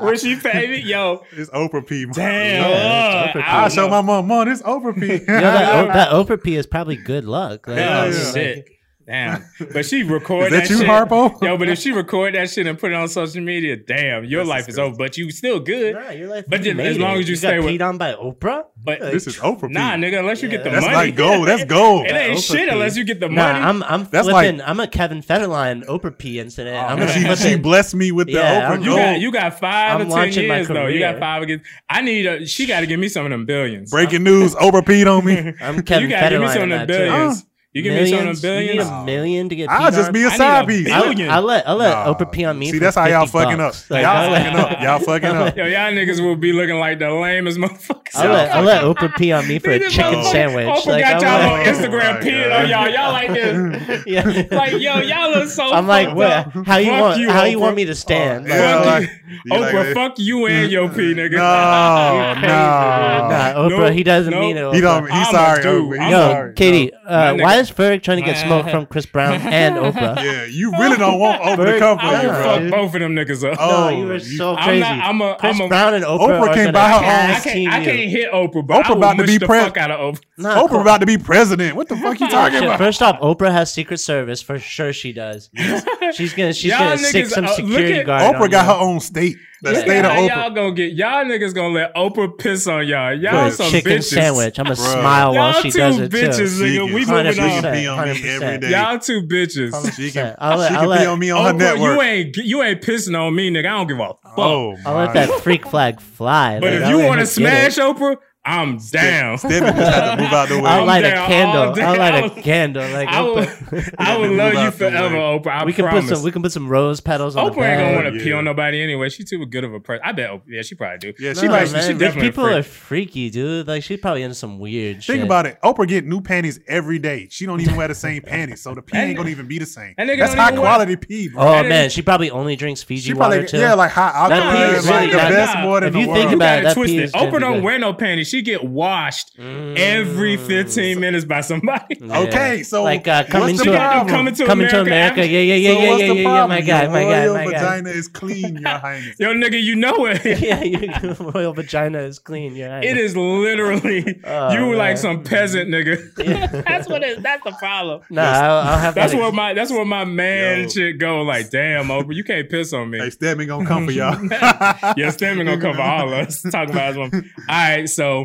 Speaker 4: Would she pay me? Yo,
Speaker 3: Oprah pee.
Speaker 4: damn.
Speaker 2: Yeah, it's
Speaker 4: uh,
Speaker 2: Oprah
Speaker 4: I
Speaker 3: I
Speaker 4: don't
Speaker 3: show
Speaker 4: know.
Speaker 3: my mom, mom, this Oprah pee.
Speaker 2: You know, that, o- that Oprah pee is probably good luck. Like,
Speaker 4: Yeah,
Speaker 2: I mean,
Speaker 3: yeah.
Speaker 2: like,
Speaker 4: shit. Damn. But she
Speaker 3: Is
Speaker 4: recorded
Speaker 3: that you,
Speaker 4: shit.
Speaker 3: Harpo?
Speaker 4: Yo, but if she record that shit and put it on social media, damn, your
Speaker 3: That's
Speaker 4: life is
Speaker 3: disgusting.
Speaker 4: over. But you still good.
Speaker 2: Nah, your life.
Speaker 4: But
Speaker 2: you
Speaker 4: then as
Speaker 2: made
Speaker 4: long
Speaker 2: it.
Speaker 4: as you
Speaker 2: got
Speaker 4: stay with-
Speaker 2: peed on by Oprah.
Speaker 4: But
Speaker 2: Like,
Speaker 3: this is Oprah.
Speaker 4: nah,
Speaker 3: Pete.
Speaker 4: nigga, unless you
Speaker 2: Yeah,
Speaker 4: get the
Speaker 3: that's
Speaker 4: money,
Speaker 3: like gold. That's gold.
Speaker 4: it ain't
Speaker 2: Oprah
Speaker 4: shit
Speaker 2: P.
Speaker 4: unless you get the
Speaker 2: Nah,
Speaker 4: money.
Speaker 2: I'm I'm
Speaker 3: That's
Speaker 2: flipping.
Speaker 3: like-
Speaker 2: I'm a Kevin Federline Oprah P incident. I'm
Speaker 3: And
Speaker 2: gonna
Speaker 3: she, she
Speaker 2: flipping-
Speaker 3: blessed me with the
Speaker 2: Yeah,
Speaker 3: Oprah
Speaker 2: I'm-
Speaker 4: you
Speaker 3: gold.
Speaker 4: got you got 5
Speaker 2: I'm
Speaker 4: or ten
Speaker 2: launching my
Speaker 4: years though. You got
Speaker 2: career.
Speaker 4: five again. I need a. She got to give me some of them billions.
Speaker 3: Breaking news. Oprah peed on me.
Speaker 2: I'm Kevin
Speaker 4: you gotta give me
Speaker 2: Federline.
Speaker 4: some
Speaker 2: in
Speaker 4: of them
Speaker 2: that too.
Speaker 4: billions. You give me some of them
Speaker 2: Millions? You need
Speaker 4: billions.
Speaker 2: a million to get.
Speaker 3: I'll
Speaker 2: peed
Speaker 3: just
Speaker 2: on?
Speaker 3: be a
Speaker 4: I need
Speaker 3: side
Speaker 4: a
Speaker 3: piece.
Speaker 4: billion.
Speaker 2: I will I let I let
Speaker 3: Nah.
Speaker 2: Oprah pee on me.
Speaker 3: See,
Speaker 2: for
Speaker 3: that's how y'all
Speaker 2: 50
Speaker 3: fucking
Speaker 2: bucks.
Speaker 3: up.
Speaker 2: Like,
Speaker 3: y'all
Speaker 2: I'll let-
Speaker 3: fucking up. Y'all fucking up.
Speaker 4: Yo, y'all niggas will be looking like the lamest motherfuckers.
Speaker 2: I let, I let Oprah pee on me for a
Speaker 4: These
Speaker 2: chicken
Speaker 4: motherfuckers-
Speaker 2: sandwich.
Speaker 4: Oprah
Speaker 2: Like,
Speaker 4: got
Speaker 2: I'm
Speaker 4: y'all
Speaker 2: like,
Speaker 4: on Instagram
Speaker 3: Oh my
Speaker 4: peeing
Speaker 3: God.
Speaker 4: on y'all. Y'all like this.
Speaker 2: yeah.
Speaker 4: Like, yo, y'all look so
Speaker 2: I'm like,
Speaker 4: fucked
Speaker 2: what?
Speaker 4: up.
Speaker 2: How you
Speaker 4: Fuck
Speaker 2: want?
Speaker 4: you,
Speaker 2: how you
Speaker 4: Oprah.
Speaker 2: want me to stand? Like,
Speaker 3: Yeah,
Speaker 4: Fuck
Speaker 3: like-
Speaker 4: you.
Speaker 3: you like
Speaker 4: Oprah,
Speaker 3: it?
Speaker 4: fuck you and your pee, nigga.
Speaker 3: No, no.
Speaker 2: nah, Oprah,
Speaker 4: Nope,
Speaker 2: he doesn't
Speaker 4: nope.
Speaker 2: mean it.
Speaker 3: He
Speaker 2: Oprah.
Speaker 3: don't. He's
Speaker 4: I'm a
Speaker 3: sorry,
Speaker 4: dude.
Speaker 3: Oprah.
Speaker 4: I'm
Speaker 3: He's
Speaker 2: Yo,
Speaker 4: a-
Speaker 3: sorry.
Speaker 2: Katie,
Speaker 4: My
Speaker 2: uh,
Speaker 4: nigga-
Speaker 2: why is Ferg trying to get smoke from Chris Brown and Oprah?
Speaker 3: Yeah, you really don't want Oprah to come for
Speaker 4: I
Speaker 3: you,
Speaker 4: would
Speaker 2: Yeah.
Speaker 3: bro.
Speaker 4: fuck both of them niggas up.
Speaker 3: Oh,
Speaker 2: no, you were
Speaker 3: you-
Speaker 2: so
Speaker 4: I'm
Speaker 2: crazy.
Speaker 4: not- I'm a-
Speaker 2: Chris
Speaker 4: I'm a-
Speaker 2: Brown and Oprah,
Speaker 3: Oprah
Speaker 2: are
Speaker 3: can't
Speaker 2: gonna
Speaker 3: buy her own-
Speaker 2: tag
Speaker 4: I
Speaker 2: team
Speaker 4: can't, I
Speaker 2: you.
Speaker 4: can't hit Oprah, but
Speaker 3: Oprah
Speaker 4: I will
Speaker 3: about to
Speaker 4: mush
Speaker 3: be
Speaker 4: the
Speaker 3: pres-
Speaker 4: fuck out of Oprah.
Speaker 2: Nah,
Speaker 3: Oprah about to be president. What the fuck you talking
Speaker 2: Shit,
Speaker 3: about?
Speaker 2: First off, Oprah has Secret Service for sure. She does. She's gonna she's
Speaker 4: Y'all
Speaker 2: gonna stick
Speaker 4: niggas,
Speaker 2: some
Speaker 4: uh, look
Speaker 2: security
Speaker 4: at-
Speaker 2: guard. on
Speaker 3: Oprah got
Speaker 2: you.
Speaker 3: her own state. The
Speaker 4: Look
Speaker 3: state
Speaker 4: at
Speaker 3: of
Speaker 4: how
Speaker 3: Oprah.
Speaker 4: y'all gonna get y'all niggas gonna let Oprah piss on y'all. Y'all
Speaker 3: Bruh,
Speaker 2: Good
Speaker 4: some
Speaker 2: chicken
Speaker 4: bitches.
Speaker 2: sandwich. I'm gonna
Speaker 3: Bruh.
Speaker 2: smile while
Speaker 4: Y'all
Speaker 2: she
Speaker 4: two
Speaker 2: does it
Speaker 4: bitches,
Speaker 2: too.
Speaker 4: nigga. We
Speaker 3: She can-
Speaker 4: moving
Speaker 3: She
Speaker 4: on.
Speaker 3: can pee on me every
Speaker 2: 100%.
Speaker 3: day.
Speaker 4: Y'all two bitches.
Speaker 3: She can,
Speaker 2: I'll let-
Speaker 3: she
Speaker 2: I'll
Speaker 3: can
Speaker 2: let-
Speaker 3: pee on me on her
Speaker 4: Oprah,
Speaker 3: network.
Speaker 4: you ain't you ain't pissing on me, nigga. I don't give a fuck.
Speaker 3: oh,
Speaker 2: I'll let
Speaker 3: my.
Speaker 2: that freak flag fly.
Speaker 4: but
Speaker 2: Like,
Speaker 4: if
Speaker 2: I'll
Speaker 4: you
Speaker 2: let
Speaker 4: want
Speaker 2: her
Speaker 4: to
Speaker 2: get
Speaker 4: smash
Speaker 2: it.
Speaker 4: Oprah, I'm down.
Speaker 3: That bitch tried to move out the way.
Speaker 2: I'll
Speaker 4: I'm
Speaker 2: light a
Speaker 4: down all
Speaker 2: candle.
Speaker 4: day.
Speaker 2: I'll
Speaker 4: I
Speaker 2: light a
Speaker 4: will-
Speaker 2: candle. Like
Speaker 4: I will,
Speaker 2: Oprah.
Speaker 4: I will
Speaker 3: Move
Speaker 4: love you
Speaker 3: out the way.
Speaker 4: forever, Oprah. I
Speaker 2: we can
Speaker 4: promise.
Speaker 2: put some. We can put some rose petals on.
Speaker 4: Oprah
Speaker 2: the
Speaker 4: ain't gonna
Speaker 2: bed.
Speaker 4: want to
Speaker 3: Yeah.
Speaker 4: pee on nobody anyway. She too good of a person. I bet. Oprah, yeah, she probably do.
Speaker 3: Yeah,
Speaker 2: No,
Speaker 3: she like.
Speaker 2: man,
Speaker 3: She
Speaker 2: rich
Speaker 4: definitely a
Speaker 2: people
Speaker 4: freak.
Speaker 2: are freaky, dude. Like she's probably into some weird shit.
Speaker 3: Think about it. Oprah get new panties every day. She don't even wear the same panties, so the pee
Speaker 4: That
Speaker 3: ain't gonna
Speaker 4: nigga-
Speaker 3: even be the same.
Speaker 4: that nigga
Speaker 3: That's
Speaker 4: don't
Speaker 3: high
Speaker 4: even wear-
Speaker 3: quality pee, bro.
Speaker 2: Oh
Speaker 4: And it-
Speaker 2: man, she probably only drinks Fiji
Speaker 3: she
Speaker 2: water
Speaker 3: probably
Speaker 2: too.
Speaker 3: yeah, like high
Speaker 2: That pee
Speaker 3: alkaline,
Speaker 2: is
Speaker 3: like
Speaker 2: really
Speaker 3: the
Speaker 2: not-
Speaker 3: best
Speaker 4: nah.
Speaker 3: water in
Speaker 2: If
Speaker 3: the
Speaker 2: you
Speaker 3: world.
Speaker 2: think
Speaker 4: You
Speaker 2: about
Speaker 4: got
Speaker 2: it,
Speaker 4: it
Speaker 2: that pee
Speaker 4: twisted.
Speaker 2: is gonna
Speaker 4: Oprah
Speaker 2: be
Speaker 4: don't
Speaker 2: good. Mm.
Speaker 4: wear no panties. She get washed every 15 minutes by somebody.
Speaker 2: Yeah.
Speaker 3: Okay, so
Speaker 2: like uh,
Speaker 3: what's
Speaker 2: coming
Speaker 3: the
Speaker 2: to
Speaker 3: problem?
Speaker 4: Coming to
Speaker 2: coming to
Speaker 4: America
Speaker 2: America. Yeah, yeah, yeah,
Speaker 3: So what's
Speaker 2: yeah, yeah,
Speaker 3: the
Speaker 2: yeah, yeah.
Speaker 3: problem?
Speaker 2: My God, my God,
Speaker 3: Your
Speaker 2: my
Speaker 3: royal
Speaker 2: God.
Speaker 3: vagina is clean, your highness.
Speaker 4: Yo, nigga, you know it.
Speaker 2: Yeah, your royal vagina is clean. Yeah,
Speaker 4: It is literally
Speaker 2: Oh,
Speaker 4: you
Speaker 2: man.
Speaker 4: like some peasant nigga. that's what it, that's the problem.
Speaker 2: Nah, I'll, I'll have
Speaker 4: That's
Speaker 2: that.
Speaker 4: where my that's where my man
Speaker 3: Yo.
Speaker 4: shit go. Like, damn, Oprah, you can't piss on
Speaker 3: Hey,
Speaker 4: me.
Speaker 3: Stedman gonna come for y'all.
Speaker 4: Yeah, Stanley gonna cover all of us. Talk about this one. All right, so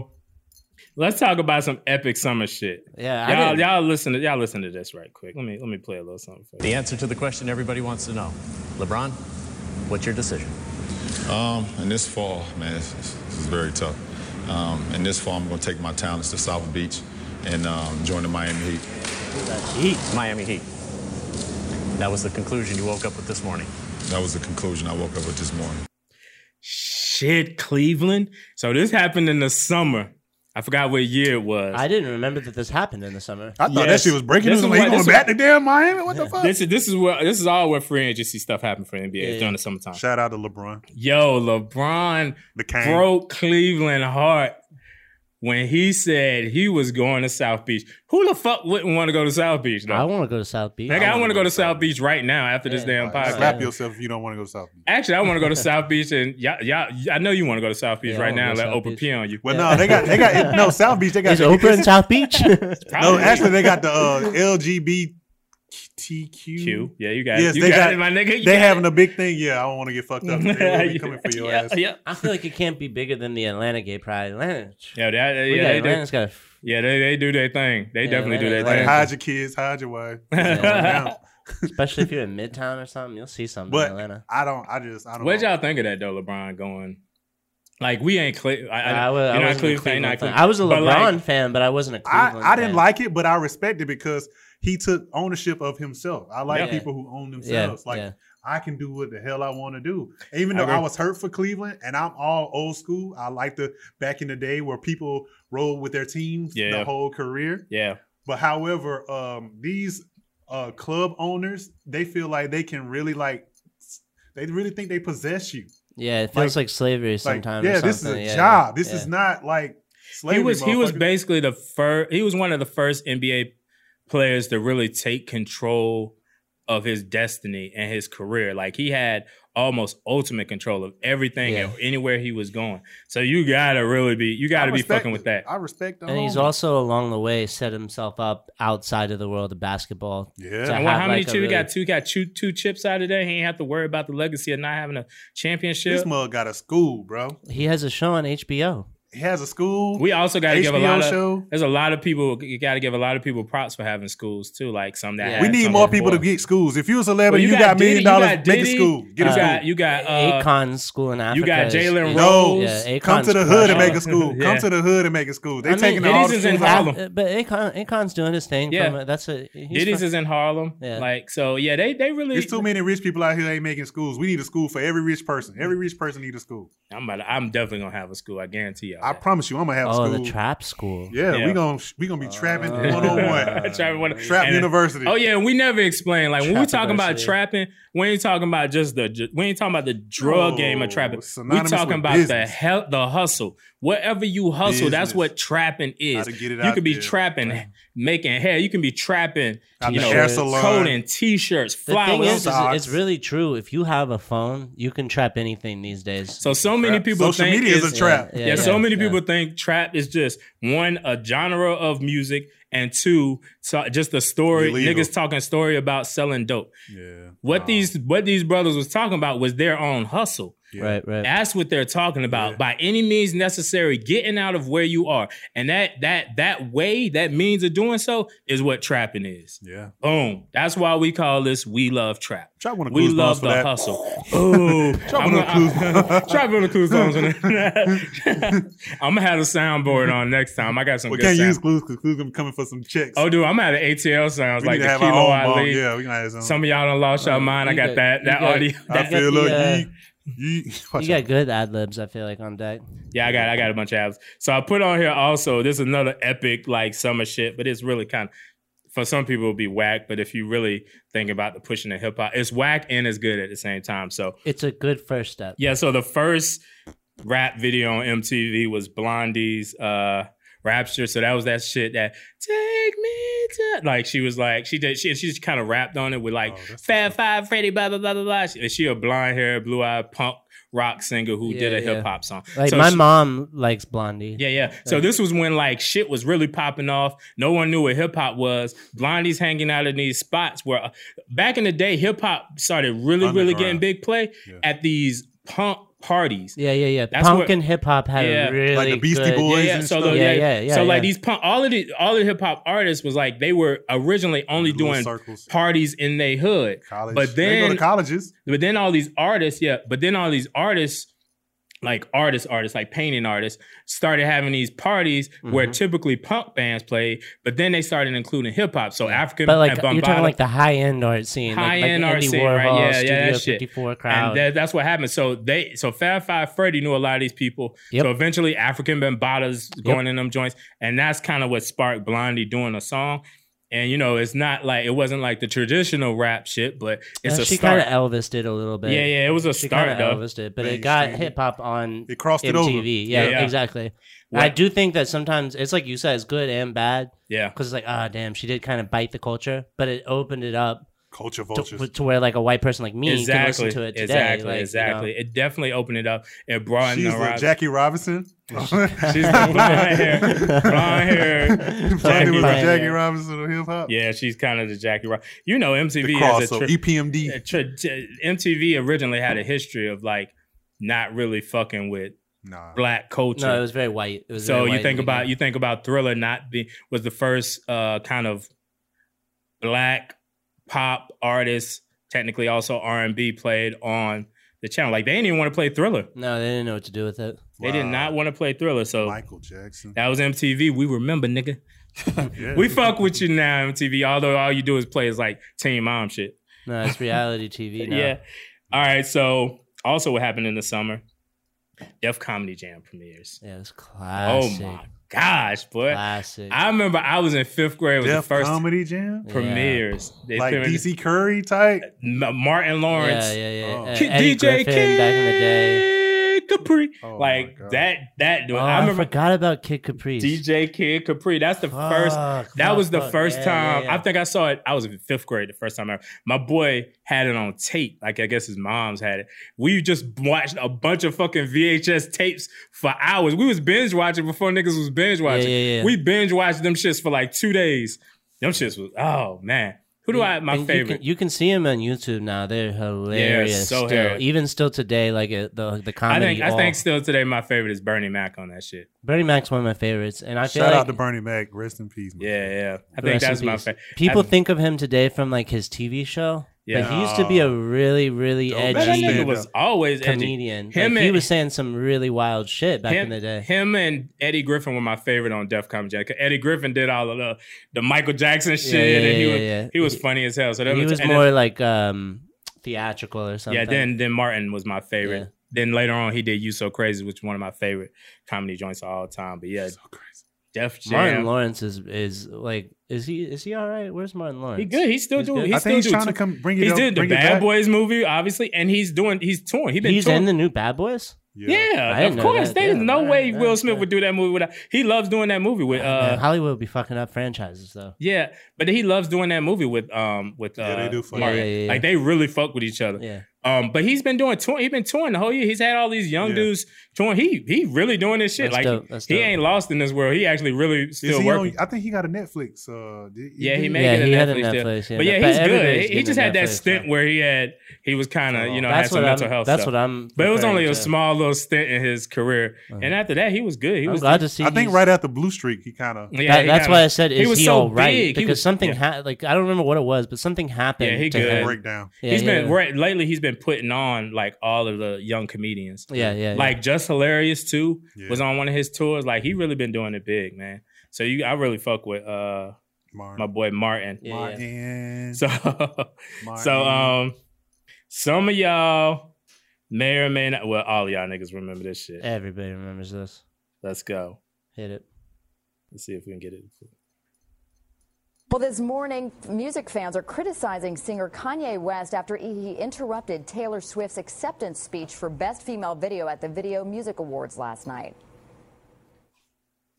Speaker 4: let's talk about some epic summer shit.
Speaker 2: yeah, I
Speaker 4: Y'all,
Speaker 2: didn't-
Speaker 4: y'all listen to y'all listen to this right quick. Let me let me play a little something for you.
Speaker 5: The answer to the question everybody wants to know. LeBron, what's your decision?
Speaker 6: Um, and this fall, man, this, this is very tough. Um, and this fall, I'm going to take my talents to South Beach and um, join the Miami Heat.
Speaker 5: Heat. Miami Heat. That was the conclusion you woke up with this morning.
Speaker 6: That was the conclusion I woke up with this morning.
Speaker 4: Shit, Cleveland. So this happened in the summer. I forgot what year it was.
Speaker 2: I didn't remember that this happened in the summer.
Speaker 3: I thought that
Speaker 4: Yes.
Speaker 3: shit was breaking
Speaker 4: This is
Speaker 3: news. Like,
Speaker 4: what-
Speaker 3: you going
Speaker 4: this
Speaker 3: back to damn Miami? What the fuck?
Speaker 4: this is this is where this is all where free agency stuff happened for NBA
Speaker 2: Yeah.
Speaker 4: during the summertime.
Speaker 3: Shout out to LeBron.
Speaker 4: Yo, LeBron
Speaker 3: The king.
Speaker 4: broke Cleveland heart when he said he was going to South Beach. Who the fuck wouldn't want to go to South Beach
Speaker 2: I
Speaker 4: though?
Speaker 2: want to go to South Beach.
Speaker 4: Nigga, I want to go to South Beach right now after this damn podcast.
Speaker 3: Slap yourself if you don't want to go to South Beach.
Speaker 4: Actually, I want to go to South Beach and y'all, y'all, I know you want to go to South Beach
Speaker 2: Yeah, I
Speaker 4: right
Speaker 2: wanna
Speaker 4: now.
Speaker 2: go
Speaker 4: And
Speaker 2: to
Speaker 4: let
Speaker 2: South
Speaker 4: Oprah
Speaker 2: Beach.
Speaker 4: pee on you.
Speaker 3: Well, no, they got they got no South Beach. They got
Speaker 2: Is Oprah in South Beach?
Speaker 3: no.
Speaker 4: Probably.
Speaker 3: Actually, they got the uh, LGBTQ.
Speaker 4: Q. Yeah, you got
Speaker 3: mm. Yes,
Speaker 4: it. You
Speaker 3: they
Speaker 4: got,
Speaker 3: got-
Speaker 4: it, my nigga. You
Speaker 3: They
Speaker 4: got
Speaker 3: having
Speaker 4: it.
Speaker 3: a big thing. Yeah, I don't want to get fucked up. They really be coming for your
Speaker 4: yeah,
Speaker 3: ass.
Speaker 4: Yeah,
Speaker 2: I feel like it can't be bigger than the Atlanta Gay Pride. Atlanta,
Speaker 4: yeah, that,
Speaker 2: we got,
Speaker 4: yeah, they do.
Speaker 2: Atlanta's got a f-
Speaker 4: yeah, they, they do their thing. They
Speaker 2: Yeah,
Speaker 4: definitely do
Speaker 2: Atlanta-
Speaker 4: their
Speaker 3: Like
Speaker 4: thing.
Speaker 2: Atlanta-
Speaker 3: hide your kids, hide your wife.
Speaker 4: Yeah.
Speaker 2: especially if you're in Midtown or something, you'll see something in
Speaker 3: But
Speaker 2: Atlanta.
Speaker 3: I don't. I just. I don't.
Speaker 4: What
Speaker 3: know.
Speaker 4: y'all think of that though? LeBron going like we ain't Cle- I, I,
Speaker 2: I, was,
Speaker 4: you're
Speaker 2: I,
Speaker 4: not
Speaker 2: wasn't a
Speaker 4: Cleveland fan, not
Speaker 2: Cleveland fan.
Speaker 4: Cleveland.
Speaker 2: I was a
Speaker 4: But,
Speaker 2: LeBron
Speaker 4: like,
Speaker 2: fan, but I wasn't a Cleveland.
Speaker 3: I, I didn't
Speaker 2: fan.
Speaker 3: like it, but I respect it because he took ownership of himself. I like
Speaker 2: Yeah.
Speaker 3: people who own
Speaker 2: Yeah,
Speaker 3: themselves. like
Speaker 2: yeah.
Speaker 3: I can do what the hell I want to do. Even
Speaker 4: I
Speaker 3: though I,
Speaker 4: agree.
Speaker 3: was hurt for Cleveland and I'm all old school, I like the back in the day where people rode with their teams
Speaker 4: Yeah.
Speaker 3: the whole career.
Speaker 4: yeah,
Speaker 3: But however, um, these uh, club owners, they feel like they can really like they really think they possess you.
Speaker 2: Yeah, it feels like, slavery
Speaker 3: Like,
Speaker 2: sometimes. or
Speaker 3: yeah, this is a
Speaker 2: something. Yeah,
Speaker 3: job. This
Speaker 2: yeah.
Speaker 3: is not like slavery.
Speaker 4: he was he was
Speaker 3: motherfucker.
Speaker 4: basically the first. He was one of the first NBA players to really take control of his destiny and his career. Like he had almost ultimate control of everything
Speaker 2: Yeah.
Speaker 4: and anywhere he was going. So you gotta really be you gotta be
Speaker 3: respect
Speaker 4: fucking with
Speaker 3: it.
Speaker 4: that.
Speaker 3: I respect the
Speaker 2: And he's
Speaker 3: homie.
Speaker 2: also along the way set himself up outside of the world of basketball.
Speaker 3: Yeah.
Speaker 2: to
Speaker 4: And what,
Speaker 2: have,
Speaker 4: how many
Speaker 2: like, a
Speaker 4: two he got?
Speaker 2: really-
Speaker 4: Two got two, two chips out of there. He ain't have to worry about the legacy of not having a championship.
Speaker 3: This mug got a school, bro.
Speaker 2: He has a show on HBO.
Speaker 3: He has a school.
Speaker 4: We also got to give a
Speaker 3: HBO
Speaker 4: lot of.
Speaker 3: show.
Speaker 4: There's a lot of people. You got to give a lot of people props for having schools too. Like some that
Speaker 2: Yeah.
Speaker 4: had
Speaker 3: we need
Speaker 4: some
Speaker 3: more
Speaker 4: before.
Speaker 3: people to get schools. If you a
Speaker 4: Well,
Speaker 3: celebrity, you, got,
Speaker 4: Diddy,
Speaker 3: million dollars,
Speaker 4: got
Speaker 3: make a
Speaker 4: Diddy,
Speaker 3: school. Get
Speaker 4: you
Speaker 3: a school.
Speaker 4: Got, you got uh,
Speaker 2: Akon's school in Africa.
Speaker 4: you got
Speaker 2: is-
Speaker 4: Jalen
Speaker 2: is-
Speaker 4: Rose.
Speaker 2: Yeah, Akon's
Speaker 3: Come to the hood and
Speaker 2: crushing
Speaker 3: make
Speaker 2: it.
Speaker 3: a school.
Speaker 4: Yeah.
Speaker 3: Come to the hood and make a school. They
Speaker 2: I mean,
Speaker 3: taking
Speaker 4: Diddy's
Speaker 3: all
Speaker 4: is
Speaker 3: the
Speaker 4: in
Speaker 3: in
Speaker 4: Harlem.
Speaker 2: Uh, But Akon, Akon's doing his thing.
Speaker 4: Yeah.
Speaker 2: From, that's a. he's
Speaker 4: Diddy's
Speaker 2: from-
Speaker 4: is in Harlem.
Speaker 2: Yeah.
Speaker 4: Like so, yeah. They they really.
Speaker 3: There's too many rich people out here ain't making schools. We need a school for every rich person. Every rich person need a school.
Speaker 4: I'm about to- I'm definitely gonna have a school. I guarantee you.
Speaker 3: I promise you, I'm gonna have
Speaker 2: oh,
Speaker 3: school.
Speaker 2: the trap school.
Speaker 3: yeah,
Speaker 4: Yeah. Uh,
Speaker 3: we gonna we gonna be trapping one on one.
Speaker 4: Trap one-
Speaker 3: Trap
Speaker 4: and-
Speaker 3: University.
Speaker 4: Oh yeah, and we never explain. Like when we
Speaker 2: Trap
Speaker 4: talking about
Speaker 2: diversity.
Speaker 4: trapping, we ain't talking about just the ju- we ain't talking about the drug
Speaker 3: No,
Speaker 4: game of trapping.
Speaker 3: it's
Speaker 4: We
Speaker 3: Oh, synonymous
Speaker 4: talking
Speaker 3: with
Speaker 4: about the
Speaker 3: business.
Speaker 4: hell the hustle. Whatever you hustle, that's
Speaker 3: Business.
Speaker 4: what trapping is.
Speaker 3: Gotta get it
Speaker 4: you
Speaker 3: out
Speaker 4: could be
Speaker 3: there.
Speaker 4: trapping, making hair. You can be trapping,
Speaker 3: Out
Speaker 4: you
Speaker 3: the
Speaker 4: know,
Speaker 3: hair salon.
Speaker 4: coding t-shirts,
Speaker 2: The thing
Speaker 4: flowers.
Speaker 2: is, is,
Speaker 3: socks.
Speaker 2: it's really true. If you have a phone, you can trap anything these days.
Speaker 4: so so many people
Speaker 3: Social
Speaker 4: think
Speaker 3: media is
Speaker 4: it's-
Speaker 3: a trap.
Speaker 4: Yeah, so many people think trap is just one a genre of music, and two, so just a story.
Speaker 3: Illegal.
Speaker 4: Niggas talking story about selling dope.
Speaker 3: Yeah.
Speaker 4: What these what these brothers was talking about was their own hustle.
Speaker 2: Right, right.
Speaker 4: That's what they're talking about. By any means necessary, getting out of where you are, and that that that way, that means of doing so, is what trapping is.
Speaker 3: Yeah.
Speaker 4: Boom. That's why we call this "We Love Trap."
Speaker 3: Trap one of
Speaker 4: we
Speaker 3: Clues
Speaker 4: love
Speaker 3: Bones for
Speaker 4: the
Speaker 3: that.
Speaker 4: hustle. Ooh, trap
Speaker 3: one of
Speaker 4: Trap one of Clues Bones. I'm gonna have a soundboard on next time. I got some
Speaker 3: We
Speaker 4: good
Speaker 3: can't
Speaker 4: sound.
Speaker 3: use clues because clues gonna be coming for some checks.
Speaker 4: Oh, dude, I'm gonna have the ATL sounds
Speaker 3: we
Speaker 4: like
Speaker 3: need
Speaker 4: the
Speaker 3: to have
Speaker 4: Kilo
Speaker 3: our own bomb.
Speaker 4: Ali.
Speaker 3: Yeah, we gonna have some.
Speaker 4: Some of y'all done lost y'all mind. I
Speaker 2: You
Speaker 4: got
Speaker 2: got-
Speaker 4: that
Speaker 2: you
Speaker 4: that uh,
Speaker 2: got-
Speaker 4: audio.
Speaker 3: I
Speaker 2: that-
Speaker 3: feel like
Speaker 2: yeah.
Speaker 3: you, you, watch
Speaker 2: You got
Speaker 3: out.
Speaker 2: good ad libs, I feel like, on deck.
Speaker 4: Yeah, I got I got a bunch of apps. So I put on here also. This is another epic like summer shit, but it's really kind of for some people it'll be whack. But if you really think about the pushing of hip hop, it's whack and it's good at the same time. So
Speaker 2: It's a good first step.
Speaker 4: yeah, so the first rap video on MTV was Blondie's uh Rapture. So that was that shit that take me to like she was like she did she she just kind of rapped on it with like Fab Five Freddy blah blah blah blah blah. She, she a blonde hair, blue eyed punk rock singer who did
Speaker 2: Yeah,
Speaker 4: a
Speaker 2: yeah.
Speaker 4: hip hop song.
Speaker 2: Like,
Speaker 4: So
Speaker 2: my
Speaker 4: she-
Speaker 2: mom likes Blondie.
Speaker 4: yeah, yeah. So this was when like shit was really popping off. No one knew what hip hop was. Blondie's hanging out in these spots where uh, back in the day, hip hop started really, really getting
Speaker 3: Underground.
Speaker 4: big play at these punk parties.
Speaker 2: Yeah, yeah, yeah.
Speaker 4: That's
Speaker 2: Punk
Speaker 4: what-
Speaker 2: and hip hop had
Speaker 4: Yeah. Like
Speaker 2: a
Speaker 4: the
Speaker 2: really
Speaker 3: like the Beastie
Speaker 2: good,
Speaker 3: Boys
Speaker 4: Yeah,
Speaker 3: and
Speaker 4: so
Speaker 3: stuff.
Speaker 4: the, yeah,
Speaker 2: Yeah, yeah, yeah,
Speaker 4: so like
Speaker 2: yeah.
Speaker 4: these punk, all of the all the hip hop artists was like they were originally only
Speaker 3: Little
Speaker 4: doing
Speaker 3: circles.
Speaker 4: parties in their hood,
Speaker 3: college.
Speaker 4: but
Speaker 3: they go
Speaker 4: then
Speaker 3: to colleges.
Speaker 4: but then all these artists, yeah, but then all these artists, like artists, artists, like painting artists, started having these parties
Speaker 2: Mm-hmm.
Speaker 4: where typically punk bands played, but then they started including hip hop. So African
Speaker 2: But like
Speaker 4: and
Speaker 2: you're
Speaker 4: Bombada-
Speaker 2: talking like the high end art scene, like-
Speaker 4: high
Speaker 2: like,
Speaker 4: end
Speaker 2: the
Speaker 4: art
Speaker 2: Andy
Speaker 4: scene,
Speaker 2: Warhol,
Speaker 4: right? Yeah, yeah,
Speaker 2: Studio
Speaker 4: that shit.
Speaker 2: 54 crowd.
Speaker 4: And that, that's what happened. So they, so Fab Five Freddy knew a lot of these people.
Speaker 2: Yep.
Speaker 4: So eventually, African Bambatas going in them joints, and that's kind of what sparked Blondie doing a song. And you know, it's not like it wasn't like the traditional rap shit, but it's
Speaker 2: Uh,
Speaker 4: a
Speaker 2: she
Speaker 4: start.
Speaker 2: kind of Elvis did a little bit.
Speaker 4: yeah, yeah, it was a
Speaker 2: She
Speaker 4: start
Speaker 2: kind
Speaker 4: though.
Speaker 2: of Elvis did, but it got
Speaker 3: Mainstream.
Speaker 2: hip hop on
Speaker 3: It crossed it over.
Speaker 2: MTV. Yeah,
Speaker 4: Yeah, yeah.
Speaker 2: exactly.
Speaker 4: What-
Speaker 2: I do think that sometimes it's like you said, it's good and bad
Speaker 4: Yeah.
Speaker 2: because it's like, ah, damn, she did kind of bite the culture, but it opened it up
Speaker 3: Culture vultures.
Speaker 2: to, to where like a white person like me can listen to it today.
Speaker 4: Exactly,
Speaker 2: like, you
Speaker 4: exactly.
Speaker 2: know.
Speaker 4: It definitely opened it up. It broadened
Speaker 3: She's
Speaker 4: the
Speaker 3: the
Speaker 4: horizon.
Speaker 3: Jackie Robinson. She's
Speaker 4: She's the blonde hair, blonde hair.
Speaker 3: Blondie was
Speaker 2: Jackie
Speaker 3: the Jackie
Speaker 2: Robinson.
Speaker 3: Robinson of hip hop.
Speaker 4: Yeah, she's kind of the Jackie Rock. You know, MTV has a
Speaker 3: Crossover.
Speaker 4: tri-
Speaker 3: E
Speaker 4: a
Speaker 3: EPMD.
Speaker 4: tri- t- MTV originally had a history of like not really fucking with
Speaker 3: Nah.
Speaker 4: black culture.
Speaker 2: No, it was very white. It was
Speaker 4: so
Speaker 2: very
Speaker 4: you
Speaker 2: white
Speaker 4: think
Speaker 2: and,
Speaker 4: about
Speaker 2: know,
Speaker 4: you think about Thriller not being was the first uh, kind of black pop artist, technically also R and B played on the channel. Like they didn't even want to play Thriller.
Speaker 2: No, they didn't know what to do with it.
Speaker 4: They did
Speaker 3: Wow.
Speaker 4: not want to play Thriller, so
Speaker 3: Michael Jackson.
Speaker 4: that was MTV. We remember, nigga.
Speaker 3: Yeah.
Speaker 4: We fuck with you now, MTV. Although all you do is play is like Teen Mom shit.
Speaker 2: No, it's reality TV. Now.
Speaker 4: Yeah. All right. So also, what happened in the summer? Def Comedy Jam premieres.
Speaker 2: yeah, it's
Speaker 4: oh
Speaker 2: classic.
Speaker 4: my gosh, boy!
Speaker 2: classic.
Speaker 4: I remember I was in fifth grade. Was
Speaker 3: Def
Speaker 4: the first
Speaker 3: Comedy Jam.
Speaker 2: Yeah.
Speaker 4: premieres. They
Speaker 3: Like
Speaker 4: premiered-
Speaker 3: DC Curry type.
Speaker 4: M- Martin Lawrence,
Speaker 2: Yeah, yeah, yeah.
Speaker 3: Oh.
Speaker 2: Uh,
Speaker 4: K-
Speaker 2: Eddie
Speaker 4: DJ
Speaker 2: Griffin back in the day.
Speaker 4: King, Capri.
Speaker 3: Oh,
Speaker 4: like
Speaker 3: my God.
Speaker 4: that. That.
Speaker 2: Oh,
Speaker 4: I
Speaker 2: I,
Speaker 4: remember
Speaker 2: forgot about Kid Caprice.
Speaker 4: DJ Kid Capri. That's the
Speaker 2: Fuck,
Speaker 4: first. That
Speaker 2: fuck,
Speaker 4: was the
Speaker 2: fuck.
Speaker 4: first
Speaker 2: Yeah,
Speaker 4: time.
Speaker 2: yeah, yeah.
Speaker 4: I think I saw it. I was in fifth grade the first time ever. My boy had it on tape. Like I guess his mom's had it. We just watched a bunch of fucking VHS tapes for hours. We was binge watching before niggas was binge watching.
Speaker 2: yeah, yeah.
Speaker 4: We binge watched them shits for like two days. Them shits was oh man. Who do I? My
Speaker 2: And You
Speaker 4: favorite.
Speaker 2: can, you can see them on YouTube now. They're hilarious.
Speaker 4: so
Speaker 2: still.
Speaker 4: hilarious.
Speaker 2: Even still today, like uh, the the
Speaker 4: I
Speaker 2: comedy.
Speaker 4: think. I
Speaker 2: all-
Speaker 4: think still today my favorite is Bernie Mac on that shit.
Speaker 2: Bernie Mac's one of my favorites, and I feel
Speaker 3: Shout
Speaker 2: like
Speaker 3: out to Bernie Mac. Rest in peace. man.
Speaker 4: Yeah, yeah. I think
Speaker 2: Rest in
Speaker 4: that's my
Speaker 2: peace.
Speaker 4: favorite.
Speaker 2: People think of him today from like his TV show. Yeah,
Speaker 4: Yeah.
Speaker 2: he used to be a really, really
Speaker 3: Dope.
Speaker 4: Man, that nigga
Speaker 2: edgy
Speaker 3: Stand
Speaker 4: was
Speaker 3: up.
Speaker 4: always edgy.
Speaker 2: comedian.
Speaker 4: Him
Speaker 2: Like, he
Speaker 4: and-
Speaker 2: was saying some really wild shit back
Speaker 4: him,
Speaker 2: in the day.
Speaker 4: him and Eddie Griffin were my favorite on Def Comedy Jam. 'cause Eddie Griffin did all of the, the Michael Jackson shit,
Speaker 2: yeah,
Speaker 4: and he
Speaker 2: yeah,
Speaker 4: was
Speaker 2: yeah.
Speaker 4: he was
Speaker 2: He-
Speaker 4: funny as hell. So that
Speaker 2: He was
Speaker 4: and
Speaker 2: more like um, theatrical or
Speaker 4: Then,
Speaker 2: something.
Speaker 4: yeah, then then Martin was my favorite.
Speaker 2: Yeah.
Speaker 4: Then later on, he did "You So Crazy," which is one of my favorite comedy joints of all time. But yeah,
Speaker 3: So crazy.
Speaker 4: Def
Speaker 2: Martin
Speaker 4: Jam,
Speaker 2: Lawrence is is like is he is he all right? Where's Martin Lawrence?
Speaker 4: he good. He's still
Speaker 2: He's
Speaker 4: doing.
Speaker 2: good.
Speaker 4: He
Speaker 3: I
Speaker 4: still
Speaker 3: think he's
Speaker 4: do
Speaker 3: trying to
Speaker 4: tour-
Speaker 3: come bring it.
Speaker 4: He's
Speaker 3: up,
Speaker 4: did the
Speaker 3: bring it back.
Speaker 4: Bad Boys movie, obviously, and he's doing. He's touring. He's been
Speaker 2: He's
Speaker 4: touring.
Speaker 2: in the new Bad Boys. I
Speaker 4: yeah,
Speaker 2: didn't
Speaker 4: of
Speaker 2: know
Speaker 4: course.
Speaker 2: that.
Speaker 4: There's
Speaker 2: Yeah,
Speaker 4: no
Speaker 2: right,
Speaker 4: way
Speaker 2: right,
Speaker 4: Will Smith
Speaker 2: right.
Speaker 4: would do that movie without. He loves doing that movie with.
Speaker 2: Man,
Speaker 4: uh
Speaker 2: Hollywood would be fucking up franchises though.
Speaker 4: Yeah, but he loves doing that movie with um with uh,
Speaker 3: Yeah, they do fuck.
Speaker 4: Mario.
Speaker 2: Yeah, yeah, yeah.
Speaker 4: Like they really fuck with each other.
Speaker 2: Yeah,
Speaker 4: Um, but he's been doing tour. He's been touring the whole year. He's had all these young
Speaker 3: Yeah.
Speaker 4: dudes touring. He he really doing this shit.
Speaker 2: That's
Speaker 4: like
Speaker 2: dope. That's
Speaker 4: he
Speaker 2: dope.
Speaker 4: ain't lost in this world. He actually really
Speaker 3: Is
Speaker 4: still
Speaker 3: he
Speaker 4: working.
Speaker 3: on, I think he got a Netflix. Uh, did-
Speaker 4: yeah, he
Speaker 3: did?
Speaker 4: made
Speaker 2: Yeah,
Speaker 4: it a
Speaker 2: he had a
Speaker 4: Netflix, deal.
Speaker 2: Netflix, yeah,
Speaker 4: but yeah,
Speaker 2: but
Speaker 4: he's good.
Speaker 2: everybody's
Speaker 4: He- He,
Speaker 2: getting
Speaker 4: just
Speaker 2: a
Speaker 4: had that
Speaker 2: Netflix
Speaker 4: stint
Speaker 2: now.
Speaker 4: where he had he was kind
Speaker 3: Oh.
Speaker 4: of you know had
Speaker 2: that's
Speaker 4: some
Speaker 2: what
Speaker 4: mental
Speaker 2: I'm.
Speaker 4: health.
Speaker 2: That's
Speaker 4: stuff.
Speaker 2: what I'm.
Speaker 4: But it was only
Speaker 2: referring
Speaker 4: a
Speaker 2: to. Uh-huh.
Speaker 4: small little stint in his career, and after that he was good. He
Speaker 2: I'm
Speaker 4: was
Speaker 2: glad to see.
Speaker 3: I think
Speaker 2: he's-
Speaker 3: right after Blue Streak, he kind of.
Speaker 4: Yeah,
Speaker 2: that-
Speaker 4: he
Speaker 2: that's
Speaker 4: kinda-
Speaker 2: why I said, "Is
Speaker 4: was
Speaker 2: he,
Speaker 4: so
Speaker 2: all right?"
Speaker 4: big. He
Speaker 2: Because
Speaker 4: was-
Speaker 2: something
Speaker 4: yeah.
Speaker 2: ha- like I don't remember what it was, but something happened.
Speaker 4: Yeah, he
Speaker 2: to
Speaker 4: good.
Speaker 2: him.
Speaker 3: Breakdown.
Speaker 2: Yeah,
Speaker 4: he's
Speaker 2: yeah.
Speaker 4: been right lately. He's been putting on like all of the young comedians.
Speaker 2: Yeah, yeah, yeah.
Speaker 4: Like just hilarious too
Speaker 3: Yeah.
Speaker 4: was on one of his tours. Like he really been doing it big, man. So you, I really fuck with uh my
Speaker 3: Martin.
Speaker 4: boy Martin.
Speaker 2: Yeah, yeah.
Speaker 3: Martin.
Speaker 4: So so um, some of y'all may or may not. Well, all y'all niggas remember this shit.
Speaker 2: Everybody remembers this.
Speaker 4: Let's go.
Speaker 2: Hit it.
Speaker 4: Let's see if we can get it.
Speaker 7: Well, this morning, music fans are criticizing singer Kanye West after he interrupted Taylor Swift's acceptance speech for Best Female Video at the Video Music Awards last night.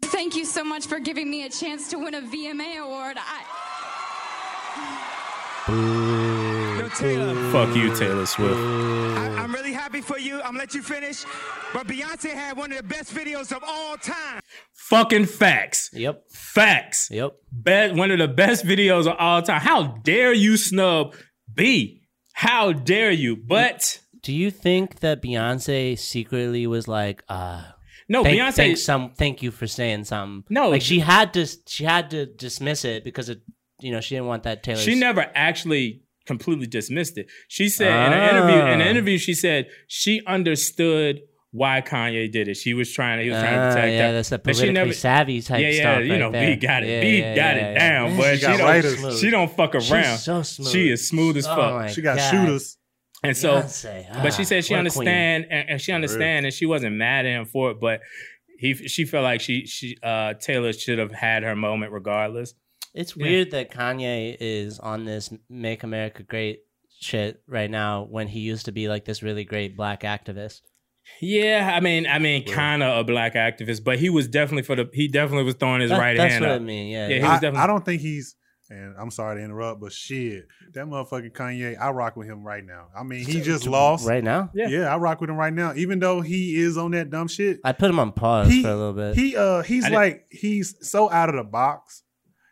Speaker 8: Thank you so much for giving me a chance to win a VMA award. I,
Speaker 9: Yo, Taylor,
Speaker 4: Fuck you, Taylor Swift.
Speaker 9: I, I'm really happy for you. I'm gonna let you finish. But Beyonce had one of the best videos of all time.
Speaker 4: Fucking facts.
Speaker 2: Yep.
Speaker 4: Facts.
Speaker 2: Yep.
Speaker 4: Best, one of the best videos of all time. How dare you snub B? How dare you? But
Speaker 2: Do you think that Beyonce secretly was like, uh,
Speaker 4: no,
Speaker 2: thank,
Speaker 4: Oh, Beyonce.
Speaker 2: thank some, thank you for saying something?
Speaker 4: No.
Speaker 2: like she had to, she had to dismiss it because it, you know, she didn't want that Taylor.
Speaker 4: she never actually completely dismissed it. She said in an interview. In
Speaker 2: Ah.
Speaker 4: an interview, she said she understood why Kanye did it. She was trying. He was trying to
Speaker 2: Ah,
Speaker 4: attack
Speaker 2: yeah,
Speaker 4: that.
Speaker 2: that's a
Speaker 4: But she
Speaker 2: politically
Speaker 4: never-
Speaker 2: savvy type
Speaker 4: yeah, yeah,
Speaker 2: stuff.
Speaker 4: you
Speaker 2: right
Speaker 4: know,
Speaker 2: there.
Speaker 4: B got it.
Speaker 2: Yeah,
Speaker 4: B
Speaker 2: yeah,
Speaker 4: got
Speaker 2: yeah,
Speaker 4: it
Speaker 2: yeah.
Speaker 4: down,
Speaker 2: Yeah,
Speaker 4: but
Speaker 3: she
Speaker 4: she,
Speaker 3: got
Speaker 4: don't.
Speaker 3: writers.
Speaker 2: smooth.
Speaker 4: She don't fuck around.
Speaker 2: She's so smooth.
Speaker 4: She is smooth as
Speaker 2: Oh
Speaker 4: fuck.
Speaker 2: my
Speaker 3: she got
Speaker 2: God.
Speaker 3: shooters.
Speaker 4: And so,
Speaker 2: Beyonce,
Speaker 4: but
Speaker 2: ah,
Speaker 4: she said she
Speaker 2: what a queen.
Speaker 4: understand and, and she understand and she wasn't mad at him for it, but he she felt like she she uh Taylor should have had her moment regardless.
Speaker 2: It's weird that Kanye is on this "Make America Great" shit right now when he used to be like this really great black activist.
Speaker 4: Yeah, I mean, I mean, kind of a black activist, but he was definitely for the he definitely was throwing his
Speaker 2: That-
Speaker 4: right
Speaker 2: that's
Speaker 4: hand
Speaker 2: what
Speaker 4: up.
Speaker 2: I mean.
Speaker 4: Yeah,
Speaker 2: Yeah,
Speaker 4: he
Speaker 2: yeah.
Speaker 4: was
Speaker 3: I,
Speaker 4: definitely-
Speaker 3: I don't think he's. And I'm sorry to interrupt, but shit, that motherfucking Kanye, I rock with him right now. I mean, he just lost.
Speaker 2: right now.
Speaker 4: Yeah.
Speaker 3: Yeah. I rock with him right now. Even though he is on that dumb shit,
Speaker 2: I put him on pause
Speaker 3: he
Speaker 2: for a little bit.
Speaker 3: he uh
Speaker 4: I
Speaker 3: he's
Speaker 4: did-
Speaker 3: like he's so out of the box.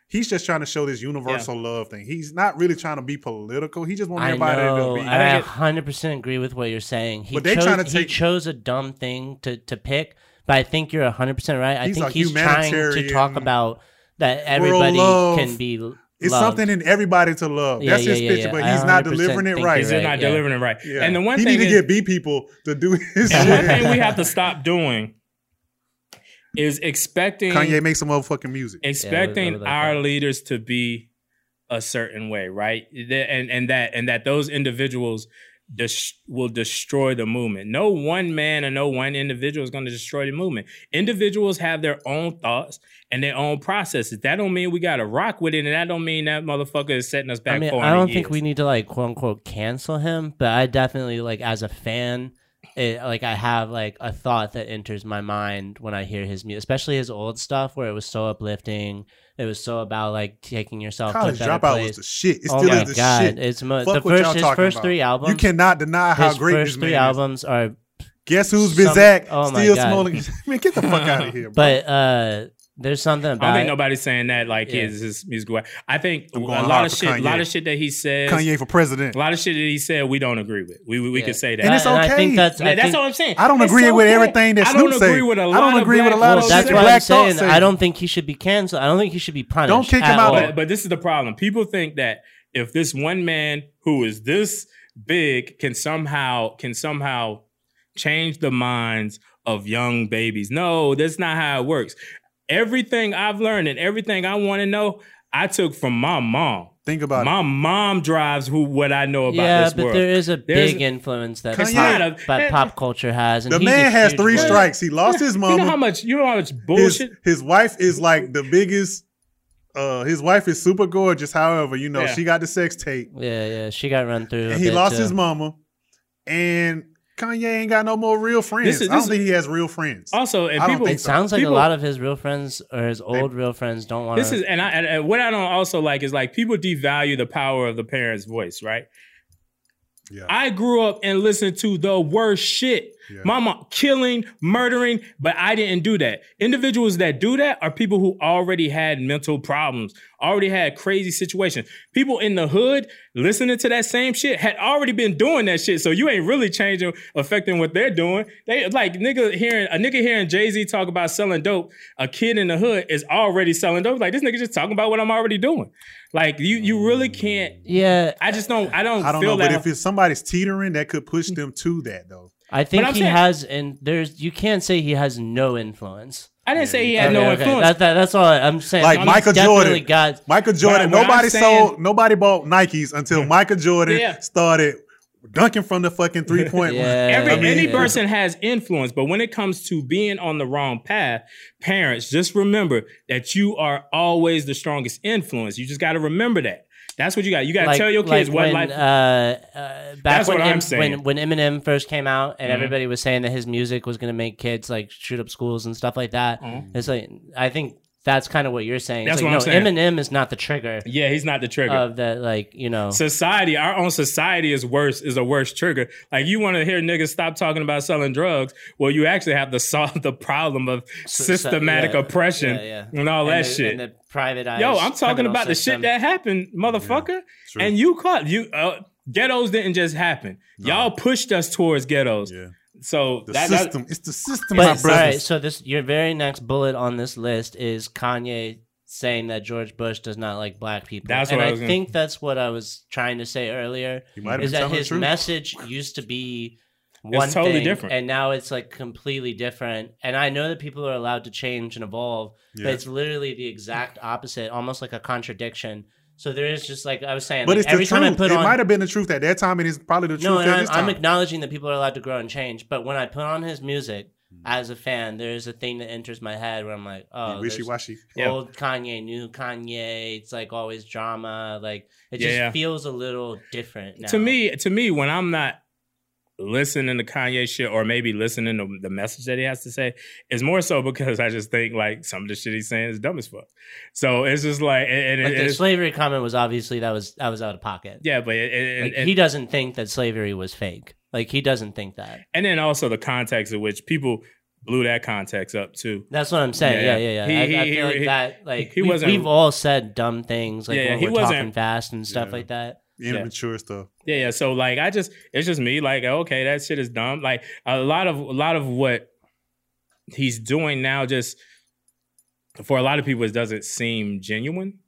Speaker 3: He's just trying to show this universal love thing. He's not really trying to be political. He just wants
Speaker 2: I
Speaker 3: everybody
Speaker 2: know.
Speaker 3: to be.
Speaker 2: I
Speaker 4: think it-
Speaker 2: hundred percent agree with what you're saying. He
Speaker 3: But they
Speaker 2: chose,
Speaker 3: tryna
Speaker 2: he
Speaker 3: take-
Speaker 2: chose a dumb thing to to pick, but I think you're hundred percent right. I
Speaker 3: He's
Speaker 2: think
Speaker 3: a
Speaker 2: he's trying to talk
Speaker 3: humanitarian-
Speaker 2: about that everybody
Speaker 3: love.
Speaker 2: can be. Loved.
Speaker 3: it's something in everybody to love.
Speaker 2: Yeah,
Speaker 3: That's
Speaker 2: yeah,
Speaker 3: his
Speaker 2: yeah,
Speaker 3: picture,
Speaker 2: yeah.
Speaker 3: but
Speaker 2: I
Speaker 3: he's not
Speaker 2: 100%
Speaker 3: delivering it
Speaker 2: think
Speaker 3: right.
Speaker 4: He's
Speaker 2: Right,
Speaker 4: not
Speaker 2: yeah.
Speaker 4: delivering it right.
Speaker 3: Yeah.
Speaker 4: And the one
Speaker 3: he
Speaker 4: thing
Speaker 3: need to
Speaker 4: is,
Speaker 3: get B people to do his
Speaker 4: and one
Speaker 3: shit.
Speaker 4: thing we have to stop doing is expecting
Speaker 3: Kanye makes some motherfucking music.
Speaker 4: expecting
Speaker 2: like
Speaker 4: our
Speaker 2: that.
Speaker 4: leaders to be a certain way, right? The- And and that and that those individuals des- will destroy the movement. No one man or no one individual is going to destroy the movement. Individuals have their own thoughts and their own processes. That don't mean we got to rock with it, and that don't mean that motherfucker is setting us back.
Speaker 2: I mean,
Speaker 4: 400
Speaker 2: I don't think
Speaker 4: years.
Speaker 2: we need to like quote unquote cancel him, but I definitely like as a fan it, like I have like a thought that enters my mind when I hear his music, especially his old stuff where it was so uplifting. It was so about like taking yourself
Speaker 3: College
Speaker 2: to a better
Speaker 3: dropout was
Speaker 2: place.
Speaker 3: the shit. It
Speaker 2: oh
Speaker 3: still
Speaker 2: my
Speaker 3: is the
Speaker 2: god,
Speaker 3: shit.
Speaker 2: it's mo-
Speaker 3: Fuck
Speaker 2: the
Speaker 3: what y'all
Speaker 2: first his
Speaker 3: talking
Speaker 2: first
Speaker 3: about.
Speaker 2: three albums.
Speaker 3: You cannot deny how
Speaker 2: his
Speaker 3: great this
Speaker 2: first
Speaker 3: man
Speaker 2: three
Speaker 3: is.
Speaker 2: albums are
Speaker 3: Guess who's been
Speaker 2: Some-
Speaker 3: Zach?
Speaker 2: oh my
Speaker 3: still
Speaker 2: God.
Speaker 3: smoking. man, get the fuck out of here. Bro.
Speaker 2: but uh there's something
Speaker 4: I don't
Speaker 2: about
Speaker 4: think
Speaker 2: it.
Speaker 4: nobody's saying that like
Speaker 2: Yeah.
Speaker 4: his his musical. I think a
Speaker 3: I'm going
Speaker 4: lot
Speaker 3: hard
Speaker 4: of
Speaker 3: for
Speaker 4: shit, a lot
Speaker 3: Kanye.
Speaker 4: of shit that he says,
Speaker 3: Kanye for president.
Speaker 4: a lot of shit that he said, we don't agree with. We we, we
Speaker 2: Yeah.
Speaker 4: could say that.
Speaker 3: And it's
Speaker 2: I
Speaker 3: okay.
Speaker 2: think that's I
Speaker 4: Like, that's
Speaker 2: think-
Speaker 4: all I'm saying.
Speaker 3: I don't
Speaker 4: It's
Speaker 3: agree with
Speaker 4: okay.
Speaker 3: everything that
Speaker 4: I don't
Speaker 3: Snoop say.
Speaker 4: agree with a
Speaker 3: I
Speaker 4: lot
Speaker 3: don't
Speaker 4: of
Speaker 3: agree with a
Speaker 4: black
Speaker 3: lot of
Speaker 4: folks
Speaker 3: shit
Speaker 2: that's
Speaker 4: say
Speaker 3: that
Speaker 4: that.
Speaker 2: why I'm
Speaker 3: Black Thought
Speaker 2: saying
Speaker 3: said.
Speaker 2: I don't think he should be canceled. I don't think he should be punished.
Speaker 3: Don't kick him
Speaker 2: at
Speaker 3: out
Speaker 2: all.
Speaker 3: there.
Speaker 4: But, but this is the problem. People think that if this one man who is this big can somehow can somehow change the minds of young babies. No, that's not how it works. Everything I've learned and everything I want to know, I took from my mom.
Speaker 3: Think about
Speaker 4: my mom drives who what I know about
Speaker 2: yeah,
Speaker 4: this
Speaker 2: but
Speaker 4: world.
Speaker 2: there is a
Speaker 4: There's-
Speaker 2: big influence that
Speaker 3: It's
Speaker 2: pop,
Speaker 4: not a-
Speaker 2: that pop culture has.
Speaker 3: it.
Speaker 2: And
Speaker 3: The
Speaker 2: he's a
Speaker 3: man has
Speaker 2: huge
Speaker 3: three
Speaker 2: one.
Speaker 3: strikes. He lost his
Speaker 4: You know how
Speaker 3: mama.
Speaker 4: much you know how much
Speaker 3: His,
Speaker 4: bullshit
Speaker 3: his wife is like the biggest. Uh, his wife is super gorgeous. However, you know
Speaker 4: Yeah.
Speaker 3: she got the sex tape.
Speaker 2: Yeah, yeah, she got run through. a
Speaker 3: And he
Speaker 2: bit,
Speaker 3: lost
Speaker 2: too.
Speaker 3: his mama. And Kanye ain't got no more real friends.
Speaker 4: This is-
Speaker 3: I
Speaker 4: this-
Speaker 3: don't think he has real friends.
Speaker 4: also and
Speaker 3: I don't
Speaker 4: people
Speaker 3: think
Speaker 2: It sounds like
Speaker 4: people-
Speaker 2: a lot of his real friends or his old real friends don't want.
Speaker 4: This is and I and, and what I don't also like is like people devalue the power of the parents' voice, right?
Speaker 3: Yeah.
Speaker 4: I grew up and listened to the worst shit.
Speaker 3: Yeah.
Speaker 4: Mama killing, murdering, but I didn't do that. Individuals that do that are people who already had mental problems, already had crazy situations. People in the hood listening to that same shit had already been doing that shit. So you ain't really changing, affecting what they're doing. They like nigga hearing a nigga hearing Jay Z talk about selling dope. A kid in the hood is already selling dope. Like this nigga just talking about what I'm already doing. Like you, you really can't.
Speaker 2: yeah,
Speaker 4: I just don't. I don't.
Speaker 3: I don't
Speaker 4: feel
Speaker 3: know, but
Speaker 4: that
Speaker 3: if it's somebody's teetering, that could push them to that though.
Speaker 2: I think
Speaker 4: I'm
Speaker 2: he
Speaker 4: saying-
Speaker 2: has, and there's you can't say he has no influence.
Speaker 4: I didn't say he had no
Speaker 2: Okay, okay.
Speaker 4: influence.
Speaker 2: That, that, that's all I- I'm saying.
Speaker 3: Like
Speaker 2: He's
Speaker 3: Michael
Speaker 2: definitely
Speaker 3: Jordan.
Speaker 2: Got,
Speaker 3: Michael Jordan.
Speaker 4: what I'm
Speaker 3: nobody
Speaker 4: saying-
Speaker 3: sold. Nobody bought Nikes until Michael Jordan
Speaker 4: Yeah.
Speaker 3: started dunking from the fucking three point
Speaker 2: Yeah.
Speaker 4: Every
Speaker 3: I mean-
Speaker 4: any person has influence, but when it comes to being on the wrong path, parents just remember that you are always the strongest influence. You just got to remember that. That's what you got. You got to
Speaker 2: like,
Speaker 4: tell your kids what
Speaker 2: like when,
Speaker 4: life.
Speaker 2: Uh, uh, back
Speaker 4: That's
Speaker 2: when
Speaker 4: what I'm
Speaker 2: Em-
Speaker 4: saying. Mm-hmm.
Speaker 2: When, when Eminem first came out, and everybody was saying that his music was going to make kids like shoot up schools and stuff like that. It's like I think that's kind of what you're saying. It's
Speaker 4: Mm-hmm. That's
Speaker 2: like,
Speaker 4: what I'm
Speaker 2: no, Eminem is not the trigger
Speaker 4: yeah, he's not the trigger.
Speaker 2: of that. Like you know,
Speaker 4: society, our own society is worse is a worse trigger. Like you want to hear niggas stop talking about selling drugs. Well, you actually have to solve the problem of systematic
Speaker 2: yeah,
Speaker 4: oppression
Speaker 2: yeah, yeah.
Speaker 4: and all that
Speaker 2: the-
Speaker 4: shit.
Speaker 2: and the privatized.
Speaker 4: Yo, I'm talking
Speaker 2: criminal
Speaker 4: about the shit
Speaker 2: system.
Speaker 4: that happened, motherfucker.
Speaker 3: true.
Speaker 4: and you caught you uh, ghettos didn't just happen. Y'all pushed us towards ghettos.
Speaker 3: Yeah.
Speaker 4: So
Speaker 3: The
Speaker 4: that, that-
Speaker 3: system. it's the system, my
Speaker 2: But all
Speaker 3: brothers.
Speaker 2: right, so this your very next bullet on this list is Kanye saying that George Bush does not like black people.
Speaker 4: That's
Speaker 2: and
Speaker 4: what I
Speaker 2: I,
Speaker 4: was gonna-
Speaker 2: think that's what I was trying to say earlier.
Speaker 3: You might have been
Speaker 2: is that
Speaker 3: telling the
Speaker 2: his
Speaker 3: truth.
Speaker 2: message used to be one
Speaker 4: totally
Speaker 2: thing,
Speaker 4: different.
Speaker 2: and now it's like completely different. And I know that people are allowed to change and evolve,
Speaker 3: Yeah.
Speaker 2: but it's literally the exact opposite, almost like a contradiction. So there is just like I was saying,
Speaker 3: but
Speaker 2: like,
Speaker 3: it's
Speaker 2: every
Speaker 3: the
Speaker 2: time
Speaker 3: truth.
Speaker 2: I put
Speaker 3: it
Speaker 2: on,
Speaker 3: might have been the truth at that time, and it's probably the truth
Speaker 2: no, and
Speaker 3: at
Speaker 2: I'm,
Speaker 3: this time.
Speaker 2: I'm acknowledging that people are allowed to grow and change. But when I put on his music as a fan, there is a thing that enters my head where I'm like, oh,
Speaker 3: Wishy
Speaker 2: there's
Speaker 3: washy.
Speaker 4: Yeah.
Speaker 2: old Kanye, new Kanye. It's like always drama. Like it
Speaker 4: Yeah,
Speaker 2: just
Speaker 4: yeah.
Speaker 2: feels a little different now.
Speaker 4: to me, to me, when I'm not listening to Kanye shit or maybe listening to the message that he has to say, it's more so because I just think like some of the shit he's saying is dumb as fuck. So it's just like and, and
Speaker 2: like
Speaker 4: it-
Speaker 2: the
Speaker 4: it's,
Speaker 2: slavery comment was obviously that was that was out of pocket.
Speaker 4: yeah, but it, it-
Speaker 2: like,
Speaker 4: and-
Speaker 2: he doesn't think that slavery was fake. Like he doesn't think that.
Speaker 4: and then also the context in which people blew that context up too.
Speaker 2: That's what I'm saying.
Speaker 4: Yeah,
Speaker 2: Yeah,
Speaker 4: yeah.
Speaker 2: yeah, yeah.
Speaker 4: He-
Speaker 2: I, I
Speaker 4: he-
Speaker 2: feel like
Speaker 4: he-
Speaker 2: that. Like
Speaker 4: he
Speaker 2: we,
Speaker 4: wasn't-
Speaker 2: We've all said dumb things. Like
Speaker 4: Yeah, yeah,
Speaker 2: when
Speaker 4: he
Speaker 2: we're
Speaker 4: wasn't-
Speaker 2: talking fast and stuff like that.
Speaker 3: Immature stuff.
Speaker 4: Yeah, yeah. So like, I just it's just me. Like, okay, that shit is dumb. Like a lot of a lot of what he's doing now, just for a lot of people, it doesn't seem genuine.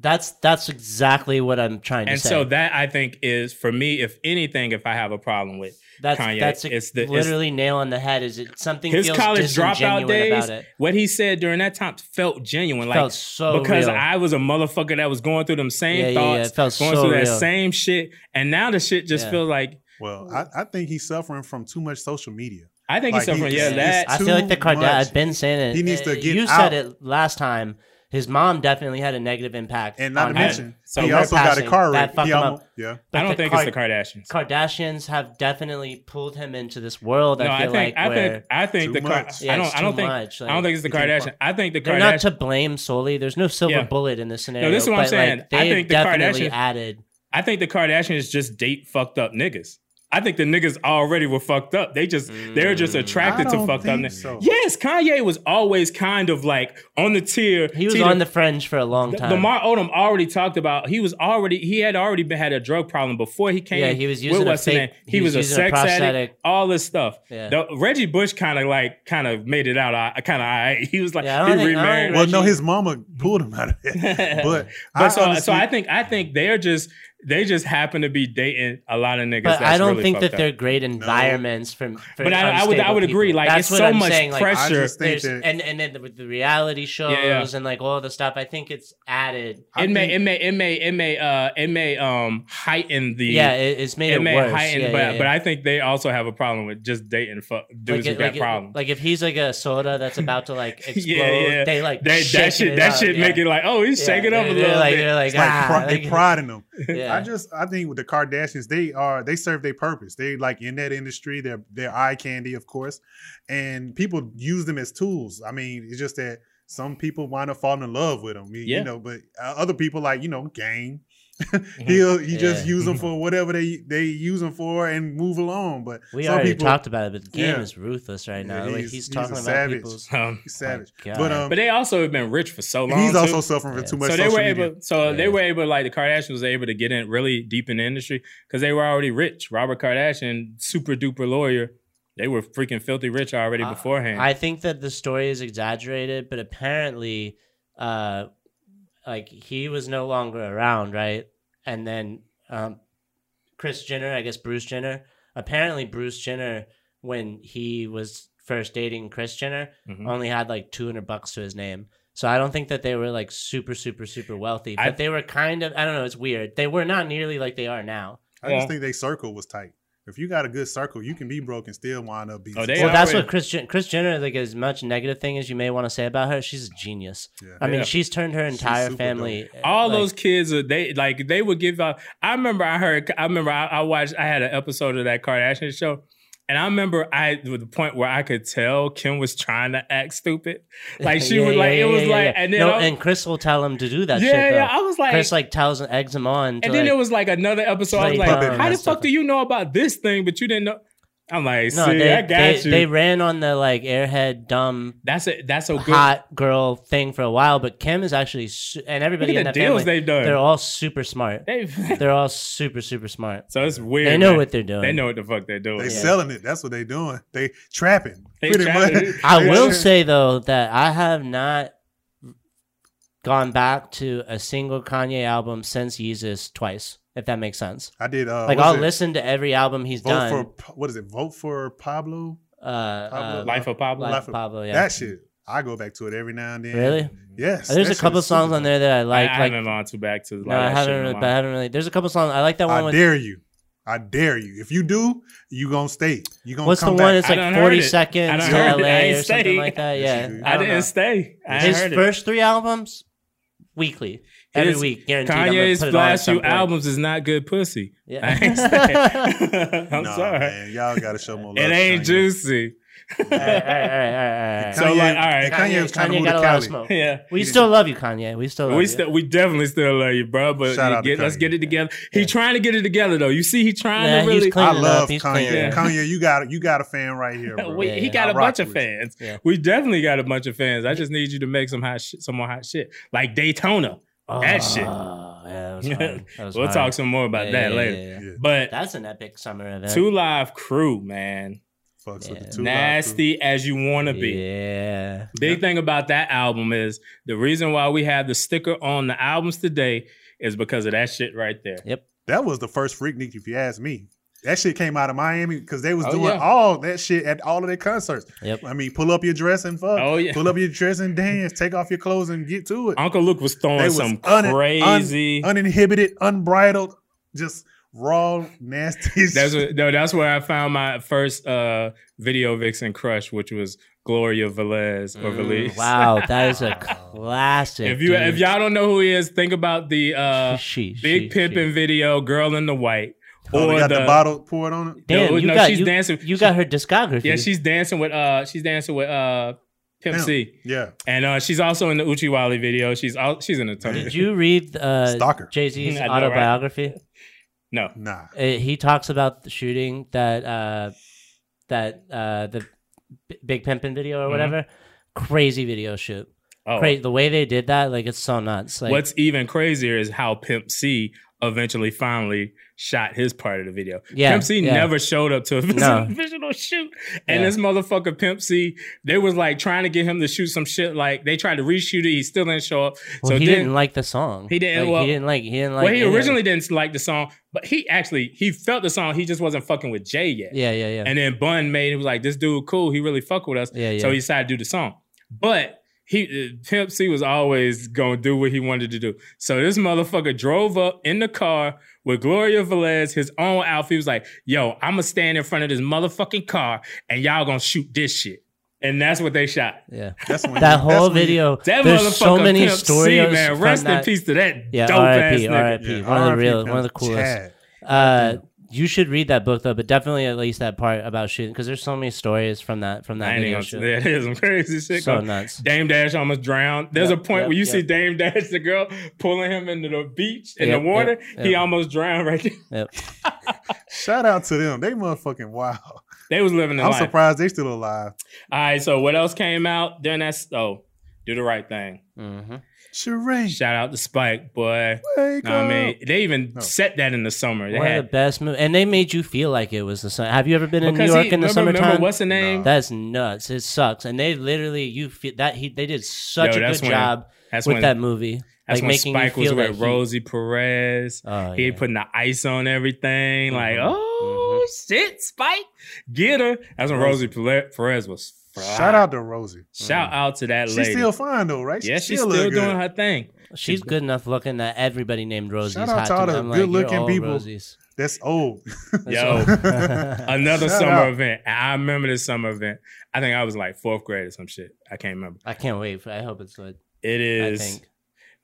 Speaker 2: That's that's exactly what I'm trying to
Speaker 4: And
Speaker 2: say.
Speaker 4: so that I think is for me, if anything, if I have a problem with
Speaker 2: That's
Speaker 4: Kanye,
Speaker 2: that's
Speaker 4: it's the it's
Speaker 2: literally nail on the head. Is it something
Speaker 4: his
Speaker 2: feels
Speaker 4: college
Speaker 2: disingenuine
Speaker 4: dropout days.
Speaker 2: about it?
Speaker 4: What he said during that time felt genuine, like
Speaker 2: Felt so
Speaker 4: because
Speaker 2: real.
Speaker 4: I was a motherfucker that was going through them
Speaker 2: Yeah,
Speaker 4: same
Speaker 2: yeah, yeah,
Speaker 4: thoughts,
Speaker 2: it felt
Speaker 4: going
Speaker 2: so
Speaker 4: through
Speaker 2: real.
Speaker 4: that same shit, and now the shit just
Speaker 2: Yeah.
Speaker 4: feels like
Speaker 3: Well, I, I think he's suffering from too much social media.
Speaker 4: I think
Speaker 3: Like,
Speaker 4: he's suffering.
Speaker 3: he-
Speaker 4: yeah,
Speaker 3: it's-
Speaker 4: that
Speaker 2: I feel like the
Speaker 3: too much.
Speaker 2: Kardashians. I've been saying it.
Speaker 3: He needs to
Speaker 2: Uh,
Speaker 3: get
Speaker 2: You
Speaker 3: out.
Speaker 2: said it last time. his mom definitely had a negative impact.
Speaker 3: And not
Speaker 2: on
Speaker 3: to
Speaker 2: him.
Speaker 3: mention,
Speaker 4: So
Speaker 3: he
Speaker 4: her
Speaker 3: also got a
Speaker 2: passing,
Speaker 3: car
Speaker 2: that
Speaker 3: wreck.
Speaker 2: fucked
Speaker 3: He
Speaker 2: him
Speaker 3: almo-
Speaker 2: up.
Speaker 3: yeah.
Speaker 2: But
Speaker 4: I don't
Speaker 2: the
Speaker 4: think
Speaker 2: Kar-
Speaker 4: it's the Kardashians.
Speaker 2: Kardashians have definitely pulled him into this world.
Speaker 4: no,
Speaker 2: I
Speaker 4: I think
Speaker 2: feel like
Speaker 4: I
Speaker 2: where
Speaker 4: think I think
Speaker 3: Too
Speaker 4: the Kar-
Speaker 3: much.
Speaker 2: Yeah,
Speaker 4: I don't
Speaker 2: it's
Speaker 4: I don't
Speaker 2: too
Speaker 4: think
Speaker 2: much,
Speaker 4: I don't
Speaker 2: like,
Speaker 4: think it's the
Speaker 2: you can
Speaker 4: Kardashians.
Speaker 2: fuck-
Speaker 4: I think the
Speaker 2: they're not
Speaker 4: Kardashians.
Speaker 2: to blame solely. There's no silver
Speaker 4: Yeah.
Speaker 2: bullet in this scenario.
Speaker 4: is what I'm
Speaker 2: but,
Speaker 4: saying.
Speaker 2: Like,
Speaker 4: I
Speaker 2: they
Speaker 4: think the
Speaker 2: definitely
Speaker 4: Kardashians-
Speaker 2: added.
Speaker 4: I think the Kardashians just date fucked up niggas. I think the niggas already were fucked up. They just they're
Speaker 2: Mm.
Speaker 4: just attracted
Speaker 3: I
Speaker 4: to
Speaker 3: don't
Speaker 4: fucked up
Speaker 3: think
Speaker 4: niggas.
Speaker 3: so.
Speaker 4: Yes, Kanye was always kind of like on the tier.
Speaker 2: He was
Speaker 4: tier-
Speaker 2: on the fringe for a long time.
Speaker 4: Lamar Odom already talked about he was already he had already been, had a drug problem before he came.
Speaker 2: Yeah, he was
Speaker 4: with
Speaker 2: using a
Speaker 4: what's the
Speaker 2: fake-
Speaker 4: name. He, was, a
Speaker 2: using a
Speaker 4: sex addict.
Speaker 2: prosthetic.
Speaker 4: All this stuff.
Speaker 2: Yeah.
Speaker 4: The- Reggie Bush kind of like kind of made it out. I kind of I he was like
Speaker 2: Yeah, I
Speaker 4: he
Speaker 2: don't think- I don't
Speaker 4: remarried.
Speaker 2: think
Speaker 3: Well, no,
Speaker 2: Reggie-
Speaker 3: his mama pulled him out of it. But,
Speaker 4: But
Speaker 3: I
Speaker 4: so, so
Speaker 3: honestly-
Speaker 4: I think I think they're just they just happen to be dating a lot of niggas.
Speaker 2: but
Speaker 4: that's
Speaker 2: I don't
Speaker 4: really
Speaker 2: think
Speaker 4: fucked
Speaker 2: that
Speaker 4: up.
Speaker 2: they're great environments for, for.
Speaker 4: But I, I would I
Speaker 2: unstable
Speaker 4: would agree.
Speaker 2: people.
Speaker 4: Like
Speaker 2: That's
Speaker 4: it's
Speaker 2: what
Speaker 4: so
Speaker 2: I'm
Speaker 4: much
Speaker 2: saying, like,
Speaker 4: pressure.
Speaker 3: I just think
Speaker 2: there's-
Speaker 3: that-
Speaker 2: and and then with the reality shows
Speaker 4: yeah.
Speaker 2: and like all the stuff, I think it's added.
Speaker 4: it may it may it may it may uh it may um heighten the
Speaker 2: yeah, it, it's made
Speaker 4: it,
Speaker 2: it,
Speaker 4: may
Speaker 2: worse.
Speaker 4: heighten
Speaker 2: yeah,
Speaker 4: but
Speaker 2: yeah, yeah.
Speaker 4: but I think they also have a problem with just dating fuck dudes
Speaker 2: like,
Speaker 4: who got
Speaker 2: like,
Speaker 4: problems.
Speaker 2: like if he's like a soda that's about to like explode, they like
Speaker 4: that, that
Speaker 2: shaking
Speaker 4: shit
Speaker 2: it
Speaker 4: that
Speaker 2: up,
Speaker 4: shit
Speaker 2: yeah.
Speaker 4: make it like oh he's
Speaker 2: Yeah,
Speaker 4: shaking up a
Speaker 2: they're-
Speaker 4: little
Speaker 2: they're like,
Speaker 4: bit.
Speaker 2: They're like,
Speaker 3: It's like
Speaker 2: ah,
Speaker 3: pri- they
Speaker 2: like-
Speaker 3: pride in them.
Speaker 2: Yeah.
Speaker 3: I just I think with the Kardashians, they are they serve their purpose. They like in that industry, they're they're eye candy, of course, and people use them as tools. I mean, it's just that some people wind up falling in love with them, you, you
Speaker 4: Yeah.
Speaker 3: know. But uh, other people like you know, game.
Speaker 4: Mm-hmm.
Speaker 3: He'll you just
Speaker 2: Yeah.
Speaker 3: use them for whatever they they use them for and move along. But
Speaker 2: We
Speaker 3: some
Speaker 2: already
Speaker 3: people,
Speaker 2: talked about it, but the game
Speaker 3: Yeah.
Speaker 2: is ruthless right now.
Speaker 3: Yeah,
Speaker 2: like
Speaker 3: he's-
Speaker 2: he's,
Speaker 3: he's a
Speaker 2: talking about
Speaker 3: savage.
Speaker 2: people's.
Speaker 4: Um,
Speaker 3: he's savage.
Speaker 2: God.
Speaker 3: But um,
Speaker 4: but they also have been rich for so long.
Speaker 3: he's
Speaker 4: too.
Speaker 3: also suffering from too much
Speaker 4: so they
Speaker 3: social
Speaker 4: were
Speaker 3: media.
Speaker 4: able so
Speaker 2: Yeah.
Speaker 4: they were able like the kardashians was able to get in really deep in the industry because they were already rich robert kardashian super duper lawyer they were freaking filthy rich already beforehand
Speaker 2: I think that the story is exaggerated, but apparently, uh, like he was no longer around, right? And then um, Chris Jenner, I guess Bruce Jenner. Apparently, Bruce Jenner, when he was first dating Chris Jenner,
Speaker 4: Mhm.
Speaker 2: only had like two hundred bucks to his name. So I don't think that they were like super, super, super wealthy, but
Speaker 4: I-
Speaker 2: they were kind of. I don't know. It's weird. They were not nearly like they are now.
Speaker 3: I
Speaker 4: Yeah.
Speaker 3: just think they circle was tight. If you got a good circle, you can be broke and still wind up being.
Speaker 4: Oh, they
Speaker 3: successful.
Speaker 2: Well, that's
Speaker 4: already-
Speaker 2: what Chris Jen- Chris Jenner like as much negative thing as you may want to say about her. She's a genius.
Speaker 3: Yeah.
Speaker 2: I mean,
Speaker 4: Yeah.
Speaker 2: she's turned her entire
Speaker 3: super
Speaker 2: family.
Speaker 4: all
Speaker 2: like-
Speaker 4: those kids are they like they would give out i remember i heard i remember I, I watched i had an episode of that kardashian show and I remember I with the point where I could tell Kim was trying to act stupid, like she
Speaker 2: Yeah,
Speaker 4: was
Speaker 2: yeah,
Speaker 4: like
Speaker 2: yeah,
Speaker 4: it was
Speaker 2: yeah,
Speaker 4: like,
Speaker 2: yeah.
Speaker 4: and then
Speaker 2: no,
Speaker 4: I-
Speaker 2: and Chris will tell him to do that.
Speaker 4: Yeah,
Speaker 2: shit, though.
Speaker 4: yeah, I was like-
Speaker 2: Chris like tells eggs him on. To,
Speaker 4: And then
Speaker 2: like,
Speaker 4: there was like another episode. I was
Speaker 2: Like,
Speaker 4: like,
Speaker 2: um,
Speaker 4: how the
Speaker 2: that's
Speaker 4: fuck
Speaker 2: different.
Speaker 4: do you know about this thing, but you didn't know? I'm like, see,
Speaker 2: no, they,
Speaker 4: I got
Speaker 2: they,
Speaker 4: you.
Speaker 2: they ran on the like airhead dumb
Speaker 4: that's a that's a good.
Speaker 2: hot girl thing for a while, but Kim is actually su- and everybody
Speaker 4: Look at
Speaker 2: in
Speaker 4: the
Speaker 2: that
Speaker 4: deals
Speaker 2: family,
Speaker 4: they've done.
Speaker 2: They're all super smart.
Speaker 4: They-
Speaker 2: They're all super super smart.
Speaker 4: so it's weird.
Speaker 2: They know
Speaker 4: man.
Speaker 2: what they're doing.
Speaker 4: They know what the fuck they're doing.
Speaker 3: They selling it. That's what they doing. They trapping.
Speaker 4: They
Speaker 3: pretty
Speaker 4: trapping
Speaker 3: much.
Speaker 4: it.
Speaker 2: I
Speaker 3: They
Speaker 2: will
Speaker 3: tra-
Speaker 2: say though that I have not gone back to a single Kanye album since Yeezus twice. If that makes sense.
Speaker 3: I did. Uh,
Speaker 2: Like
Speaker 3: what
Speaker 2: I'll
Speaker 3: is it?
Speaker 2: listen to every album he's
Speaker 3: Vote
Speaker 2: done.
Speaker 3: for Pa- what is it? Vote for Pablo.
Speaker 2: uh, uh,
Speaker 4: Life of Pablo.
Speaker 2: Life of Pablo, yeah.
Speaker 3: That shit. I go back to it every now and then.
Speaker 2: Really?
Speaker 3: Yes.
Speaker 2: There's
Speaker 3: that
Speaker 2: a
Speaker 3: shit
Speaker 2: couple
Speaker 3: is super
Speaker 2: songs on
Speaker 3: dope.
Speaker 2: there that I
Speaker 4: I,
Speaker 2: like.
Speaker 4: I
Speaker 2: like
Speaker 4: haven't gone too back to. Like,
Speaker 2: no, I
Speaker 4: that shit
Speaker 2: haven't
Speaker 4: in a
Speaker 2: really,
Speaker 4: while.
Speaker 2: but I haven't really. There's a couple songs I like that one
Speaker 3: I
Speaker 2: with.
Speaker 3: dare you. I dare you. If you do, you gonna stay. You gonna
Speaker 2: What's the
Speaker 3: come
Speaker 2: one?
Speaker 3: back.
Speaker 2: It's
Speaker 4: I done
Speaker 2: like
Speaker 4: heard
Speaker 2: 40
Speaker 4: it. I
Speaker 2: seconds
Speaker 4: done
Speaker 2: to
Speaker 4: heard it. I
Speaker 2: LA
Speaker 4: ain't
Speaker 2: or something
Speaker 4: stay.
Speaker 2: like that.
Speaker 3: Yes, you
Speaker 2: Yeah,
Speaker 3: do.
Speaker 4: I,
Speaker 2: don't
Speaker 4: didn't
Speaker 2: know.
Speaker 4: stay. I ain't
Speaker 2: His
Speaker 4: heard it.
Speaker 2: first three albums, weekly, every
Speaker 4: His-
Speaker 2: week, guaranteed. I'm gonna
Speaker 4: Kanye's
Speaker 2: put it on at
Speaker 4: last
Speaker 2: some
Speaker 4: few
Speaker 2: point.
Speaker 4: albums is not good pussy.
Speaker 2: Yeah.
Speaker 4: I ain't stay. I'm
Speaker 3: Nah,
Speaker 4: sorry.
Speaker 3: man. Y'all gotta show more love.
Speaker 4: It
Speaker 3: to
Speaker 4: ain't
Speaker 3: Kanye.
Speaker 4: juicy.
Speaker 2: All right, all right, all right, all right.
Speaker 4: So, like, all right.
Speaker 3: and Kanye, was trying to move to
Speaker 2: got a lot of
Speaker 3: Cali.
Speaker 2: smoke.
Speaker 4: Yeah.
Speaker 2: We still love you, Kanye. We still love
Speaker 4: We
Speaker 2: you.
Speaker 4: still, we definitely still love you, bro. But
Speaker 3: Oh, Shout
Speaker 4: you
Speaker 3: out to
Speaker 4: get, let's
Speaker 3: Kanye.
Speaker 4: get it together. He trying to get it together though. You see, he trying
Speaker 2: Nah,
Speaker 4: to
Speaker 2: he's
Speaker 4: really.
Speaker 2: clean.
Speaker 3: I
Speaker 2: cleaning up.
Speaker 3: love
Speaker 2: He's
Speaker 3: Kanye.
Speaker 2: cleaning
Speaker 4: up.
Speaker 3: Kanye, you got you got a fan right here. Bro.
Speaker 4: We-
Speaker 2: Yeah,
Speaker 4: he
Speaker 2: yeah.
Speaker 4: got
Speaker 3: I
Speaker 4: a
Speaker 3: rock
Speaker 4: bunch of
Speaker 3: with you.
Speaker 4: fans.
Speaker 2: Yeah.
Speaker 4: We definitely got a bunch of fans. I just need you to make some hot shit, some more hot shit, like Daytona. that shit.
Speaker 2: Oh, yeah, that was hard. That was
Speaker 4: we'll
Speaker 2: hard.
Speaker 4: talk some more about
Speaker 2: Yeah,
Speaker 4: that
Speaker 2: yeah,
Speaker 4: later.
Speaker 2: yeah, yeah.
Speaker 3: Yeah.
Speaker 4: But
Speaker 2: That's an epic summer event.
Speaker 4: Two Live Crew, man,
Speaker 3: Fucks with the two live crew.
Speaker 4: nasty as you want to be.
Speaker 2: Yeah.
Speaker 4: Big thing about that album is the reason why we have the sticker on the albums today is because of that shit right there.
Speaker 2: Yep.
Speaker 3: That was the first Freaknik, if you ask me. That shit came out of Miami because they was
Speaker 4: Oh,
Speaker 3: doing
Speaker 4: yeah.
Speaker 3: all that shit at all of their concerts.
Speaker 2: Yep.
Speaker 3: I mean, pull up your dress and fuck.
Speaker 4: Oh, yeah.
Speaker 3: Pull up your dress and dance. Take off your clothes and get to it.
Speaker 4: Uncle Luke was throwing
Speaker 3: They was
Speaker 4: some
Speaker 3: un- un-
Speaker 4: crazy.
Speaker 3: uninhibited, unbridled, just raw, nasty.
Speaker 4: that's
Speaker 3: shit.
Speaker 4: what, no, that's where I found my first uh, video vixen crush, which was Gloria Velez
Speaker 3: Mm,
Speaker 4: or Velez.
Speaker 2: Wow, that is a classic.
Speaker 4: If you if y'all don't know who he is, think about the uh,
Speaker 2: She- she-
Speaker 4: Big
Speaker 2: she-
Speaker 4: Pimpin' video, Girl in the White,
Speaker 3: Oh, they got the, bottle poured on it.
Speaker 2: damn,
Speaker 4: No,
Speaker 2: you
Speaker 4: no,
Speaker 2: got
Speaker 4: she's
Speaker 2: you,
Speaker 4: dancing.
Speaker 2: You got her discography.
Speaker 4: Yeah, she's dancing with uh she's dancing with uh Pimp
Speaker 3: Damn.
Speaker 4: C.
Speaker 3: Yeah.
Speaker 4: And uh, she's also in the Uchiwali video. She's all, she's in a ton. of-
Speaker 2: Did you read uh,
Speaker 3: Stalker.
Speaker 2: Jay Z's
Speaker 4: I know, right?
Speaker 2: autobiography?
Speaker 4: No,
Speaker 3: Nah.
Speaker 2: Uh, he talks about the shooting that uh that uh the B- big pimpin video or whatever crazy video shoot
Speaker 4: Mm-hmm. oh,
Speaker 2: Cra- the way they did that like it's so nuts like
Speaker 4: What's even crazier is how Pimp C eventually finally shot his part of the video.
Speaker 2: Yeah,
Speaker 4: Pimp C
Speaker 2: yeah.
Speaker 4: never showed up to a visual,
Speaker 2: No.
Speaker 4: visual shoot. And
Speaker 2: Yeah.
Speaker 4: this motherfucker Pimp C, they was like trying to get him to shoot some shit. Like they tried to reshoot it. He still didn't show up.
Speaker 2: well,
Speaker 4: so
Speaker 2: he
Speaker 4: then,
Speaker 2: didn't like the song
Speaker 4: He didn't-
Speaker 2: like,
Speaker 4: well-
Speaker 2: he didn't like he didn't like
Speaker 4: well, he
Speaker 2: any of it.
Speaker 4: originally didn't like the song, but he actually he felt the song. He just wasn't fucking with Jay yet.
Speaker 2: yeah yeah yeah
Speaker 4: And then Bun made it was like, this dude cool. He really fuck with us.
Speaker 2: Yeah,
Speaker 4: So
Speaker 2: yeah.
Speaker 4: he decided to do the song. But he uh, Pimp C was always gonna do what he wanted to do. So this motherfucker drove up in the car with Gloria Velez, his own outfit. He was like, yo, I'ma stand in front of this motherfucking car and y'all gonna shoot this shit. And that's what they shot.
Speaker 2: yeah
Speaker 3: That's when
Speaker 2: that
Speaker 3: you- that's
Speaker 2: whole
Speaker 3: when you-
Speaker 2: video
Speaker 4: That motherfucker
Speaker 2: there's so many
Speaker 4: Pimp
Speaker 2: stories
Speaker 4: C, man.
Speaker 2: from
Speaker 4: Rest in
Speaker 2: that-
Speaker 4: peace to that
Speaker 2: yeah
Speaker 4: dope ass
Speaker 2: RIP
Speaker 4: nigga.
Speaker 2: RIP
Speaker 3: Yeah,
Speaker 2: one of the
Speaker 3: RIP
Speaker 2: real one of
Speaker 3: Pimp
Speaker 2: the coolest
Speaker 3: Chad.
Speaker 2: uh you should read that book though but definitely at least that part about shooting because there's so many stories from that from that
Speaker 4: I
Speaker 2: video
Speaker 4: ain't
Speaker 2: shoot
Speaker 4: gonna, that is some crazy shit.
Speaker 2: So
Speaker 4: going-
Speaker 2: nuts.
Speaker 4: Dame Dash almost drowned. There's
Speaker 2: Yep,
Speaker 4: a point
Speaker 2: yep,
Speaker 4: where you see
Speaker 2: yep.
Speaker 4: Dame Dash, the girl, pulling him into the beach in
Speaker 2: Yep,
Speaker 4: the water.
Speaker 2: yep,
Speaker 4: He
Speaker 2: yep.
Speaker 4: almost drowned right there.
Speaker 2: Yep.
Speaker 3: Shout out to them. They motherfucking wow.
Speaker 4: They was living the
Speaker 3: I'm
Speaker 4: life.
Speaker 3: surprised they still alive.
Speaker 4: All right, so what else came out during that? Oh, do the right thing.
Speaker 2: hmm
Speaker 3: Sheree,
Speaker 4: Shout out to Spike, boy.
Speaker 3: wake
Speaker 4: Know what I
Speaker 3: up.
Speaker 4: mean, they even
Speaker 3: No.
Speaker 4: set that in the summer. They
Speaker 2: One of
Speaker 4: had
Speaker 2: the best movies, and they made you feel like it was the sun. Have you ever been in New
Speaker 4: because
Speaker 2: York
Speaker 4: he,
Speaker 2: in the
Speaker 4: remember,
Speaker 2: summertime?
Speaker 4: remember what's the name?
Speaker 2: That's nuts. It sucks. And they literally, you feel that he they did such
Speaker 4: Yo,
Speaker 2: a
Speaker 4: that's
Speaker 2: good
Speaker 4: when-
Speaker 2: job
Speaker 4: that's
Speaker 2: with
Speaker 4: when-
Speaker 2: that movie,
Speaker 4: That's
Speaker 2: like
Speaker 4: when
Speaker 2: making
Speaker 4: Spike
Speaker 2: you
Speaker 4: was
Speaker 2: feel
Speaker 4: with
Speaker 2: that he-
Speaker 4: Rosie Perez.
Speaker 2: Oh,
Speaker 4: he
Speaker 2: yeah.
Speaker 4: putting the ice on everything. Like,
Speaker 2: Mhm,
Speaker 4: oh shit, Spike, get her. That's when Rosie Pele- Perez was. fried.
Speaker 3: Shout out to Rosie.
Speaker 2: Mm.
Speaker 4: Shout out to that
Speaker 3: She's
Speaker 4: lady.
Speaker 3: still fine though, right?
Speaker 4: yeah, she's
Speaker 3: look
Speaker 4: still
Speaker 3: good.
Speaker 4: doing her thing.
Speaker 2: she's good enough looking that everybody named Rosie's
Speaker 3: Shout out
Speaker 2: hot
Speaker 3: to all
Speaker 2: me.
Speaker 3: the
Speaker 2: I'm like, you're
Speaker 3: good-looking
Speaker 2: all
Speaker 3: people.
Speaker 2: Rosies.
Speaker 3: That's old.
Speaker 4: Yo, another
Speaker 3: Shout
Speaker 4: summer
Speaker 3: out.
Speaker 4: event. And I remember this summer event. I think I was like fourth grade or some shit. I can't remember.
Speaker 2: I can't wait. For, I hope it's good.
Speaker 4: It
Speaker 2: I
Speaker 4: is
Speaker 2: think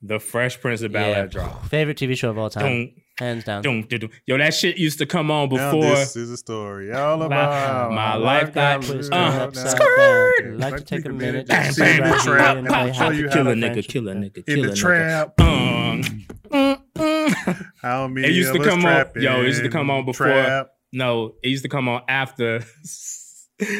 Speaker 4: the Fresh Prince of Bel Air drop.
Speaker 2: favorite TV show of all time,
Speaker 4: Dun,
Speaker 2: hands down.
Speaker 4: dun, dun, dun. Yo, that shit used to come on
Speaker 3: Now
Speaker 4: before.
Speaker 3: this is a story all about
Speaker 4: my
Speaker 3: how
Speaker 4: life
Speaker 3: got
Speaker 4: got
Speaker 3: lived
Speaker 4: uh,
Speaker 3: up
Speaker 2: Upside
Speaker 3: now.
Speaker 4: skirt.
Speaker 2: down. Like to take a minute,
Speaker 3: Bang,
Speaker 2: just
Speaker 3: bang,
Speaker 2: sit right
Speaker 3: trap.
Speaker 2: here and
Speaker 3: Now
Speaker 2: play
Speaker 3: show
Speaker 2: hot
Speaker 3: you
Speaker 2: potato
Speaker 3: how to
Speaker 4: Kill a nigga,
Speaker 2: friendship.
Speaker 4: kill a nigga,
Speaker 3: in
Speaker 4: kill
Speaker 3: the
Speaker 4: a
Speaker 3: trap.
Speaker 4: nigga. Um, mm, mm.
Speaker 3: How many
Speaker 4: It used
Speaker 3: of
Speaker 4: to
Speaker 3: us
Speaker 4: come on-
Speaker 3: trapping?
Speaker 4: yo, it used to come on before-
Speaker 3: Trap.
Speaker 4: No, it used to come on after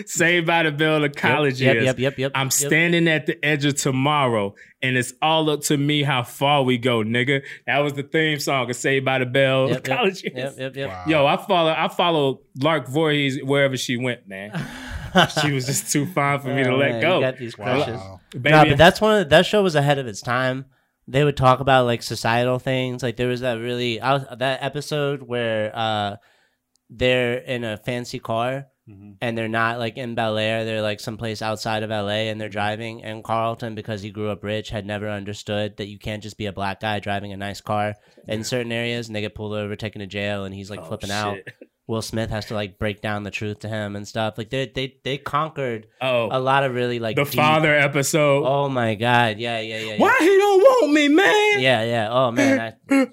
Speaker 4: Saved by the Bell of college
Speaker 2: Yep,
Speaker 4: years.
Speaker 2: yep, yep, yep.
Speaker 4: I'm
Speaker 2: yep.
Speaker 4: standing at the edge of tomorrow, and it's all up to me how far we go, nigga. That was the theme song of Saved by the Bell of
Speaker 2: Yep, yep,
Speaker 4: college years.
Speaker 2: Yep, yep, yep.
Speaker 4: Yo, I follow I follow Lark Voorhees wherever she went, man. she was just too fine for me to
Speaker 2: Oh,
Speaker 4: let
Speaker 2: man,
Speaker 4: go.
Speaker 2: You got these crushes.
Speaker 3: Wow.
Speaker 4: Baby,
Speaker 2: Nah, but that's one. Of, that show was ahead of its time. They would talk about like societal things. Like there was that really I was, that episode where uh they're in a fancy car
Speaker 4: Mm-hmm.
Speaker 2: and they're not like in Bel Air. They're like someplace outside of LA and they're driving. And Carlton, because he grew up rich, had never understood that you can't just be a black guy driving a nice car in certain areas. And they get pulled over, taken to jail, and he's like
Speaker 4: Oh,
Speaker 2: flipping out.
Speaker 4: shit.
Speaker 2: Will Smith has to like break down the truth to him and stuff. Like they they they conquered
Speaker 4: Oh.
Speaker 2: a lot of really like
Speaker 4: the
Speaker 2: deep-
Speaker 4: father episode.
Speaker 2: Oh my god! Yeah, yeah, yeah. yeah.
Speaker 4: Why he don't want me, man?
Speaker 2: Yeah, yeah. Oh man, I,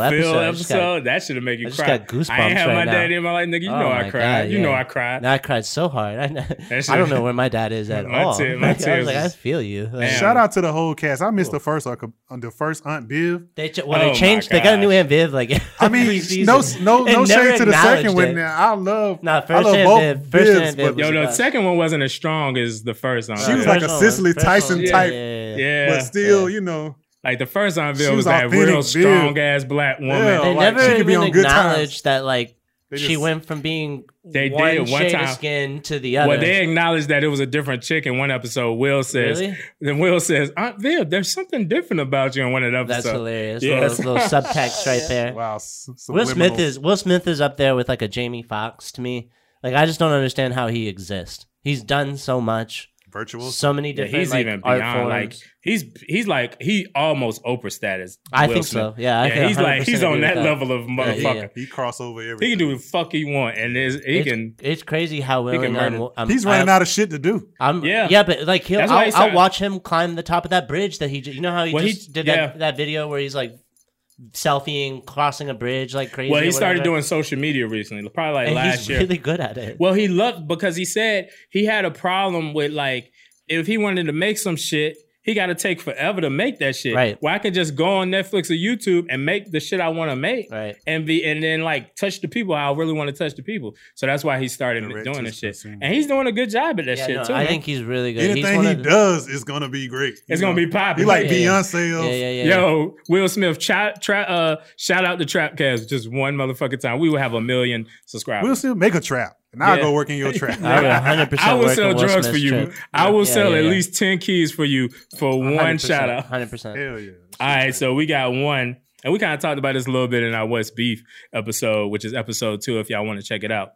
Speaker 4: Uncle
Speaker 2: episode.
Speaker 4: Phil
Speaker 2: I just got-
Speaker 4: episode. That should have made you
Speaker 2: I just
Speaker 4: cry.
Speaker 2: got goosebumps
Speaker 4: I ain't had my
Speaker 2: right now.
Speaker 4: daddy in my life, nigga. You
Speaker 2: Oh
Speaker 4: know
Speaker 2: my
Speaker 4: I cried.
Speaker 2: God,
Speaker 4: you know
Speaker 2: yeah.
Speaker 4: I cried.
Speaker 2: Now I cried so hard. I,
Speaker 4: That
Speaker 2: I don't
Speaker 4: shit-
Speaker 2: know where my dad is at
Speaker 4: My
Speaker 2: all.
Speaker 4: tear- my
Speaker 2: I was
Speaker 4: tears
Speaker 2: like, I
Speaker 4: is-
Speaker 2: feel you. Like,
Speaker 4: Damn.
Speaker 3: Shout out to the whole cast. I missed the first uncle, the first Aunt Viv.
Speaker 2: They ch- well,
Speaker 4: Oh,
Speaker 2: they
Speaker 4: my
Speaker 2: changed. They got a new
Speaker 4: gosh.
Speaker 2: Aunt Viv. Like
Speaker 3: I mean,
Speaker 2: every
Speaker 3: no,
Speaker 2: season.
Speaker 3: no, no
Speaker 2: And never
Speaker 3: shade to the second
Speaker 2: acknowledged
Speaker 3: one.
Speaker 2: it.
Speaker 3: Now I love,
Speaker 2: Nah,
Speaker 3: I
Speaker 2: first
Speaker 3: love
Speaker 2: Aunt
Speaker 3: both
Speaker 2: Viv- first
Speaker 3: Vivs,
Speaker 2: Aunt Viv
Speaker 3: but
Speaker 2: was
Speaker 4: Yo, the
Speaker 2: about-
Speaker 4: second one wasn't as strong as the first one.
Speaker 3: She was
Speaker 2: Yeah.
Speaker 3: like a
Speaker 2: First one,
Speaker 3: Cicely
Speaker 2: first
Speaker 3: Tyson
Speaker 2: one,
Speaker 3: type,
Speaker 2: Yeah, yeah, yeah.
Speaker 4: yeah.
Speaker 3: but still, you know,
Speaker 4: Like the first
Speaker 3: She
Speaker 4: Anvil
Speaker 3: was
Speaker 4: was, that
Speaker 3: authentic,
Speaker 4: real
Speaker 3: Viv.
Speaker 4: strong ass black woman.
Speaker 3: Yeah.
Speaker 2: They
Speaker 3: like,
Speaker 2: never
Speaker 3: she could
Speaker 2: even
Speaker 3: be on Good Times.
Speaker 2: acknowledged that like
Speaker 3: They
Speaker 2: she
Speaker 3: just-
Speaker 2: went from being
Speaker 4: They
Speaker 2: one
Speaker 4: did one
Speaker 2: shade
Speaker 4: time.
Speaker 2: of skin to the other.
Speaker 4: Well, they acknowledged that it was a different chick in one episode. Will says,
Speaker 2: Really?
Speaker 4: then Will says, Aunt Viv, there's something different about you in one of the episodes.
Speaker 2: That's hilarious.
Speaker 4: Yeah.
Speaker 2: Little, little subtext right there.
Speaker 3: wow. s-
Speaker 2: Will Smith
Speaker 3: subliminal.
Speaker 2: is Will Smith is up there with like a Jamie Foxx to me. Like I just don't understand how he exists. He's done so much.
Speaker 3: virtual.
Speaker 2: so many
Speaker 4: Yeah,
Speaker 2: different
Speaker 4: he's
Speaker 2: like,
Speaker 4: even
Speaker 2: art
Speaker 4: beyond like
Speaker 2: forms.
Speaker 4: he's he's like he almost Oprah status.
Speaker 2: I
Speaker 4: Will
Speaker 2: think
Speaker 4: Smith.
Speaker 2: so. Yeah, I can
Speaker 4: he's like
Speaker 2: 100%
Speaker 4: he's on
Speaker 2: agree with
Speaker 4: that,
Speaker 2: that.
Speaker 4: level of
Speaker 2: Yeah,
Speaker 4: motherfucker.
Speaker 2: yeah,
Speaker 3: He cross over everything.
Speaker 4: He can do what the fuck he want, and there's, he
Speaker 2: it's,
Speaker 4: can.
Speaker 2: it's crazy how
Speaker 4: can
Speaker 2: willing I'm,
Speaker 4: murder.
Speaker 2: I'm.
Speaker 3: He's running
Speaker 2: I'm,
Speaker 3: out of shit to do.
Speaker 2: I'm,
Speaker 4: Yeah.
Speaker 2: yeah, yeah, but like he'll,
Speaker 4: That's why
Speaker 2: I'll,
Speaker 4: he's
Speaker 2: I'll
Speaker 4: trying-
Speaker 2: watch him climb the top of that bridge that he, ju- you know how he
Speaker 4: Well, he-
Speaker 2: just did
Speaker 4: yeah.
Speaker 2: that, that video where he's like selfieing, crossing a bridge like crazy.
Speaker 4: Well,
Speaker 2: or
Speaker 4: he started
Speaker 2: whatever.
Speaker 4: doing social media recently, probably like
Speaker 2: and
Speaker 4: last
Speaker 2: he's
Speaker 4: year.
Speaker 2: really good at it.
Speaker 4: Well, he loved because he said he had a problem with like if he wanted to make some shit, he got to take forever to make that shit.
Speaker 2: Right.
Speaker 4: Where I can just go on Netflix or YouTube and make the shit I want to make.
Speaker 2: Right.
Speaker 4: And be and then like touch the people how I really want to touch the people. So that's why he started
Speaker 3: The red
Speaker 4: doing this shit.
Speaker 3: toothpaste, yeah.
Speaker 4: And he's doing a good job at that
Speaker 2: yeah,
Speaker 4: shit
Speaker 2: no,
Speaker 4: too.
Speaker 2: I
Speaker 4: man.
Speaker 2: think he's really good. he's
Speaker 3: Anything
Speaker 2: one
Speaker 3: he
Speaker 2: of the-
Speaker 3: does is gonna be great.
Speaker 4: It's
Speaker 3: You
Speaker 4: gonna
Speaker 3: know?
Speaker 4: be popular.
Speaker 3: He like
Speaker 2: Yeah, yeah.
Speaker 3: Beyonce.
Speaker 2: Yeah,
Speaker 3: of-
Speaker 2: yeah, yeah.
Speaker 4: Yo, Will Smith, tra- tra- uh, shout out to Trapcast just one motherfucking time. We will have a million subscribers.
Speaker 3: We'll still make a trap, and I'll
Speaker 4: Yeah.
Speaker 3: go work in your trap.
Speaker 2: I would 100%
Speaker 4: I will
Speaker 2: work
Speaker 4: sell
Speaker 2: on Will
Speaker 4: drugs
Speaker 2: Smith's
Speaker 4: for you.
Speaker 2: trip.
Speaker 4: I will
Speaker 2: Yeah,
Speaker 4: sell
Speaker 2: yeah,
Speaker 4: at
Speaker 2: yeah.
Speaker 4: least 10 keys for you for one
Speaker 2: 100%,
Speaker 4: shout out.
Speaker 2: 100%.
Speaker 3: Hell yeah.
Speaker 4: All right, so we got one, and we kind of talked about this a little bit in our West Beef episode, which is episode two. If y'all want to check it out,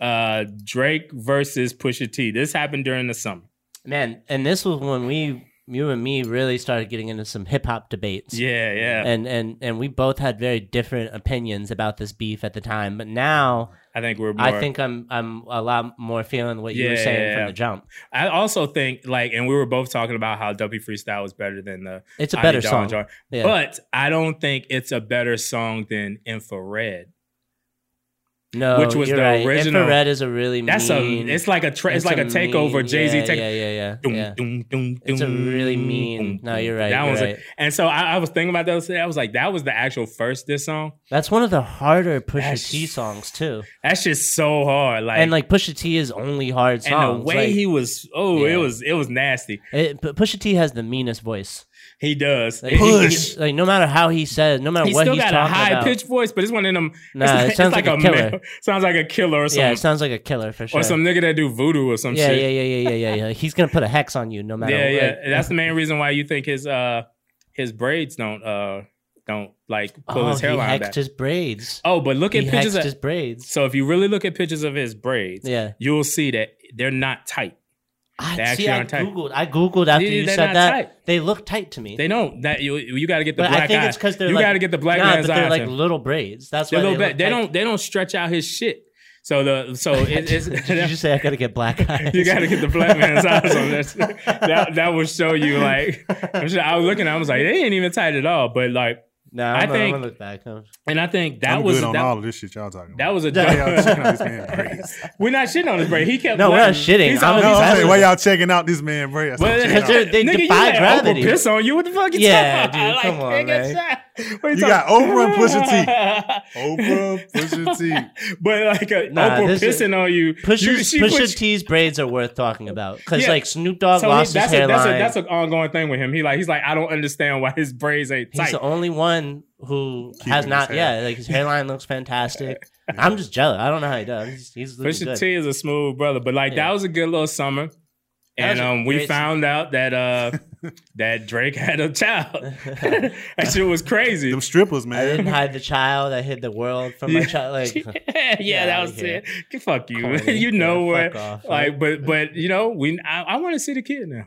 Speaker 4: uh, Drake versus Pusha T. This happened during the summer.
Speaker 2: Man, and this was when we, you and me, really started getting into some hip hop debates.
Speaker 4: Yeah, yeah.
Speaker 2: And, and and we both had very different opinions about this beef at the time, but now
Speaker 4: I think we're. More,
Speaker 2: I think I'm I'm a lot more feeling what you were
Speaker 4: Yeah,
Speaker 2: saying
Speaker 4: yeah, yeah.
Speaker 2: from the jump.
Speaker 4: I also think like, and we were both talking about how W Freestyle was better than the.
Speaker 2: It's a
Speaker 4: I
Speaker 2: better
Speaker 4: Need Dawn
Speaker 2: song.
Speaker 4: Jar.
Speaker 2: Yeah.
Speaker 4: but I don't think it's a better song than Infrared.
Speaker 2: No,
Speaker 4: which was
Speaker 2: you're
Speaker 4: the
Speaker 2: right.
Speaker 4: original-
Speaker 2: Infrared is a really
Speaker 4: That's
Speaker 2: mean,
Speaker 4: a. It's like a. Tra- it's,
Speaker 2: it's
Speaker 4: like a, takeover.
Speaker 2: mean-
Speaker 4: Jay Z
Speaker 2: yeah,
Speaker 4: take.
Speaker 2: Yeah, yeah, yeah.
Speaker 4: Doom,
Speaker 2: yeah.
Speaker 4: doom, doom,
Speaker 2: It's a
Speaker 4: doom,
Speaker 2: really mean-
Speaker 4: doom,
Speaker 2: no,
Speaker 4: doom.
Speaker 2: you're right,
Speaker 4: That
Speaker 2: you're
Speaker 4: was it.
Speaker 2: right.
Speaker 4: and so I, I was thinking about that. today. I was like, that was the actual first diss song.
Speaker 2: That's one of the harder
Speaker 4: That's-
Speaker 2: Pusha T songs too.
Speaker 4: That's just so hard. Like
Speaker 2: and like Pusha T is only hard
Speaker 4: and
Speaker 2: songs.
Speaker 4: the way
Speaker 2: like,
Speaker 4: he was. Oh, it
Speaker 2: Yeah.
Speaker 4: was it was nasty.
Speaker 2: it, but Pusha T has the meanest voice.
Speaker 4: He does.
Speaker 2: Like,
Speaker 4: He-
Speaker 2: he- he-
Speaker 3: Push.
Speaker 2: like no matter how he says, no matter
Speaker 4: He's
Speaker 2: what
Speaker 4: still
Speaker 2: he's
Speaker 4: got a
Speaker 2: talking
Speaker 4: high
Speaker 2: about.
Speaker 4: pitched voice, but it's one of them.
Speaker 2: Nah,
Speaker 4: it's
Speaker 2: it
Speaker 4: like,
Speaker 2: sounds
Speaker 4: it's like,
Speaker 2: like a
Speaker 4: a,
Speaker 2: killer.
Speaker 4: male- sounds like a killer or something.
Speaker 2: yeah, it sounds like a killer for sure.
Speaker 4: or some nigga that do voodoo or some
Speaker 2: yeah,
Speaker 4: shit.
Speaker 2: yeah, yeah, yeah, yeah, yeah, yeah. He's gonna put a hex on you no matter.
Speaker 4: yeah,
Speaker 2: what.
Speaker 4: yeah. That's the main reason why you think his uh his braids don't uh don't like pull
Speaker 2: oh,
Speaker 4: his
Speaker 2: he
Speaker 4: hairline
Speaker 2: hexed
Speaker 4: back.
Speaker 2: his braids.
Speaker 4: oh, but look at
Speaker 2: he
Speaker 4: pictures
Speaker 2: hexed
Speaker 4: of
Speaker 2: his braids.
Speaker 4: so if you really look at pictures of his braids,
Speaker 2: Yeah.
Speaker 4: you'll see that they're not tight.
Speaker 2: I,
Speaker 4: actually
Speaker 2: see, I
Speaker 4: aren't tight.
Speaker 2: googled. I googled after
Speaker 4: Yeah,
Speaker 2: you
Speaker 4: they're
Speaker 2: said
Speaker 4: not
Speaker 2: that.
Speaker 4: tight.
Speaker 2: They look tight to me.
Speaker 4: They don't that you you got to get the
Speaker 2: but
Speaker 4: black
Speaker 2: I think
Speaker 4: eye.
Speaker 2: it's because they're
Speaker 4: you
Speaker 2: like,
Speaker 4: got to get the black
Speaker 2: nah,
Speaker 4: man's
Speaker 2: but they're
Speaker 4: eye
Speaker 2: like
Speaker 4: thing.
Speaker 2: little braids. That's
Speaker 4: They're
Speaker 2: why
Speaker 4: little
Speaker 2: they,
Speaker 4: ba-
Speaker 2: look
Speaker 4: they
Speaker 2: tight.
Speaker 4: don't they don't stretch out his shit. So the so it, it's
Speaker 2: Did you just say I gotta get black eyes?
Speaker 4: You got to get the black man's eyes on this. That that will show you like I'm sure- I was looking. I was like, they ain't even tight at all. But like,
Speaker 2: No,
Speaker 4: I
Speaker 2: I'm, I am
Speaker 4: think-
Speaker 2: gonna look back. I'm-
Speaker 4: and I think that
Speaker 3: I'm
Speaker 4: was
Speaker 3: good on
Speaker 4: that,
Speaker 3: all of this shit y'all talking
Speaker 4: that
Speaker 3: about.
Speaker 4: was a
Speaker 3: Why y'all checking out this man braids?
Speaker 4: we're not shitting on his brain. He kept
Speaker 2: No, we're not
Speaker 4: wanting-
Speaker 2: shitting.
Speaker 4: He's
Speaker 2: I'm
Speaker 4: always-
Speaker 3: No,
Speaker 2: That
Speaker 3: I'm
Speaker 2: was-
Speaker 3: saying, why y'all checking out this man braids?
Speaker 4: Well,
Speaker 3: I'm
Speaker 2: Because
Speaker 3: checking
Speaker 2: they're-
Speaker 3: out.
Speaker 2: they
Speaker 4: nigga, you
Speaker 2: defy
Speaker 4: let Oprah
Speaker 2: gravity.
Speaker 4: Piss on you? What the fuck you
Speaker 2: Yeah,
Speaker 4: talking about?
Speaker 2: dude, come on,
Speaker 4: nigga,
Speaker 2: man.
Speaker 4: shut- what talking-
Speaker 3: You got Oprah and Pusha Oprah, Pusha T.
Speaker 4: but like a,
Speaker 2: Nah,
Speaker 4: Oprah
Speaker 2: this is-
Speaker 4: pissing on you.
Speaker 2: Pusha,
Speaker 4: you she
Speaker 2: Pusha
Speaker 4: puts-
Speaker 2: T's braids are worth talking about because
Speaker 4: Yeah.
Speaker 2: like Snoop Dogg
Speaker 4: so he-
Speaker 2: lost his
Speaker 4: that's, a,
Speaker 2: hairline.
Speaker 4: that's, a, that's an ongoing thing with him. He like he's like I don't understand why his braids ain't
Speaker 2: He's
Speaker 4: tight.
Speaker 2: the only one who has
Speaker 3: his
Speaker 2: not.
Speaker 3: hair.
Speaker 2: Yeah, like his hairline looks fantastic. I'm just jealous. I don't know how he does. He's, he's looking
Speaker 4: Pusha
Speaker 2: good.
Speaker 4: T is a smooth brother, but like that
Speaker 2: Yeah.
Speaker 4: was a good little summer. And
Speaker 2: was a
Speaker 4: um, we
Speaker 2: great-
Speaker 4: found out that uh, that Drake had a child. that shit was crazy.
Speaker 3: Them strippers,
Speaker 2: I didn't
Speaker 3: man.
Speaker 2: hide the child. I hid the world from my child. Like,
Speaker 4: yeah,
Speaker 2: Get
Speaker 4: that
Speaker 2: outta
Speaker 4: was
Speaker 2: here.
Speaker 4: it. Fuck you.
Speaker 2: Corny.
Speaker 4: you know
Speaker 2: Yeah,
Speaker 4: what?
Speaker 2: fuck off.
Speaker 4: like, but but you know, we I, I want to see the kid now.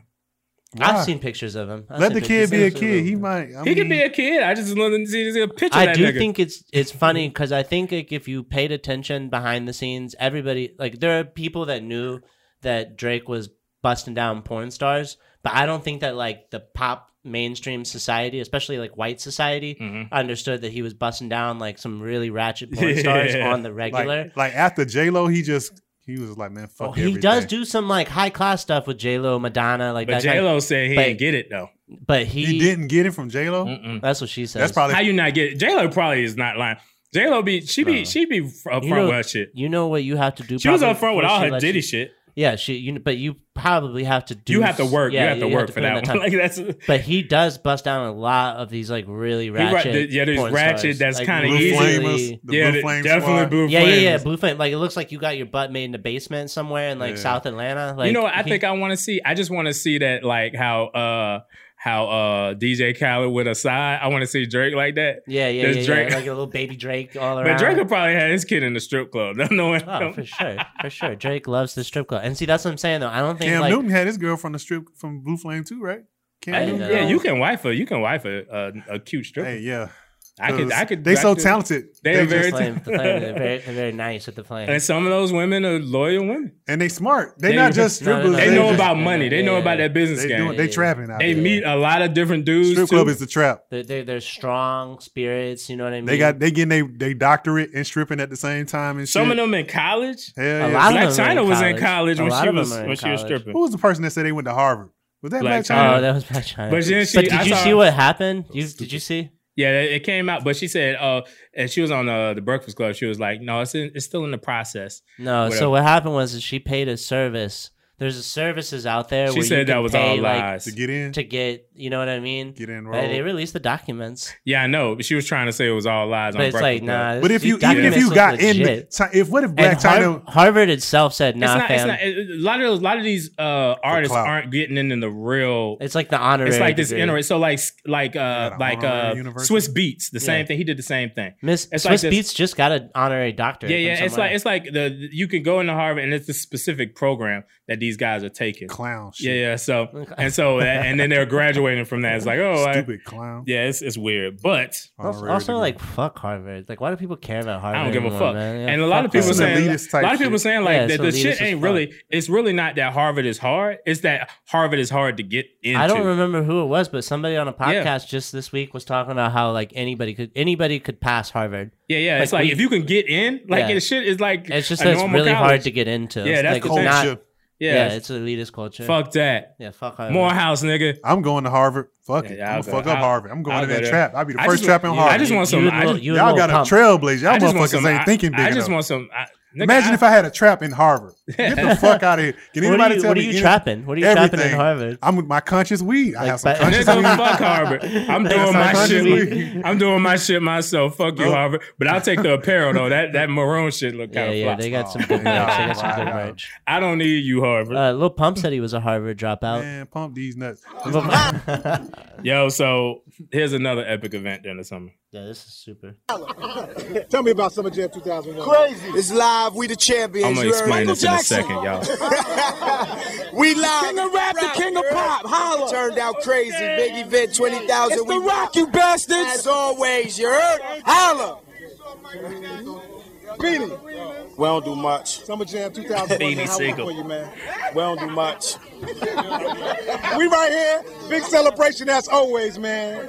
Speaker 2: I've seen pictures of him. I've
Speaker 3: Let
Speaker 2: seen
Speaker 3: the kid
Speaker 2: pictures.
Speaker 3: be a kid. He might. I
Speaker 4: He could
Speaker 3: mean,
Speaker 4: be a kid. I just want to see see a picture.
Speaker 2: I
Speaker 4: of that Mm-hmm.
Speaker 2: do
Speaker 4: nigga.
Speaker 2: think it's it's funny because I think like if you paid attention behind the scenes, everybody like there are people that knew that Drake was busting down porn stars, but I don't think that like the pop mainstream society, especially like white society,
Speaker 4: Mm-hmm.
Speaker 2: understood that he was busting down like some really ratchet porn stars
Speaker 4: Yeah.
Speaker 2: on the regular.
Speaker 3: like, like after J Lo, he just he was like, man, fuck.
Speaker 2: Oh, he does
Speaker 3: everything.
Speaker 2: do some like high class stuff with J Lo, Madonna, like
Speaker 4: But
Speaker 2: that. kind
Speaker 4: J
Speaker 2: of-
Speaker 4: Lo said he
Speaker 2: but-
Speaker 4: ain't get it though.
Speaker 2: but he,
Speaker 3: He didn't get it from J Lo.
Speaker 2: That's what she says.
Speaker 3: That's probably
Speaker 4: How you not get it? J Lo probably is not lying. J Lo be she be she be up front
Speaker 2: you know,
Speaker 4: with her shit.
Speaker 2: You know what you have to do.
Speaker 4: She was
Speaker 2: probably
Speaker 4: up front with
Speaker 2: before
Speaker 4: all
Speaker 2: she
Speaker 4: her
Speaker 2: lets
Speaker 4: ditty
Speaker 2: you-
Speaker 4: shit.
Speaker 2: Yeah, she. You, but you probably have to do.
Speaker 4: You have to work.
Speaker 2: yeah,
Speaker 4: you have to work for
Speaker 2: put in
Speaker 4: that,
Speaker 2: time.
Speaker 4: one. Like that's
Speaker 2: but he does bust down a lot of these like really
Speaker 4: right.
Speaker 2: ratchet.
Speaker 4: The- yeah, there's
Speaker 2: porn
Speaker 4: ratchet
Speaker 2: stars.
Speaker 4: that's
Speaker 2: Like,
Speaker 4: kinda
Speaker 3: Blue
Speaker 4: easily-
Speaker 3: Flamers. The
Speaker 4: yeah,
Speaker 3: Blue
Speaker 4: th-
Speaker 3: Flame
Speaker 4: definitely
Speaker 3: Squad.
Speaker 4: blue
Speaker 2: Yeah, yeah, yeah.
Speaker 4: flames.
Speaker 2: Blue flame. Like it looks like you got your butt made in the basement somewhere in like South Atlanta. Like
Speaker 4: you know what I
Speaker 2: he-
Speaker 4: think I want to see? I just want to see that like how uh how uh DJ Khaled with a side. I want to see Drake like that.
Speaker 2: Yeah, yeah,
Speaker 4: There's
Speaker 2: yeah,
Speaker 4: Drake.
Speaker 2: yeah. Like a little baby Drake all around.
Speaker 4: But Drake would probably have his kid in the strip club. No, no one.
Speaker 2: Oh, for sure, for sure. Drake loves the strip club, and see, that's what I'm saying though. I don't think
Speaker 3: Cam
Speaker 2: like
Speaker 3: Newton had his girl from the strip from Blue Flame too, right? Cam
Speaker 4: Hey,
Speaker 3: Newton.
Speaker 2: know.
Speaker 4: yeah, you can wife her. You can wife a a, a cute stripper.
Speaker 3: Hey, yeah.
Speaker 4: I could. I could.
Speaker 3: They
Speaker 4: I
Speaker 3: so
Speaker 4: could-
Speaker 3: talented.
Speaker 4: They are very-
Speaker 2: the flame, the flame, they're very, they're very nice with the flame.
Speaker 4: And some of those women are loyal women.
Speaker 3: and they smart. They
Speaker 4: They-
Speaker 3: not just
Speaker 2: No, no,
Speaker 3: strippers.
Speaker 2: no,
Speaker 4: They
Speaker 2: They
Speaker 4: know
Speaker 2: just-
Speaker 4: about money. They know
Speaker 2: yeah,
Speaker 4: about
Speaker 2: yeah.
Speaker 4: that business
Speaker 3: They
Speaker 4: game.
Speaker 3: doing. They trapping out
Speaker 4: They
Speaker 3: there.
Speaker 4: meet a lot of different dudes.
Speaker 3: Strip
Speaker 4: too.
Speaker 3: club is the trap.
Speaker 2: They're, they're, they're strong spirits. You know what I mean? Oh,
Speaker 3: They got they getting they they doctorate and stripping at the same time and
Speaker 4: some
Speaker 3: shit.
Speaker 4: of them in college.
Speaker 3: Hell
Speaker 2: A
Speaker 3: yeah.
Speaker 2: lot of
Speaker 4: Black
Speaker 2: them are
Speaker 4: China
Speaker 2: in
Speaker 4: was in
Speaker 2: college.
Speaker 4: college
Speaker 2: A
Speaker 4: when
Speaker 2: lot
Speaker 4: she
Speaker 2: of them
Speaker 4: was
Speaker 2: are in
Speaker 4: when she was
Speaker 2: college.
Speaker 4: stripping.
Speaker 3: Who was the person that said they went to Harvard? Was that
Speaker 4: Black
Speaker 3: Black,
Speaker 4: China.
Speaker 3: China?
Speaker 2: Oh, that was Black China.
Speaker 4: But then she-
Speaker 2: did
Speaker 4: I
Speaker 2: you
Speaker 4: saw-
Speaker 2: see what happened? You, did you see?
Speaker 4: Yeah, it it came out, but she said, "Oh," and she was on uh, the Breakfast Club. She was like, "No, it's in, it's still in the process."
Speaker 2: No.
Speaker 4: Whatever.
Speaker 2: So what happened was that she paid a service. There's a services out there.
Speaker 4: She
Speaker 2: where you
Speaker 4: said that
Speaker 2: can
Speaker 4: was
Speaker 2: pay,
Speaker 4: all
Speaker 2: like,
Speaker 4: lies.
Speaker 3: To get in?
Speaker 2: to get. You know what I mean?
Speaker 3: Get in,
Speaker 2: They- They
Speaker 3: roll.
Speaker 2: released the documents,
Speaker 4: yeah, I know. But she was trying to say it was all lies.
Speaker 2: but
Speaker 4: on
Speaker 2: it's
Speaker 4: Breakfast
Speaker 2: like
Speaker 4: Club.
Speaker 2: nah.
Speaker 3: But if
Speaker 2: these
Speaker 3: you even if
Speaker 2: documents
Speaker 3: you
Speaker 2: look
Speaker 3: got in the,
Speaker 2: legit.
Speaker 3: ti- if what if Black
Speaker 2: and Har-
Speaker 3: China
Speaker 2: Harvard itself said nah,
Speaker 4: it's not. It's
Speaker 2: fam.
Speaker 4: not. it- A lot of those, a lot of these uh, artists
Speaker 3: clout.
Speaker 4: aren't getting into the real.
Speaker 2: It's like the honorary.
Speaker 4: It's like this
Speaker 2: degree.
Speaker 4: inter. So like like uh
Speaker 3: Got a
Speaker 4: like
Speaker 3: honorary
Speaker 4: uh
Speaker 3: university?
Speaker 4: Swiss Beats, the same
Speaker 2: Yeah.
Speaker 4: thing. He did the same thing.
Speaker 2: Miss
Speaker 4: It's like
Speaker 2: Swiss
Speaker 4: this-
Speaker 2: Beats just got an honorary doctorate.
Speaker 4: Yeah, yeah.
Speaker 2: from
Speaker 4: It's
Speaker 2: somewhere.
Speaker 4: like it's like the you can go into Harvard and it's a specific program that these guys are taking.
Speaker 3: clown shit.
Speaker 4: Yeah, yeah. So and so and then they're graduating from that. It's like oh, I,
Speaker 3: Stupid clown.
Speaker 4: yeah. It's it's weird, but
Speaker 2: Also,
Speaker 3: Honorary
Speaker 2: also,
Speaker 3: degree.
Speaker 2: like fuck Harvard. Like, why do people care about Harvard?
Speaker 4: I don't give a
Speaker 2: anymore,
Speaker 4: fuck.
Speaker 2: man? Yeah,
Speaker 4: and a lot
Speaker 2: fuck
Speaker 4: of people
Speaker 2: Harvard.
Speaker 3: It's an
Speaker 4: saying, a
Speaker 3: elitist type
Speaker 4: lot of people
Speaker 3: shit.
Speaker 4: saying like
Speaker 2: Yeah,
Speaker 4: that
Speaker 2: it's
Speaker 4: the
Speaker 2: elitist
Speaker 4: shit
Speaker 2: as
Speaker 4: ain't
Speaker 2: fuck.
Speaker 4: really. It's really not that Harvard is hard. It's that Harvard is hard to get into.
Speaker 2: I don't remember who it was, but somebody on a
Speaker 4: Yeah.
Speaker 2: podcast just this week was talking about how like anybody could anybody could pass Harvard.
Speaker 4: Yeah, yeah. it's
Speaker 2: Like,
Speaker 4: like
Speaker 2: we-
Speaker 4: if you can get in, like
Speaker 2: Yeah.
Speaker 4: the shit is like
Speaker 2: It's just
Speaker 4: a
Speaker 2: that it's
Speaker 4: normal
Speaker 2: really hard
Speaker 4: college.
Speaker 2: to get into.
Speaker 4: Yeah, that's
Speaker 2: like,
Speaker 4: the
Speaker 2: it's
Speaker 4: thing.
Speaker 2: not-
Speaker 3: Culture.
Speaker 4: Yeah,
Speaker 2: yeah, it's an elitist culture.
Speaker 4: fuck that.
Speaker 2: Yeah, fuck Harvard.
Speaker 4: Morehouse, nigga.
Speaker 3: I'm going to Harvard. Fuck
Speaker 4: Yeah,
Speaker 3: it.
Speaker 4: yeah,
Speaker 3: I'm
Speaker 4: I'll
Speaker 3: gonna
Speaker 4: go-
Speaker 3: fuck up
Speaker 4: I'll-
Speaker 3: Harvard. I'm going
Speaker 4: I'll
Speaker 3: to
Speaker 4: go
Speaker 3: that
Speaker 4: there.
Speaker 3: trap. I'll be the
Speaker 4: I
Speaker 3: first
Speaker 4: just-
Speaker 3: trap in
Speaker 4: yeah, I
Speaker 3: Harvard.
Speaker 4: just want some-
Speaker 2: You,
Speaker 4: I
Speaker 2: and Lil-
Speaker 4: just-
Speaker 2: you and
Speaker 3: Y'all
Speaker 2: Lil
Speaker 3: got a
Speaker 2: Pump.
Speaker 3: trailblazer. Y'all
Speaker 4: I just want
Speaker 3: motherfuckers
Speaker 4: some.
Speaker 3: ain't
Speaker 4: I,
Speaker 3: thinking big
Speaker 4: I just
Speaker 3: enough.
Speaker 4: want some. I, nigga,
Speaker 3: Imagine
Speaker 4: I-
Speaker 3: if I had a trap in Harvard. Get the fuck out of here. Can
Speaker 2: What are
Speaker 3: anybody
Speaker 2: you-
Speaker 3: tell
Speaker 2: what
Speaker 3: me
Speaker 2: are you
Speaker 3: any-
Speaker 2: trapping? What are you trapping in
Speaker 3: everything?
Speaker 2: Harvard?
Speaker 3: I'm with my conscious weed. I
Speaker 2: Like,
Speaker 3: have some
Speaker 2: but-
Speaker 3: conscious
Speaker 4: Nigga,
Speaker 3: weed.
Speaker 4: fuck Harvard. I'm doing
Speaker 3: That's
Speaker 4: my
Speaker 3: not
Speaker 4: shit.
Speaker 3: conscious.
Speaker 4: I'm doing my shit myself. Fuck you,
Speaker 3: Nope.
Speaker 4: Harvard. But I'll take the apparel though. That that maroon shit look
Speaker 2: Yeah,
Speaker 4: kind
Speaker 2: yeah,
Speaker 4: of
Speaker 2: they
Speaker 4: fly.
Speaker 2: got some
Speaker 3: Oh,
Speaker 2: good merch. They got
Speaker 3: wow.
Speaker 2: some good merch.
Speaker 4: I don't need you, Harvard.
Speaker 2: Uh, Lil Pump said he was a Harvard dropout.
Speaker 3: Man, pump these nuts.
Speaker 4: Yo, so here's another epic event during the summer.
Speaker 2: Yeah, this is super.
Speaker 10: Tell me about Summer Jam 2001. Crazy. It's live. We the champions.
Speaker 4: I'm gonna
Speaker 10: you heard?
Speaker 4: explain this in a second, y'all.
Speaker 10: We live. King of rap, the king of pop. Holla. Turned out crazy. Big event, 20,000. It's the rock, you bastards. As always, you heard? Holla. Beanie. We don't do much. Summer Jam 2001.
Speaker 4: Beanie
Speaker 10: man, how we
Speaker 4: Siegel.
Speaker 10: for you, man? We don't do much. we right here. Big celebration as always, man.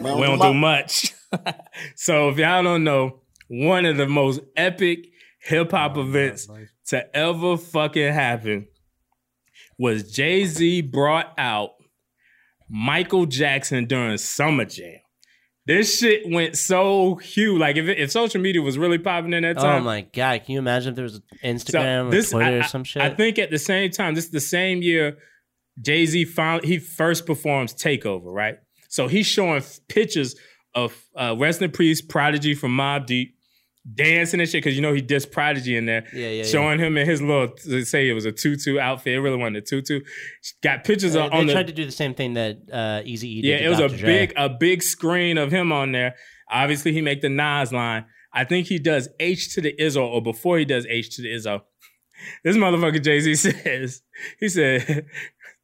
Speaker 4: We don't do much. so if y'all don't know, one of the most epic hip hop events to ever fucking happen was Jay Z brought out Michael Jackson during Summer Jam. This shit went so huge. Like if, it, if social media was really popping in that
Speaker 2: Oh
Speaker 4: time,
Speaker 2: my god! Can you imagine if there was
Speaker 4: So
Speaker 2: Instagram
Speaker 4: this-
Speaker 2: or Twitter
Speaker 4: I-
Speaker 2: or
Speaker 4: I-
Speaker 2: some shit?
Speaker 4: I think at the same time, this is the same year Jay Z found he first performs Takeover, right? So he's showing f- pictures of uh, Rest in Peace, Prodigy from Mob Deep, dancing and shit because you know he dissed Prodigy in there.
Speaker 2: Yeah, yeah,
Speaker 4: Showing him in his little let's say it was a tutu outfit. It really wasn't a tutu. Got pictures
Speaker 2: They,
Speaker 4: of on
Speaker 2: they
Speaker 4: the
Speaker 2: tried to do the same thing that uh, Easy E did.
Speaker 4: yeah,
Speaker 2: to
Speaker 4: it was a
Speaker 2: Dr. Dre.
Speaker 4: big a big screen of him on there. Obviously, he make the Nas line. I think he does H to the Izzo, or before he does H to the Izzo. This motherfucker Jay Z says he said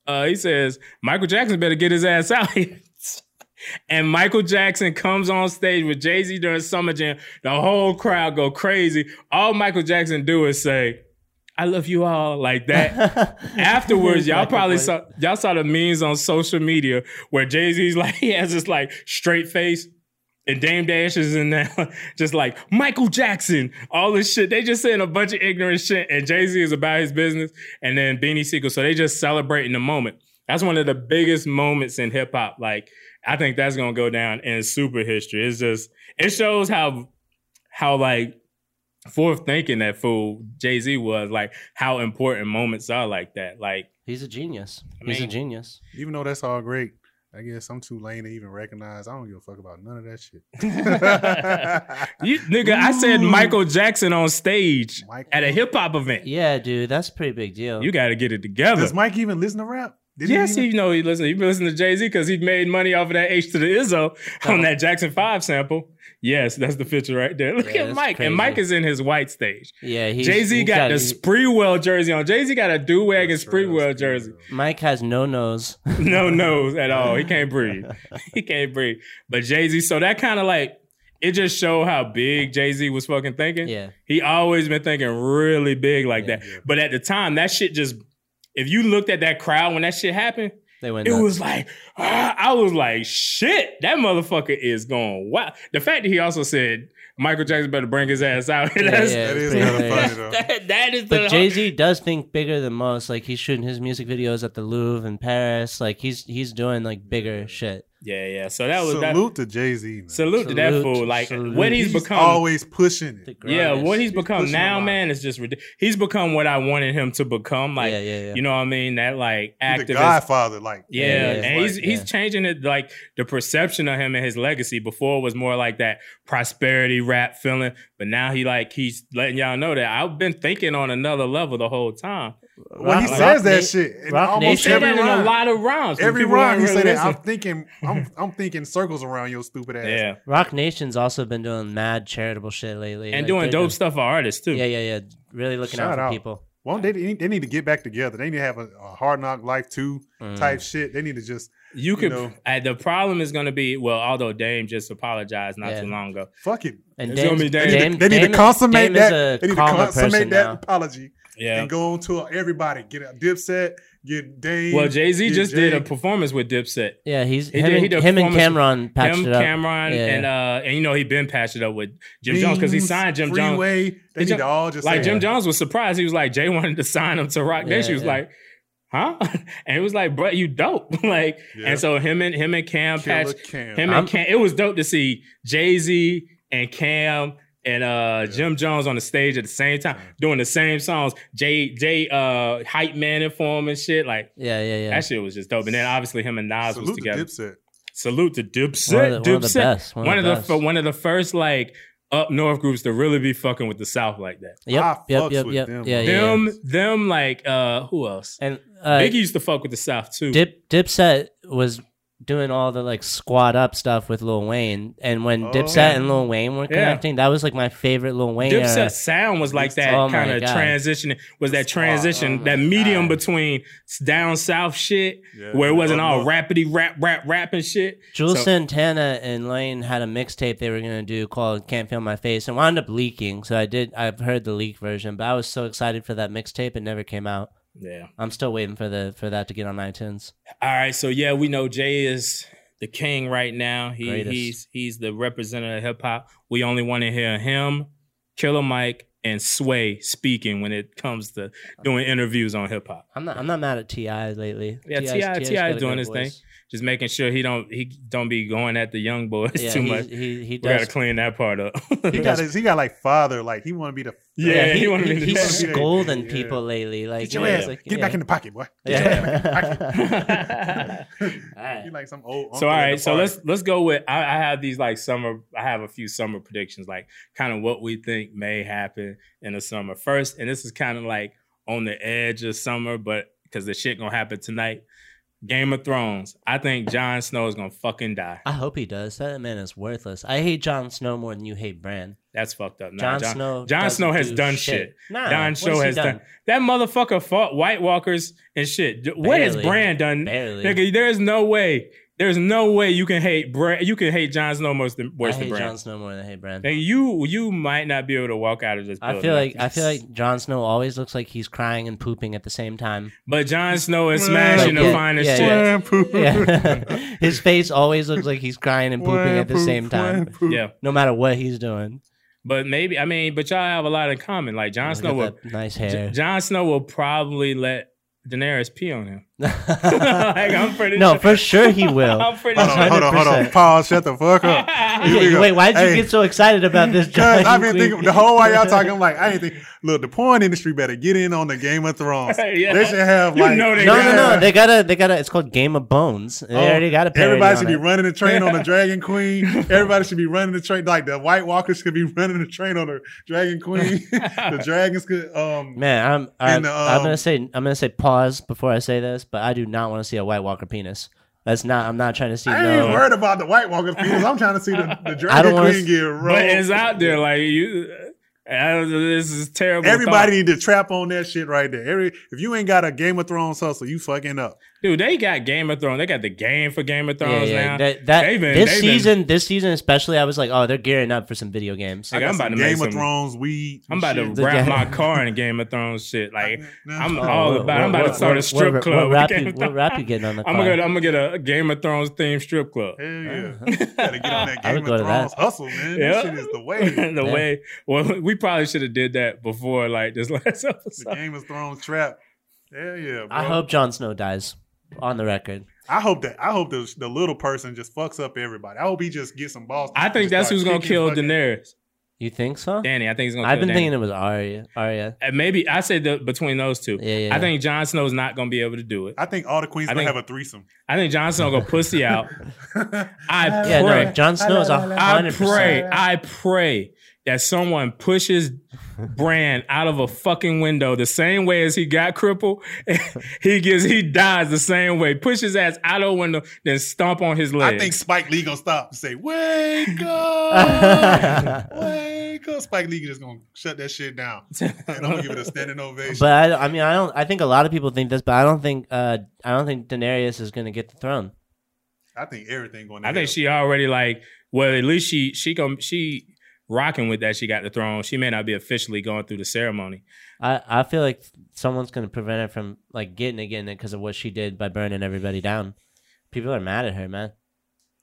Speaker 4: uh, he says Michael Jackson better get his ass out here. And Michael Jackson comes on stage with Jay Z during Summer Jam. The whole crowd go crazy. All Michael Jackson do is say, "I love you all" like that. Afterwards, y'all probably saw y'all saw the memes on social media where Jay Z's like he has this like straight face. And Dame Dash is in there, just like Michael Jackson, all this shit. They just saying a bunch of ignorant shit, and Jay Z is about his business, and then Beanie Siegel. So they just celebrating the moment. That's one of the biggest moments in hip hop. Like I think that's gonna go down in super history. It's just it shows how how like forth thinking that fool Jay Z was. Like how important moments are like that. Like
Speaker 2: He's a genius. He's a
Speaker 4: mean-
Speaker 2: genius.
Speaker 3: Even though that's all great, I guess I'm too lame to even recognize. I don't give a fuck about none of that shit.
Speaker 4: you nigga, I said Michael Jackson on stage
Speaker 3: Michael.
Speaker 4: at a hip hop event.
Speaker 2: Yeah, dude, that's a pretty big deal.
Speaker 4: You got to get it together.
Speaker 3: Does Mike even listen to rap?
Speaker 4: yes, he, you know he listened. He listened to Jay Z because he made money off of that H to the Izzo on that Jackson Five sample. Yes, that's the picture right there. Look
Speaker 2: Yeah,
Speaker 4: at
Speaker 2: that's
Speaker 4: Mike,
Speaker 2: crazy.
Speaker 4: and Mike is in his white stage.
Speaker 2: Yeah, he's-
Speaker 4: Jay Z
Speaker 2: he's
Speaker 4: got,
Speaker 2: got-
Speaker 4: the
Speaker 2: he's-
Speaker 4: Spreewell jersey on. Jay Z got a do wag and Spreewell jersey.
Speaker 2: Mike has no nose.
Speaker 4: no nose at all. He can't breathe. He can't breathe. But Jay Z, so that kind of like it just showed how big Jay Z was fucking thinking.
Speaker 2: Yeah.
Speaker 4: he always been thinking really big like that. But at the time, that shit just if you looked at that crowd when that shit happened,
Speaker 2: They went.
Speaker 4: it
Speaker 2: nuts.
Speaker 4: was like ah, I was like shit. That motherfucker is going wow. The fact that he also said Michael Jackson better bring his ass out.
Speaker 2: Yeah,
Speaker 4: That's-
Speaker 2: yeah, That it's is pretty kinda hilarious. funny, though.
Speaker 4: That- that is the
Speaker 2: But Jay Z does think bigger than most. Like he's shooting his music videos at the Louvre in Paris. Like he's he's doing like bigger shit.
Speaker 4: Yeah, yeah. So that was that,
Speaker 3: salute to Jay Z.
Speaker 4: Salute, to that
Speaker 2: Salute,
Speaker 4: fool. Like
Speaker 2: salute.
Speaker 4: what he's,
Speaker 3: He's
Speaker 4: become.
Speaker 3: always pushing it.
Speaker 4: yeah, what he's become
Speaker 3: pushing
Speaker 4: now,
Speaker 3: a lot.
Speaker 4: man, is just ridiculous. He's become what I wanted him to become. Like, you know what I mean? That like
Speaker 3: He's
Speaker 4: activist.
Speaker 3: the Godfather, like
Speaker 4: Yeah, and he's he's changing it like the perception of him and his legacy. Before it was more like that prosperity rap feeling, but now he like he's letting y'all know that I've been thinking on another level the whole time.
Speaker 3: when he
Speaker 4: Like-
Speaker 3: says that shit, in
Speaker 4: Rock
Speaker 3: almost
Speaker 4: Nation.
Speaker 3: every
Speaker 4: He said that in a
Speaker 3: rhyme,
Speaker 4: lot of rhymes, but
Speaker 3: Every
Speaker 4: people
Speaker 3: rhyme he
Speaker 4: don't
Speaker 3: say
Speaker 4: really
Speaker 3: that, I'm
Speaker 4: listen.
Speaker 3: thinking, I'm I'm thinking circles around your stupid ass.
Speaker 4: Yeah.
Speaker 2: Rock Nation's also been doing mad charitable shit lately
Speaker 4: And
Speaker 2: Like,
Speaker 4: doing
Speaker 2: they've
Speaker 4: dope
Speaker 2: been-
Speaker 4: stuff for artists too.
Speaker 2: Yeah, yeah, yeah. Really looking out
Speaker 3: Shout
Speaker 2: for
Speaker 3: out.
Speaker 2: people.
Speaker 3: Won't they, they need- they need to get back together. They need to have a, a hard knock life two type shit. They need to just
Speaker 4: You could.
Speaker 3: know,
Speaker 4: uh, the problem is going to be well. Although Dame just apologized not
Speaker 3: Yeah.
Speaker 4: too long ago.
Speaker 3: fuck it.
Speaker 4: And It's gonna Dame's- be Dame.
Speaker 3: They need to-
Speaker 4: Dame-
Speaker 3: they need
Speaker 4: Dame
Speaker 3: to
Speaker 4: is-
Speaker 3: consummate
Speaker 4: Dame is
Speaker 3: that.
Speaker 4: a
Speaker 3: They need to
Speaker 4: calmer
Speaker 3: consummate
Speaker 4: person
Speaker 3: that
Speaker 4: now.
Speaker 3: apology.
Speaker 4: Yeah.
Speaker 3: and go on to everybody. Get a Dipset. Get Dame.
Speaker 4: Well, Jay Z
Speaker 3: get
Speaker 4: just did a
Speaker 3: Jay.
Speaker 4: performance with Dipset.
Speaker 2: Yeah, he's- him and- him and
Speaker 4: performance-
Speaker 2: Cameron patched
Speaker 4: him,
Speaker 2: it up.
Speaker 4: Cameron,
Speaker 2: Yeah,
Speaker 4: and uh, and you know he been patched it up with Jim Jones because he
Speaker 3: Beans,
Speaker 4: signed Jim
Speaker 3: Freeway,
Speaker 4: Jones.
Speaker 3: they need to all just
Speaker 4: like
Speaker 3: say
Speaker 4: Jim
Speaker 3: that.
Speaker 4: Jones was surprised. He was like Jay wanted to sign him to Rock
Speaker 3: Yeah,
Speaker 4: Nation. He was
Speaker 3: yeah.
Speaker 4: like, huh? And it was like, bro, you dope. like, and so him and him and Cam
Speaker 3: Killer
Speaker 4: patched
Speaker 3: Cam.
Speaker 4: him
Speaker 3: I'm-
Speaker 4: and Cam. It was dope to see Jay Z and Cam. And uh, Jim Jones on the stage at the same time doing the same songs. Jay Jay uh, hype man inform and shit like
Speaker 2: Yeah, yeah, yeah.
Speaker 4: that shit was just dope. And then obviously him and Nas was
Speaker 3: Salute to
Speaker 4: together.
Speaker 3: Dipset.
Speaker 4: Salute to Dipset.
Speaker 2: One of the- one of the
Speaker 4: Dipset.
Speaker 2: best, one of the best.
Speaker 4: fir- one of the first like up north groups to really be fucking with the South like that.
Speaker 2: Yep, I yep, fucks yep, with yep. them, Yeah, yeah,
Speaker 4: them, them like uh who else?
Speaker 2: And uh,
Speaker 4: Biggie used to fuck with the South too.
Speaker 2: Dip Dipset was doing all the like squad up stuff with Lil Wayne, and when
Speaker 4: Oh.
Speaker 2: Dipset and Lil Wayne were
Speaker 4: Yeah.
Speaker 2: connecting, that was like my favorite Lil Wayne.
Speaker 4: Dipset
Speaker 2: era.
Speaker 4: sound was like that
Speaker 2: Oh my
Speaker 4: kind of
Speaker 2: God.
Speaker 4: transition. Was that transition,
Speaker 3: Oh
Speaker 4: that medium between s- down south shit, where it wasn't all rapidy rap rap rap and shit.
Speaker 2: Jules
Speaker 4: So-
Speaker 2: Santana and Lane had a mixtape they were gonna do called "Can't Feel My Face" and wound up leaking. So I did. I've heard the leak version, but I was so excited for that mixtape, it never came out.
Speaker 4: Yeah.
Speaker 2: I'm still waiting for the for that to get on iTunes.
Speaker 4: All right, so yeah, we know Jay is the king right now. He
Speaker 2: Greatest.
Speaker 4: he's he's the representative of hip hop. We only want to hear him, Killer Mike, and Sway speaking when it comes to doing interviews on hip hop.
Speaker 2: I'm not. I'm not mad at Ti lately.
Speaker 4: Yeah,
Speaker 2: T.I. 's-
Speaker 4: Ti
Speaker 2: 's
Speaker 4: Ti
Speaker 2: got a
Speaker 4: doing
Speaker 2: good
Speaker 4: his thing,
Speaker 2: voice.
Speaker 4: just making sure he don't he don't be going at the young boys
Speaker 2: Yeah,
Speaker 4: too
Speaker 2: he's-
Speaker 4: much.
Speaker 2: he- he
Speaker 4: we gotta
Speaker 2: does-
Speaker 4: clean that part up.
Speaker 3: He got his, he got like father. Like he want to be the
Speaker 4: Yeah, Yeah, he he-
Speaker 2: wanna be the- he's
Speaker 3: wanna the-
Speaker 2: scolding people lately, like,
Speaker 3: get your
Speaker 2: yeah,
Speaker 3: ass,
Speaker 2: it's like,
Speaker 3: get back
Speaker 2: yeah.
Speaker 3: in the pocket, boy. Get
Speaker 2: Yeah.
Speaker 3: your ass back in the pocket. You like some
Speaker 4: so
Speaker 3: old. uncle
Speaker 4: all
Speaker 3: at the
Speaker 4: right, so
Speaker 3: party.
Speaker 4: let's let's go with I, I have these like summer. I have a few summer predictions, like kind of what we think may happen in the summer first, and this is kind of like on the edge of summer, but because the shit gonna happen tonight. Game of Thrones. I think Jon Snow is gonna fucking die.
Speaker 2: I hope he does. That man is worthless. I hate Jon Snow more than you hate Bran.
Speaker 4: That's fucked up. Nah,
Speaker 2: Jon
Speaker 4: Jon-
Speaker 2: Snow.
Speaker 4: Jon
Speaker 2: doesn't
Speaker 4: Snow has
Speaker 2: do
Speaker 4: done shit.
Speaker 2: Nah,
Speaker 4: Jon
Speaker 2: what
Speaker 4: Snow
Speaker 2: has he
Speaker 4: has done? That motherfucker fought White Walkers and shit. D- What has
Speaker 2: Barely.
Speaker 4: Bran done?
Speaker 2: Barely.
Speaker 4: Nigga, there is no way. There's no way you can hate Bran. You can hate Jon Snow most than, worse
Speaker 2: I
Speaker 4: than
Speaker 2: hate
Speaker 4: Bran.
Speaker 2: Jon Snow more than I hate Bran.
Speaker 4: Nigga, you Oh, you might not be able to walk out of this.
Speaker 2: I
Speaker 4: building
Speaker 2: feel like
Speaker 4: after
Speaker 2: I feel
Speaker 4: this.
Speaker 2: like Jon Snow always looks like he's crying and pooping at the same time.
Speaker 4: But Jon Snow is smashing the finest shit.
Speaker 2: Yeah. His face always looks like he's crying and pooping at the
Speaker 4: Poop,
Speaker 2: same time.
Speaker 4: poop. Yeah.
Speaker 2: No matter what he's doing.
Speaker 4: But maybe I mean, but y'all have a lot in common. Like Jon
Speaker 2: Look
Speaker 4: Snow
Speaker 2: at
Speaker 4: will
Speaker 2: that nice hair.
Speaker 4: Jon Snow will probably let Daenerys pee on him. like I'm pretty
Speaker 2: No,
Speaker 4: sure.
Speaker 2: for sure he will.
Speaker 4: I'm pretty
Speaker 3: Hold on, hold on, hold on.
Speaker 2: 100%.
Speaker 3: Paul, shut the fuck up. Here we go.
Speaker 2: Wait, why'd you
Speaker 3: Hey.
Speaker 2: get so excited about this?
Speaker 3: Cause
Speaker 2: John?
Speaker 3: I've been thinking the whole while y'all talking, I'm like, I ain't think. Look, the porn industry better get in on the Game of Thrones.
Speaker 4: Yeah.
Speaker 3: They should have
Speaker 4: You
Speaker 3: like
Speaker 4: know they
Speaker 2: no, no, no. They gotta, they gotta. It's called Game of Bones.
Speaker 4: Oh,
Speaker 2: They already got a parody
Speaker 3: Everybody should
Speaker 2: on
Speaker 3: be
Speaker 2: it.
Speaker 3: running the train on the Dragon Queen. Everybody should be running the train. Like the White Walkers could be running the train on the Dragon Queen. the dragons could. Um,
Speaker 2: Man, I'm, I'm,
Speaker 3: And,
Speaker 2: I'm gonna
Speaker 3: um,
Speaker 2: say, I'm gonna say pause before I say this, but I do not want to see a White Walker penis. That's not. I'm not trying to see.
Speaker 3: I ain't
Speaker 2: no,
Speaker 3: even worried about the White Walker penis. I'm trying to see the, the
Speaker 2: I don't
Speaker 3: Dragon
Speaker 2: wanna
Speaker 3: Queen
Speaker 2: s-
Speaker 3: get rolled.
Speaker 4: But it's out there. Like you, I don't- this is terrible.
Speaker 3: Everybody
Speaker 4: thought.
Speaker 3: need to trap on that shit right there. Every if you ain't got a Game of Thrones hustle, you fucking up.
Speaker 4: dude, they got Game of Thrones. They got the game for Game of
Speaker 2: Yeah,
Speaker 4: Thrones
Speaker 2: yeah,
Speaker 4: now.
Speaker 2: That, that-
Speaker 4: They've been-
Speaker 2: this
Speaker 4: they've been-
Speaker 2: season, this season especially, I was like, oh, they're gearing up for some video games.
Speaker 4: Like, I'm about to make
Speaker 3: Game of
Speaker 4: some-
Speaker 3: Thrones weed.
Speaker 4: I'm about to
Speaker 2: The
Speaker 4: wrap
Speaker 2: game.
Speaker 4: my car in Game of Thrones shit. Like I'm
Speaker 2: Oh,
Speaker 4: all
Speaker 2: what-
Speaker 4: about. I'm
Speaker 2: what-
Speaker 4: about to
Speaker 2: what-
Speaker 4: start a
Speaker 2: what-
Speaker 4: strip
Speaker 2: what-
Speaker 4: club.
Speaker 2: What
Speaker 4: with
Speaker 2: rap,
Speaker 4: Game
Speaker 2: you,
Speaker 4: of
Speaker 2: what rap you getting on the
Speaker 4: I'm
Speaker 2: car?
Speaker 4: gonna, get- I'm gonna get a Game of Thrones themed strip club.
Speaker 3: Hell yeah, gotta get on that
Speaker 2: I
Speaker 3: Game
Speaker 2: would go
Speaker 3: of
Speaker 2: to
Speaker 3: Thrones
Speaker 2: that.
Speaker 3: hustle, man.
Speaker 4: Yeah.
Speaker 3: That shit is the way.
Speaker 4: the
Speaker 2: Yeah.
Speaker 4: way. Well, we probably should have did that before, like this last
Speaker 3: the
Speaker 4: episode.
Speaker 3: Game of Thrones trap. Hell yeah, bro.
Speaker 2: I hope Jon Snow dies on the record.
Speaker 3: I hope that I hope the, the little person just fucks up everybody. I hope he just gets some balls.
Speaker 4: I think
Speaker 3: Just
Speaker 4: that's
Speaker 3: start
Speaker 4: who's gonna
Speaker 3: kicking
Speaker 4: kill
Speaker 3: fucking-
Speaker 4: Daenerys.
Speaker 2: You think so?
Speaker 4: Danny, I think he's gonna.
Speaker 2: I've
Speaker 4: kill
Speaker 2: been
Speaker 4: Danny.
Speaker 2: thinking it was E, Arya. Arya.
Speaker 4: Uh, Maybe I said the, between those two.
Speaker 2: Yeah, yeah,
Speaker 4: I
Speaker 2: yeah.
Speaker 4: think Jon Snow's not gonna be able to do it.
Speaker 3: I think all the queens
Speaker 4: I
Speaker 3: gonna
Speaker 4: think-
Speaker 3: have a threesome.
Speaker 4: I think Jon Snow gonna pussy out. I
Speaker 2: Yeah,
Speaker 4: pray.
Speaker 2: no, Jon Snow is a
Speaker 4: I
Speaker 2: hundred
Speaker 4: pray,
Speaker 2: percent.
Speaker 4: I pray that someone pushes Bran out of a fucking window the same way as he got crippled. he gets he dies the same way. Push his ass out of a window, then stomp on his
Speaker 3: I
Speaker 4: legs.
Speaker 3: think Spike Lee gonna stop and say, "Wake up, wake up." Spike Lee just gonna shut that shit down, and I'm gonna give it a standing ovation.
Speaker 2: But I, I mean, I don't. I think a lot of people think this, but I don't think. Uh, I don't think Daenerys is going to get the throne.
Speaker 3: I think everything going. To
Speaker 4: I think
Speaker 3: hell.
Speaker 4: she already like well at least she she come she rocking with that she got the throne. She may not be officially going through the ceremony.
Speaker 2: I, I feel like someone's going to prevent her from like getting it, getting it because of what she did by burning everybody down. People are mad at her, man.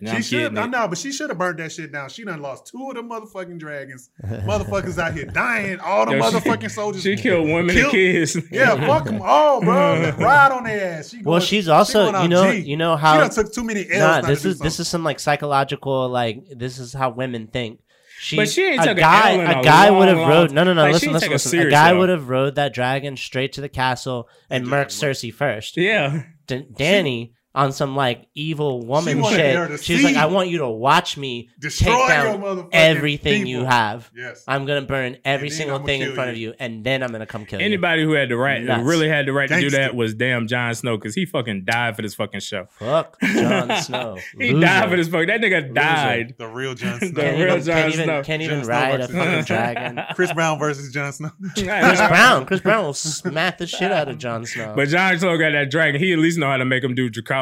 Speaker 4: Now
Speaker 3: She
Speaker 4: I'm
Speaker 3: should
Speaker 4: kidding.
Speaker 3: no, no, but she should have burned that shit down. She done lost two of the motherfucking dragons. Motherfuckers out here dying. All the
Speaker 4: Yo, she-
Speaker 3: motherfucking soldiers.
Speaker 4: She killed women
Speaker 3: Kill-
Speaker 4: and kids.
Speaker 3: Yeah, fuck them all, bro. Ride on their ass. She
Speaker 2: Well,
Speaker 3: going-
Speaker 2: she's
Speaker 3: she
Speaker 2: also,
Speaker 3: going out
Speaker 2: you know,
Speaker 3: G.
Speaker 2: you know
Speaker 3: she
Speaker 2: how.
Speaker 3: done took too many L's.
Speaker 2: Nah,
Speaker 3: not
Speaker 2: this
Speaker 3: to do
Speaker 2: is this is some like psychological, like this is how women think. She,
Speaker 4: But she ain't
Speaker 2: a
Speaker 4: took a
Speaker 2: guy.
Speaker 4: L in a
Speaker 2: guy would have
Speaker 4: long, long
Speaker 2: rode. No, no, no.
Speaker 4: time. Like, she
Speaker 2: listen,
Speaker 4: ain't take
Speaker 2: listen,
Speaker 4: a
Speaker 2: listen. A
Speaker 4: serious
Speaker 2: guy
Speaker 4: L.
Speaker 2: would have rode that dragon straight to the castle and murked Cersei first.
Speaker 4: yeah.
Speaker 2: D- Danny on some like evil woman
Speaker 3: wanted her to
Speaker 2: shit. She's like,
Speaker 3: see.
Speaker 2: I want you to watch me
Speaker 3: Destroy
Speaker 2: take
Speaker 3: your motherfucking
Speaker 2: down everything you
Speaker 3: people."
Speaker 2: have.
Speaker 3: Yes.
Speaker 2: I'm gonna burn every
Speaker 3: then
Speaker 2: single
Speaker 3: I'ma
Speaker 2: thing in
Speaker 3: kill
Speaker 2: front of
Speaker 3: you.
Speaker 2: you, and then I'm gonna come kill
Speaker 4: Anybody who had the right,
Speaker 2: Nuts.
Speaker 4: who really had the right to do
Speaker 3: Gangsta.
Speaker 4: that was damn Jon Snow because he fucking died for this fucking show.
Speaker 2: you. Fuck Jon Snow.
Speaker 4: He
Speaker 2: Loser.
Speaker 4: died for this fuck. That nigga died.
Speaker 3: the real Jon Snow.
Speaker 2: Can't
Speaker 4: The real
Speaker 2: even, can't
Speaker 4: Jon
Speaker 2: even,
Speaker 4: Snow.
Speaker 3: Jon
Speaker 2: can't even
Speaker 3: Snow
Speaker 2: ride a
Speaker 3: versus-
Speaker 2: fucking dragon.
Speaker 3: Chris Brown versus Jon Snow.
Speaker 2: Chris Brown. Chris Brown will smack the shit out of Jon Snow.
Speaker 4: But Jon Snow got that dragon. He at least know how to make him do Dracarys.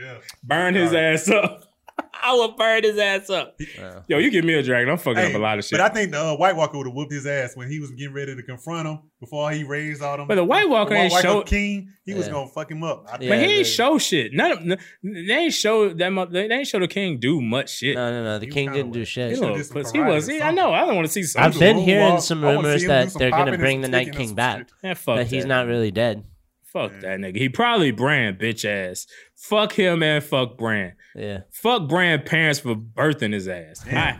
Speaker 3: yeah.
Speaker 4: Burn his ass up. I will burn his ass up. Yo, you give me a dragon. I'm fucking
Speaker 3: Hey,
Speaker 4: up a lot of shit.
Speaker 3: But I think the uh, White Walker would have whooped his ass when he was getting ready to confront him before he raised all them.
Speaker 4: But the White Walker ain't show-
Speaker 3: King, he was
Speaker 2: Yeah.
Speaker 3: gonna fuck him up. I think
Speaker 4: but he ain't
Speaker 2: Yeah, they-
Speaker 4: show shit. None of they ain't show that. mu- They ain't show the king do much shit.
Speaker 2: no, no, no. The
Speaker 3: You
Speaker 2: king
Speaker 3: kinda
Speaker 2: didn't do
Speaker 3: was.
Speaker 4: He
Speaker 2: shit.
Speaker 3: should've
Speaker 4: little
Speaker 3: did some
Speaker 4: pussy. He
Speaker 3: karate or
Speaker 4: was. He, I
Speaker 3: something.
Speaker 4: know. I don't want to see
Speaker 2: I've
Speaker 4: something.
Speaker 2: been
Speaker 3: Moonwalk.
Speaker 2: hearing some
Speaker 3: I wanna see
Speaker 2: rumors
Speaker 3: him do
Speaker 2: that
Speaker 3: some
Speaker 2: they're gonna
Speaker 3: popping
Speaker 2: bring
Speaker 3: and
Speaker 2: the
Speaker 3: some
Speaker 2: Night
Speaker 3: kicking
Speaker 2: King
Speaker 3: and some
Speaker 2: back.
Speaker 3: shit.
Speaker 4: Man, fuck
Speaker 2: That he's
Speaker 4: that.
Speaker 2: not really dead.
Speaker 4: Fuck that nigga. He probably Brand bitch ass. Fuck him and fuck Brand.
Speaker 2: Yeah.
Speaker 4: Fuck Brand parents for birthing his ass. I,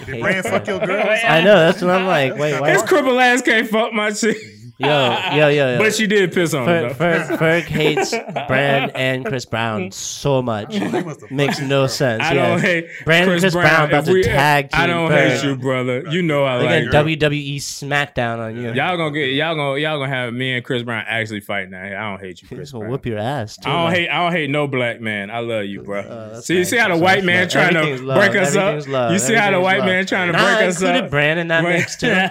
Speaker 3: Did, did Bran fuck your girl? or something?
Speaker 2: I know. That's what I'm like. Wait, why?
Speaker 4: his cripple ass can't fuck my shit.
Speaker 2: Yo, yo, yo, yo.
Speaker 4: But she did piss on him.
Speaker 2: Fer-
Speaker 4: though.
Speaker 2: Fer- Ferg hates Brand and Chris Brown so much.
Speaker 3: They must have
Speaker 2: Makes
Speaker 3: fucked
Speaker 2: no
Speaker 3: his girl.
Speaker 2: sense.
Speaker 4: I
Speaker 2: yeah.
Speaker 4: don't hate
Speaker 2: Brand and Chris Brown about
Speaker 4: If
Speaker 2: to
Speaker 4: we-
Speaker 2: tag
Speaker 4: I
Speaker 2: team
Speaker 4: don't
Speaker 2: Ferg.
Speaker 4: hate you, brother. You know I
Speaker 2: They
Speaker 4: like
Speaker 2: got
Speaker 4: you.
Speaker 2: WWE E SmackDown on you.
Speaker 4: Y'all gonna get y'all gonna y'all gonna have me and Chris Brown actually fighting out here. I don't hate you, Chris
Speaker 2: He's gonna
Speaker 4: Brown.
Speaker 2: whoop your ass. Too,
Speaker 4: I don't
Speaker 2: man.
Speaker 4: hate I don't hate no black man. I love you, bro.
Speaker 2: Uh, that's
Speaker 4: see, you
Speaker 2: nice.
Speaker 4: see how the
Speaker 2: That's
Speaker 4: white
Speaker 2: nice.
Speaker 4: man trying to
Speaker 2: Everything's love.
Speaker 4: break us up.
Speaker 2: Everything's love.
Speaker 4: You see how the
Speaker 2: Everything's
Speaker 4: white
Speaker 2: love.
Speaker 4: man trying to
Speaker 2: And I
Speaker 4: break us
Speaker 2: included
Speaker 4: up.
Speaker 2: Brand in that mix too.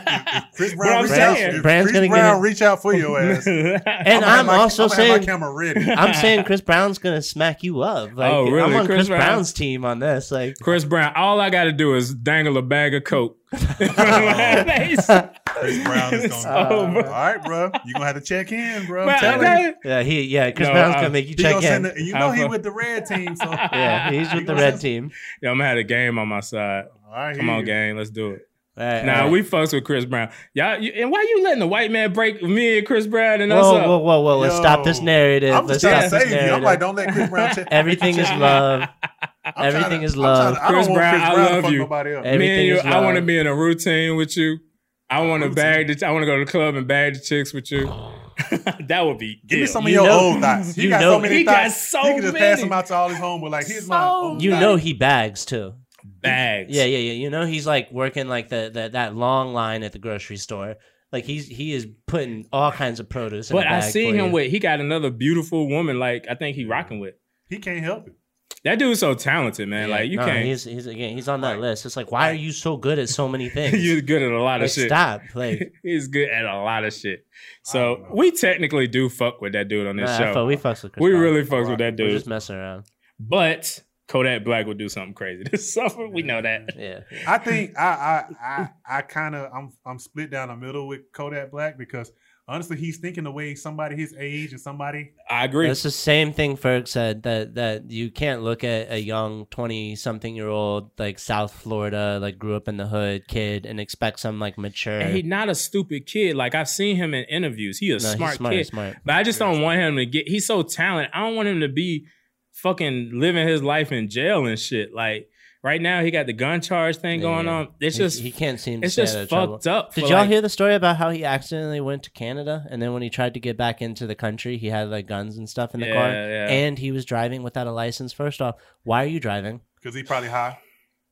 Speaker 3: Chris
Speaker 4: But I'm
Speaker 3: Brown, reached out.
Speaker 4: saying-
Speaker 3: If
Speaker 2: Bran's
Speaker 3: Chris
Speaker 2: gonna get
Speaker 3: Brown
Speaker 2: it.
Speaker 3: reach out for your ass.
Speaker 2: And I'm,
Speaker 3: gonna have my-
Speaker 2: also
Speaker 3: I'm gonna have my
Speaker 2: saying,
Speaker 3: camera ready.
Speaker 2: I'm saying Chris Brown's gonna smack you up. Like,
Speaker 4: Oh, really?
Speaker 2: I'm on
Speaker 4: Chris
Speaker 2: Chris,
Speaker 4: Brown?
Speaker 2: Brown's team on this. Like,
Speaker 4: Chris Brown, all I gotta do is dangle a bag of coke. But
Speaker 3: Chris Brown is
Speaker 4: It's
Speaker 3: gonna.
Speaker 4: over.
Speaker 3: All right, bro. You gonna have to check in, bro. I'm telling you.
Speaker 4: I-
Speaker 2: yeah, he, yeah, Chris
Speaker 4: No, uh,
Speaker 2: Brown's
Speaker 4: I-
Speaker 2: gonna make you
Speaker 3: He
Speaker 2: check
Speaker 3: gonna
Speaker 2: in.
Speaker 3: send the- you know he
Speaker 4: Alpha.
Speaker 3: with the red team, so
Speaker 2: yeah, he's
Speaker 3: He
Speaker 2: with the
Speaker 3: gonna
Speaker 2: red
Speaker 3: send-
Speaker 2: team.
Speaker 4: Yeah, I'm gonna have a game on my side.
Speaker 3: I hear
Speaker 4: Come on,
Speaker 3: you.
Speaker 4: gang, let's do it.
Speaker 2: All right, all
Speaker 4: Nah,
Speaker 2: right.
Speaker 4: we fucks with Chris Brown. Y'all, you, and why you letting the white man break me and Chris Brown and us
Speaker 2: Whoa,
Speaker 4: up?
Speaker 2: whoa, whoa, whoa! Let's stop this
Speaker 3: Yo,
Speaker 2: narrative.
Speaker 3: I'm
Speaker 2: Let's
Speaker 3: just trying
Speaker 2: stop
Speaker 3: to
Speaker 2: this
Speaker 3: save you. I'm like,
Speaker 2: narrative.
Speaker 3: don't let Chris Brown. check-
Speaker 2: Everything is love.
Speaker 3: I'm trying
Speaker 2: Everything
Speaker 3: to-
Speaker 2: is
Speaker 3: I'm trying
Speaker 2: love.
Speaker 3: to- I don't
Speaker 4: Chris
Speaker 3: want
Speaker 4: Brown, I
Speaker 3: Brown to
Speaker 4: love
Speaker 3: fuck
Speaker 4: you.
Speaker 3: nobody up.
Speaker 2: Everything
Speaker 4: me and
Speaker 2: is
Speaker 4: you, I
Speaker 2: love.
Speaker 4: want to be in a routine with you. I want to
Speaker 3: Routine.
Speaker 4: bag the. I want to go to the club and bag the chicks with you. that would be
Speaker 3: Give me
Speaker 4: ill.
Speaker 3: some of
Speaker 2: You
Speaker 3: your
Speaker 2: know-
Speaker 3: old thoughts. He
Speaker 2: you
Speaker 3: got
Speaker 2: know-
Speaker 3: so many
Speaker 4: He got
Speaker 3: thoughts.
Speaker 4: so
Speaker 3: he can just pass
Speaker 4: many.
Speaker 3: them out to all his homeboys. Like here's my
Speaker 4: So
Speaker 3: old
Speaker 2: You
Speaker 3: thoughts.
Speaker 2: know he bags too.
Speaker 4: bags.
Speaker 2: Yeah, yeah, yeah. You know he's like working like the, the that long line at the grocery store, Like he's he is putting all kinds of produce. in
Speaker 4: But
Speaker 2: a
Speaker 4: I
Speaker 2: bag
Speaker 4: see
Speaker 2: for
Speaker 4: him
Speaker 2: you.
Speaker 4: with he got another beautiful woman. Like I think he rocking with.
Speaker 3: He can't help it.
Speaker 4: That dude's so talented, man. like you
Speaker 2: No,
Speaker 4: can't.
Speaker 2: He's, he's again. He's on that list. It's like, why are you so good at so many things?
Speaker 4: You're good at a lot of
Speaker 2: Like,
Speaker 4: shit.
Speaker 2: Stop. Like
Speaker 4: he's good at a lot of shit. So we technically do fuck with that dude on this
Speaker 2: Nah, I
Speaker 4: show.
Speaker 2: fuck- we fucks with Chris
Speaker 4: We
Speaker 2: Brown.
Speaker 4: really fucks with that dude.
Speaker 2: We're just messing around.
Speaker 4: But Kodak Black would do something crazy this summer. We know that.
Speaker 2: Yeah.
Speaker 3: I think I I I, I kind of I'm I'm split down the middle with Kodak Black because honestly he's thinking the way somebody his age and somebody
Speaker 4: I agree.
Speaker 2: It's the same thing Ferg said that that you can't look at a young twenty something year old like South Florida like grew up in the hood kid and expect some like mature.
Speaker 4: And he's not a stupid kid. Like I've seen him in interviews. He a
Speaker 2: No, he's
Speaker 4: smart,
Speaker 2: smart,
Speaker 4: kid.
Speaker 2: he's smart.
Speaker 4: But I just don't want him to get. He's so talented. I don't want him to be fucking living his life in jail and shit. Like right now, he got the gun charge thing going on. It's
Speaker 2: He-
Speaker 4: just
Speaker 2: he can't seem. To
Speaker 4: It's
Speaker 2: stay
Speaker 4: just
Speaker 2: out of
Speaker 4: fucked
Speaker 2: trouble.
Speaker 4: up.
Speaker 2: Did
Speaker 4: for,
Speaker 2: y'all
Speaker 4: like-
Speaker 2: hear the story about how he accidentally went to Canada and then when he tried to get back into the country, he had like guns and stuff in the
Speaker 4: Yeah,
Speaker 2: car,
Speaker 4: yeah.
Speaker 2: and he was driving without a license. First off, why are you driving?
Speaker 3: because he probably high.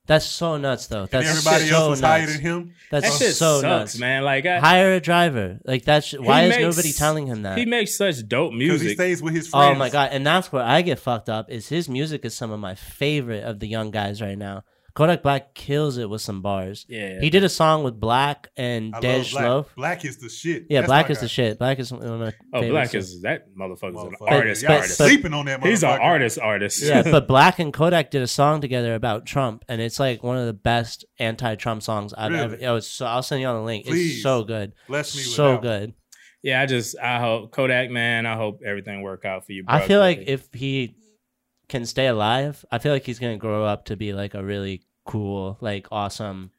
Speaker 2: That's so nuts, though. That's
Speaker 3: everybody
Speaker 2: so
Speaker 3: else was higher
Speaker 2: nuts.
Speaker 3: than him?
Speaker 2: That's
Speaker 4: That shit
Speaker 2: Oh, so
Speaker 4: sucks,
Speaker 2: nuts,
Speaker 4: man. Like, I-
Speaker 2: hire a driver. Like that's
Speaker 4: He
Speaker 2: why is
Speaker 4: makes-
Speaker 2: nobody telling him that?
Speaker 4: He makes such dope
Speaker 3: because
Speaker 4: music.
Speaker 3: he stays with his friends.
Speaker 2: Oh my god! And that's where I get fucked up. Is his music is some of my favorite of the young guys right now. Kodak Black kills it with some bars.
Speaker 3: Yeah.
Speaker 2: he did a song with Black and
Speaker 3: I love
Speaker 2: Dej
Speaker 3: Black.
Speaker 2: Loaf.
Speaker 3: Black is the shit.
Speaker 2: Yeah,
Speaker 3: That's
Speaker 2: Black
Speaker 3: my
Speaker 2: is
Speaker 3: guy.
Speaker 2: the shit. Black is one of my
Speaker 4: Oh,
Speaker 2: favorites.
Speaker 4: Black is that motherfucker's an
Speaker 3: Motherfucker.
Speaker 4: artist.
Speaker 3: Y'all
Speaker 4: artist.
Speaker 3: sleeping on that
Speaker 4: He's an
Speaker 3: motherfucker.
Speaker 4: artist. Artist.
Speaker 2: yeah, but Black and Kodak did a song together about Trump, and it's like one of the best anti-Trump songs I've
Speaker 4: Really?
Speaker 2: ever. Oh, it's so, I'll send you all the link.
Speaker 4: Please,
Speaker 2: it's so good.
Speaker 4: bless me with
Speaker 2: so
Speaker 4: that one.
Speaker 2: good.
Speaker 4: yeah. I just I hope Kodak man. I hope everything work out for you. Bro.
Speaker 2: I feel like if he can stay alive, I feel like he's gonna grow up to be like a really cool, like awesome,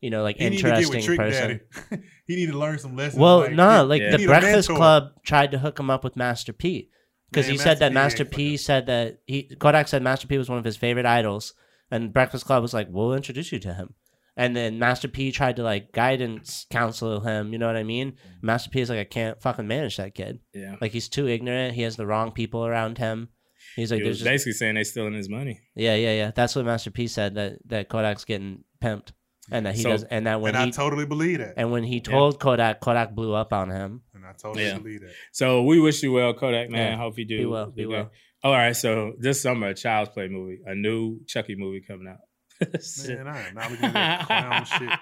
Speaker 2: you know, like
Speaker 3: He need to get with
Speaker 2: interesting
Speaker 3: Trick
Speaker 2: person.
Speaker 3: Daddy. he need to learn some lessons.
Speaker 2: Well,
Speaker 3: like,
Speaker 2: no,
Speaker 3: he-
Speaker 2: like
Speaker 3: he
Speaker 2: the
Speaker 3: need a
Speaker 2: Breakfast
Speaker 3: mentor.
Speaker 2: Club tried to hook him up with Master P because
Speaker 3: Man,
Speaker 2: he said
Speaker 3: Master
Speaker 2: that
Speaker 3: P
Speaker 2: Master
Speaker 3: ain't
Speaker 2: P said that he Kodak said Master P was one of his favorite idols, and Breakfast Club was like, "We'll introduce you to him." And then Master P tried to like guidance counsel him, you know what I mean? Master P is like, I can't fucking manage that kid.
Speaker 4: Yeah.
Speaker 2: Like he's too ignorant. He has the wrong people around him. He's like,
Speaker 4: he
Speaker 2: there's
Speaker 4: was
Speaker 2: just
Speaker 4: basically saying they stealing his money.
Speaker 2: yeah, yeah, yeah. That's what Master P said that that Kodak's getting pimped, and that he
Speaker 4: So-
Speaker 2: does, and that when
Speaker 4: And I
Speaker 2: he
Speaker 3: totally believe that.
Speaker 2: And when he
Speaker 4: Yeah.
Speaker 2: told Kodak, Kodak blew up on him.
Speaker 3: And I totally
Speaker 4: Yeah.
Speaker 3: believe that.
Speaker 4: So we wish you well, Kodak man.
Speaker 2: Yeah.
Speaker 4: Hope you do.
Speaker 2: Be well,
Speaker 4: do
Speaker 2: be
Speaker 4: good.
Speaker 2: well.
Speaker 4: All right. So this summer, a Child's Play movie, a new Chucky movie coming out. Shit.
Speaker 3: Man, I am not looking at that clown shit.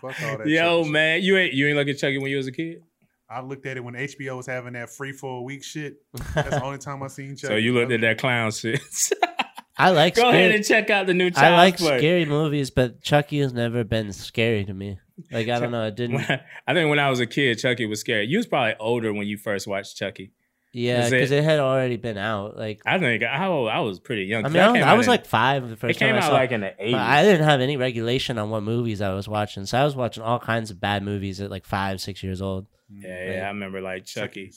Speaker 3: Fuck all that.
Speaker 4: Yo,
Speaker 3: shit.
Speaker 4: man, you ain't you ain't look at Chucky when you was a kid.
Speaker 3: I looked at it when HBO was having that free for a week shit. That's the only time I seen Chuck.
Speaker 4: So you looked at that clown shit.
Speaker 2: I like.
Speaker 4: Go ahead
Speaker 2: scary-
Speaker 4: and check out the new
Speaker 2: I
Speaker 4: Child's
Speaker 2: like
Speaker 4: Play.
Speaker 2: scary movies, but Chucky has never been scary to me. Like I don't know, it didn't.
Speaker 4: When I, I think when I was a kid, Chucky was scary. You was probably older when you first watched Chucky.
Speaker 2: Yeah,
Speaker 4: Is
Speaker 2: because it, had already been out. Like
Speaker 4: I think I, I was pretty young.
Speaker 2: I
Speaker 4: 'cause
Speaker 2: mean, I,
Speaker 4: that
Speaker 2: was-
Speaker 4: came
Speaker 2: I
Speaker 4: out
Speaker 2: was
Speaker 4: in-
Speaker 2: like five the first
Speaker 4: It came
Speaker 2: time I
Speaker 4: out
Speaker 2: saw
Speaker 4: like in the
Speaker 2: but
Speaker 4: eighties.
Speaker 2: I didn't have any regulation on what movies I was watching, so I was watching all kinds of bad movies at like five, six years old.
Speaker 4: Yeah, yeah, I remember like Chucky.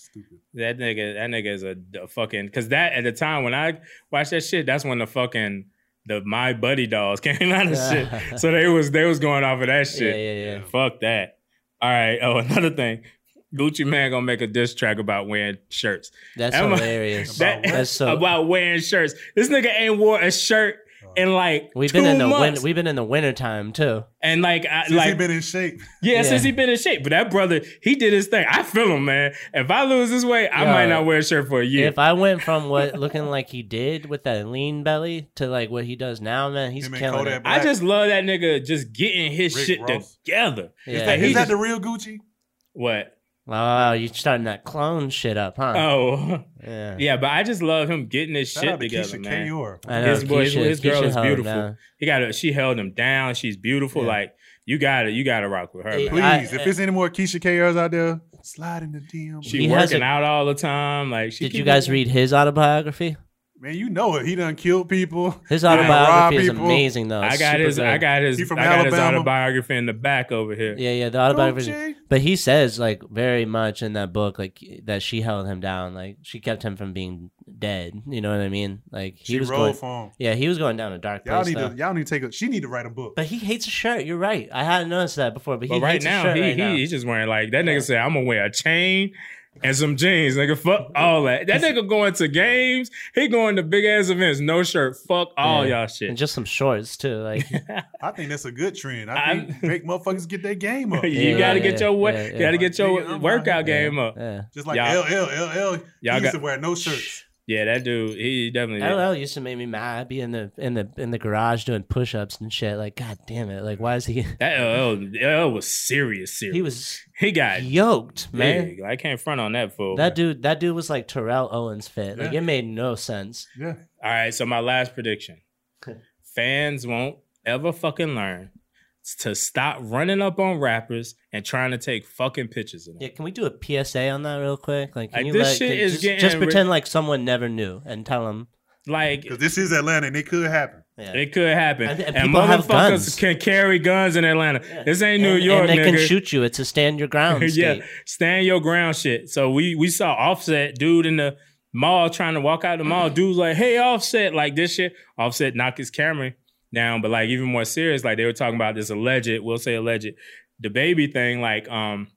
Speaker 4: That nigga, that nigga is a, a fucking. Because that at the time when I watched that shit, that's when the fucking the my buddy dolls came out of shit. So they was they was going off of that shit.
Speaker 2: Yeah, yeah, yeah.
Speaker 4: Fuck that. All right. Oh, another thing. Gucci man gonna make a diss track about wearing shirts.
Speaker 2: That's
Speaker 4: Am I-
Speaker 2: hilarious.
Speaker 4: that-
Speaker 2: That's so-
Speaker 4: about wearing shirts. This nigga ain't wore a shirt in like
Speaker 2: We've
Speaker 4: two
Speaker 2: been in the
Speaker 4: months.
Speaker 2: win- we've been in the winter time too.
Speaker 4: And like, I,
Speaker 2: Since he
Speaker 4: like
Speaker 3: been in shape.
Speaker 4: Yeah,
Speaker 2: Yeah.
Speaker 4: since he been in shape. But that brother, he did his thing. I feel him, man. If I lose this weight, I
Speaker 2: Yo,
Speaker 4: might not wear a shirt for a year.
Speaker 2: If I went from what looking like he did with that lean belly to like what he does now, man, he's killing it.
Speaker 4: I just love that nigga just getting his
Speaker 2: Rick
Speaker 4: shit
Speaker 2: Ross.
Speaker 4: together.
Speaker 2: Is Yeah. that-
Speaker 4: he
Speaker 2: is that
Speaker 4: just-
Speaker 3: the real Gucci?
Speaker 4: what?
Speaker 2: Oh, you starting that clone shit up, huh?
Speaker 4: Oh,
Speaker 2: yeah.
Speaker 4: yeah. But I just love him getting his
Speaker 3: Shout
Speaker 4: shit
Speaker 3: out to
Speaker 4: together,
Speaker 3: Keisha
Speaker 4: man.
Speaker 3: Kaur.
Speaker 2: I know,
Speaker 4: his, boy- his-
Speaker 2: Keisha-
Speaker 4: his girl
Speaker 2: Keisha
Speaker 4: is
Speaker 2: held him
Speaker 4: beautiful.
Speaker 2: down.
Speaker 4: He got a, she held him down. She's beautiful. Like you got to you got to rock with her.
Speaker 3: Please,
Speaker 4: man.
Speaker 3: if it's any more Keisha Krs out there, slide in the DM.
Speaker 4: she working out all the time. Like she
Speaker 2: Did you
Speaker 4: keep-
Speaker 2: guys read his autobiography?
Speaker 3: Man, you know it. He done killed people.
Speaker 2: His
Speaker 3: He done
Speaker 2: autobiography
Speaker 3: robbed
Speaker 2: is
Speaker 3: people.
Speaker 2: amazing, though.
Speaker 4: I
Speaker 2: It's
Speaker 4: got
Speaker 2: super
Speaker 4: his. I
Speaker 2: good.
Speaker 4: got his.
Speaker 3: He from
Speaker 4: I got his
Speaker 3: Alabama?
Speaker 4: autobiography in the back over here.
Speaker 2: Yeah, yeah, the autobiography. But he says like very much in that book, like that she held him down, like she kept him from being dead. You know what I mean? Like he
Speaker 3: She
Speaker 2: was
Speaker 3: rode
Speaker 2: going.
Speaker 3: for him.
Speaker 2: Yeah, he was going down a dark
Speaker 3: Y'all
Speaker 2: place.
Speaker 3: need
Speaker 2: though.
Speaker 3: to. Y'all need to take a. She need to write a book.
Speaker 2: But he hates a shirt. You're right. I hadn't noticed that before. But he
Speaker 4: But right
Speaker 2: hates a
Speaker 4: now,
Speaker 2: shirt
Speaker 4: he,
Speaker 2: right
Speaker 4: he
Speaker 2: now.
Speaker 4: he's just wearing like that nigga said, I'm gonna wear a chain and some jeans, nigga. Fuck all that. That nigga going to games. He going to big ass events, no shirt. Fuck all
Speaker 2: Yeah.
Speaker 4: y'all shit.
Speaker 2: And just some shorts too. Like
Speaker 3: I think that's a good trend. I think make motherfuckers get their game up.
Speaker 4: you gotta get your work. gotta get your workout game up.
Speaker 3: Just like
Speaker 4: Y'all-
Speaker 3: LL, LL, he
Speaker 4: Y'all
Speaker 3: used
Speaker 4: got-
Speaker 3: to wear no shirts.
Speaker 4: Yeah, that dude. He definitely.
Speaker 2: LL used to make me mad. I'd be in the in the in the garage doing push ups and shit. Like, god damn it! Like, why is he?
Speaker 4: That LL, LL was serious. Serious. He
Speaker 2: was.
Speaker 4: He got
Speaker 2: yoked, man.
Speaker 4: big. I can't front on that fool.
Speaker 2: That dude, that dude was like Terrell Owens fit. Like,
Speaker 4: Yeah.
Speaker 2: it made no sense.
Speaker 3: Yeah.
Speaker 4: All right, so my last prediction. Fans won't ever fucking learn to stop running up on rappers and trying to take fucking pictures of them.
Speaker 2: Yeah, can we do a PSA on that real quick? Like, can
Speaker 4: Like,
Speaker 2: you
Speaker 4: this
Speaker 2: let-
Speaker 4: shit
Speaker 2: can-
Speaker 4: is
Speaker 2: just,
Speaker 4: getting
Speaker 2: just
Speaker 4: ri-
Speaker 2: pretend like someone never knew and tell them.
Speaker 4: Like,
Speaker 3: because this is Atlanta, and it could happen.
Speaker 4: It could happen.
Speaker 2: And-
Speaker 4: And,
Speaker 2: and people have
Speaker 4: motherfuckers
Speaker 2: guns.
Speaker 4: can carry guns in Atlanta. This ain't New
Speaker 2: and,
Speaker 4: York,
Speaker 2: and they can
Speaker 4: nigga.
Speaker 2: shoot you. It's a stand your ground.
Speaker 4: yeah,
Speaker 2: state.
Speaker 4: stand your ground shit. So we we saw Offset dude in the mall trying to walk out the mall. Dude's like, "Hey, Offset!" Like this shit. Offset knocked his camera down, but like even more serious, like they were talking about this alleged, we'll say alleged, the baby thing. Like, um,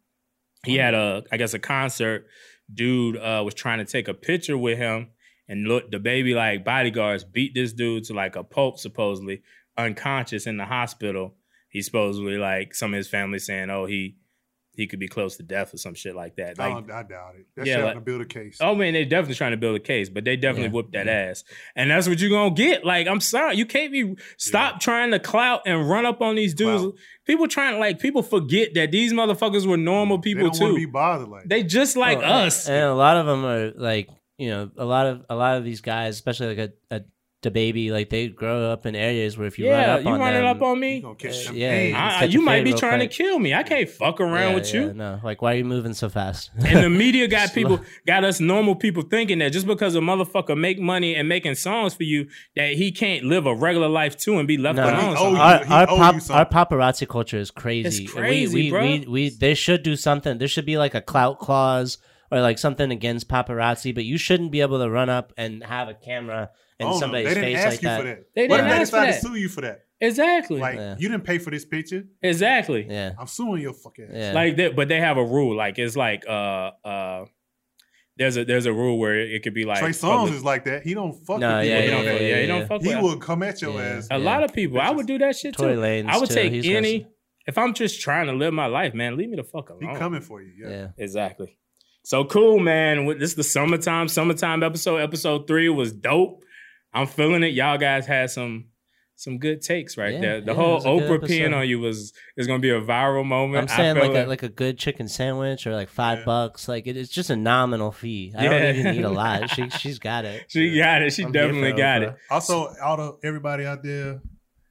Speaker 4: he had a, I guess, a concert. Dude uh, was trying to take a picture with him, and look, the baby like bodyguards beat this dude to like a pulp, supposedly unconscious in the hospital. He supposedly like some of his family saying, "Oh, he he could be close to death or some shit like that."
Speaker 3: I,
Speaker 4: Like,
Speaker 3: don't, I doubt it. That's
Speaker 4: Yeah,
Speaker 3: yeah, trying
Speaker 4: like-
Speaker 3: to build a case.
Speaker 4: Oh man, they definitely trying to build a case, but they definitely whooped that ass, and that's what you gonna get. Like, I'm sorry, you can't be stop trying to clout and run up on these dudes. People trying like people forget that these motherfuckers were normal people
Speaker 3: Mm. they don't
Speaker 4: too.
Speaker 3: want to be bothered like
Speaker 4: they just like
Speaker 2: Well, and-
Speaker 4: us.
Speaker 2: And a lot of them are like, you know, a lot of a lot of these guys, especially like a, a the baby, like they grow up in areas where if you
Speaker 4: yeah,
Speaker 2: run up
Speaker 4: you
Speaker 2: on
Speaker 4: running
Speaker 2: them,
Speaker 4: up on me?
Speaker 3: catch them
Speaker 2: yeah, you
Speaker 4: I-
Speaker 2: catch
Speaker 4: you
Speaker 2: a
Speaker 4: might
Speaker 2: fade
Speaker 4: be
Speaker 2: real
Speaker 4: trying
Speaker 2: quick.
Speaker 4: to kill me. I can't fuck around
Speaker 2: Yeah,
Speaker 4: with
Speaker 2: yeah,
Speaker 4: you.
Speaker 2: No, like why are you moving so fast?
Speaker 4: And the media got people got us normal people thinking that just because a motherfucker make money and making songs for you that he can't live a regular life too and be left
Speaker 2: No,
Speaker 4: alone.
Speaker 2: our,
Speaker 4: sometimes.
Speaker 2: our, pop, our paparazzi culture is crazy.
Speaker 4: It's
Speaker 2: And
Speaker 4: crazy,
Speaker 2: we, we,
Speaker 4: bro.
Speaker 2: We, we, they should do something. There should be like a clout clause or like something against paparazzi, but you shouldn't be able to run up and have a camera in
Speaker 3: Oh, no,
Speaker 2: somebody's
Speaker 3: they didn't
Speaker 2: face
Speaker 3: ask
Speaker 2: like
Speaker 3: you
Speaker 2: that.
Speaker 3: for that.
Speaker 4: They
Speaker 3: what
Speaker 4: didn't
Speaker 3: if they
Speaker 4: ask for
Speaker 3: decide
Speaker 4: that.
Speaker 3: to sue you for that?
Speaker 4: Exactly.
Speaker 3: Like you didn't pay for this picture.
Speaker 4: Exactly.
Speaker 2: Yeah.
Speaker 3: I'm suing your fucking ass.
Speaker 4: Like that, but they have a rule. Like it's like uh uh there's a there's a rule where it could be like
Speaker 3: Trey Songz
Speaker 4: public-
Speaker 3: is like that. He don't fuck
Speaker 4: No,
Speaker 3: with
Speaker 4: yeah,
Speaker 3: people.
Speaker 4: yeah,
Speaker 3: like that.
Speaker 4: yeah, yeah, he don't fuck
Speaker 3: He
Speaker 4: with-
Speaker 3: will come at your ass.
Speaker 4: A lot of people. I would do that shit too.
Speaker 2: Tory Lanez,
Speaker 4: I would
Speaker 2: too.
Speaker 4: take
Speaker 2: He's got
Speaker 4: any. If I'm just trying to live my life, man, leave me the fuck alone.
Speaker 3: coming for you. Yeah.
Speaker 4: Exactly. So cool, man. With- This is the summertime, summertime episode. Episode three was dope. I'm feeling it. Y'all guys had some some good takes right
Speaker 2: Yeah,
Speaker 4: there. The
Speaker 2: yeah,
Speaker 4: whole
Speaker 2: it was a good
Speaker 4: Oprah peeing
Speaker 2: episode.
Speaker 4: on you was is gonna be a viral moment.
Speaker 2: I'm saying
Speaker 4: I feel
Speaker 2: like a, like a good chicken sandwich or like five bucks. Like it, it's just a nominal fee. I
Speaker 4: Yeah.
Speaker 2: don't even need a lot. She she's got it.
Speaker 4: she got it. She
Speaker 2: I'm here for
Speaker 4: definitely got
Speaker 2: Oprah.
Speaker 4: it.
Speaker 3: Also, out of everybody out there,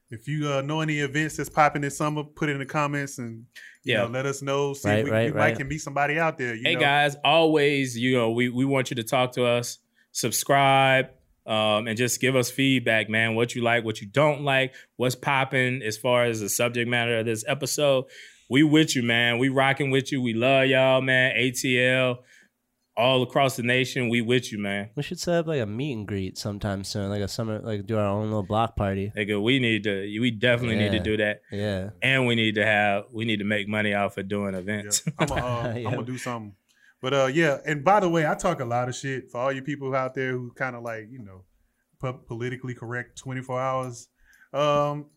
Speaker 3: if you uh, know any events that's popping this summer, put it in the comments and you
Speaker 4: Yeah.
Speaker 3: know, let us know. See
Speaker 4: Right,
Speaker 3: if we,
Speaker 4: right,
Speaker 3: we
Speaker 4: right.
Speaker 3: might can meet somebody out there. You
Speaker 4: hey
Speaker 3: know?
Speaker 4: guys, always, you know, we, we want you to talk to us, subscribe, um, and just give us feedback, man. What you like, what you don't like, what's popping as far as the subject matter of this episode. We with you, man. We rocking with you. We love y'all, man. ATL, all across the nation. We with you, man.
Speaker 2: We should set up like a meet and greet sometime soon, like a summer, like do our own little block party.
Speaker 4: Nigga, we need to. We definitely need to
Speaker 2: Yeah.
Speaker 4: do that.
Speaker 2: Yeah.
Speaker 4: And we need to have. We need to make money off of doing events.
Speaker 3: I'm gonna uh, I'm gonna do something. But uh, yeah, and by the way, I talk a lot of shit for all you people out there who kind of like you know po- politically correct 24 hours. Um,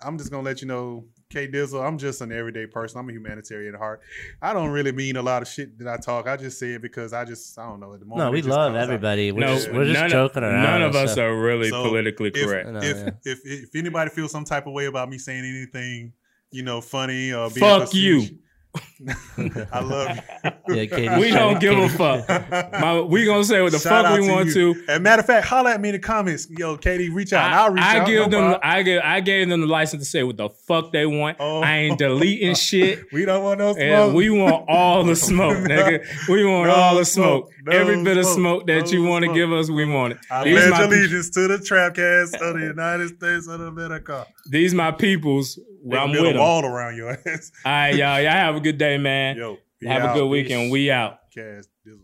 Speaker 3: I'm just gonna let you know, K Dizzle, I'm just an everyday person. I'm a humanitarian at heart. I don't really mean a lot of shit that I talk. I just say it because I just I don't know at the moment.
Speaker 2: No,
Speaker 3: it
Speaker 2: we
Speaker 3: just
Speaker 2: love
Speaker 3: comes out.
Speaker 2: everybody. We're
Speaker 4: No,
Speaker 2: just, we're just
Speaker 4: none of-
Speaker 2: joking around.
Speaker 4: none
Speaker 2: and
Speaker 4: of us
Speaker 2: stuff.
Speaker 4: are really politically
Speaker 3: if,
Speaker 4: correct.
Speaker 2: No,
Speaker 3: If,
Speaker 2: yeah.
Speaker 3: if, if anybody feels some type of way about me saying anything, you know, funny or being
Speaker 4: Fuck
Speaker 3: facetious,
Speaker 4: you.
Speaker 3: I love you.
Speaker 2: Yeah, Katie's
Speaker 4: We don't give a
Speaker 2: Katie-
Speaker 4: fuck. My, we gonna say what the
Speaker 3: Shout
Speaker 4: fuck
Speaker 3: out
Speaker 4: we want
Speaker 3: you.
Speaker 4: to.
Speaker 3: And matter of fact, holla at me in the comments. Yo, Katie, reach out. and I'll reach
Speaker 4: I
Speaker 3: out.
Speaker 4: give
Speaker 3: no
Speaker 4: them.
Speaker 3: problem.
Speaker 4: I give. I gave them the license to say what the fuck they want. I ain't deleting shit.
Speaker 3: We don't want no Oh. smoke.
Speaker 4: And we want all the smoke, nigga. We want
Speaker 3: No
Speaker 4: all the smoke.
Speaker 3: smoke.
Speaker 4: Every
Speaker 3: No
Speaker 4: bit of
Speaker 3: smoke.
Speaker 4: smoke that you
Speaker 3: No
Speaker 4: want to
Speaker 3: smoke.
Speaker 4: give us, we want it.
Speaker 3: I
Speaker 4: These
Speaker 3: pledge
Speaker 4: my, pe-
Speaker 3: allegiance to the trapcast of the United States of America.
Speaker 4: these my peoples.
Speaker 3: They
Speaker 4: I'm
Speaker 3: can
Speaker 4: with
Speaker 3: build a
Speaker 4: 'em.
Speaker 3: wall around your ass.
Speaker 4: All right, y'all. Y'all have a good day, man.
Speaker 3: Yo, be
Speaker 4: have a
Speaker 3: out.
Speaker 4: good weekend.
Speaker 3: Peace.
Speaker 4: We out.
Speaker 3: Cast, dizzle.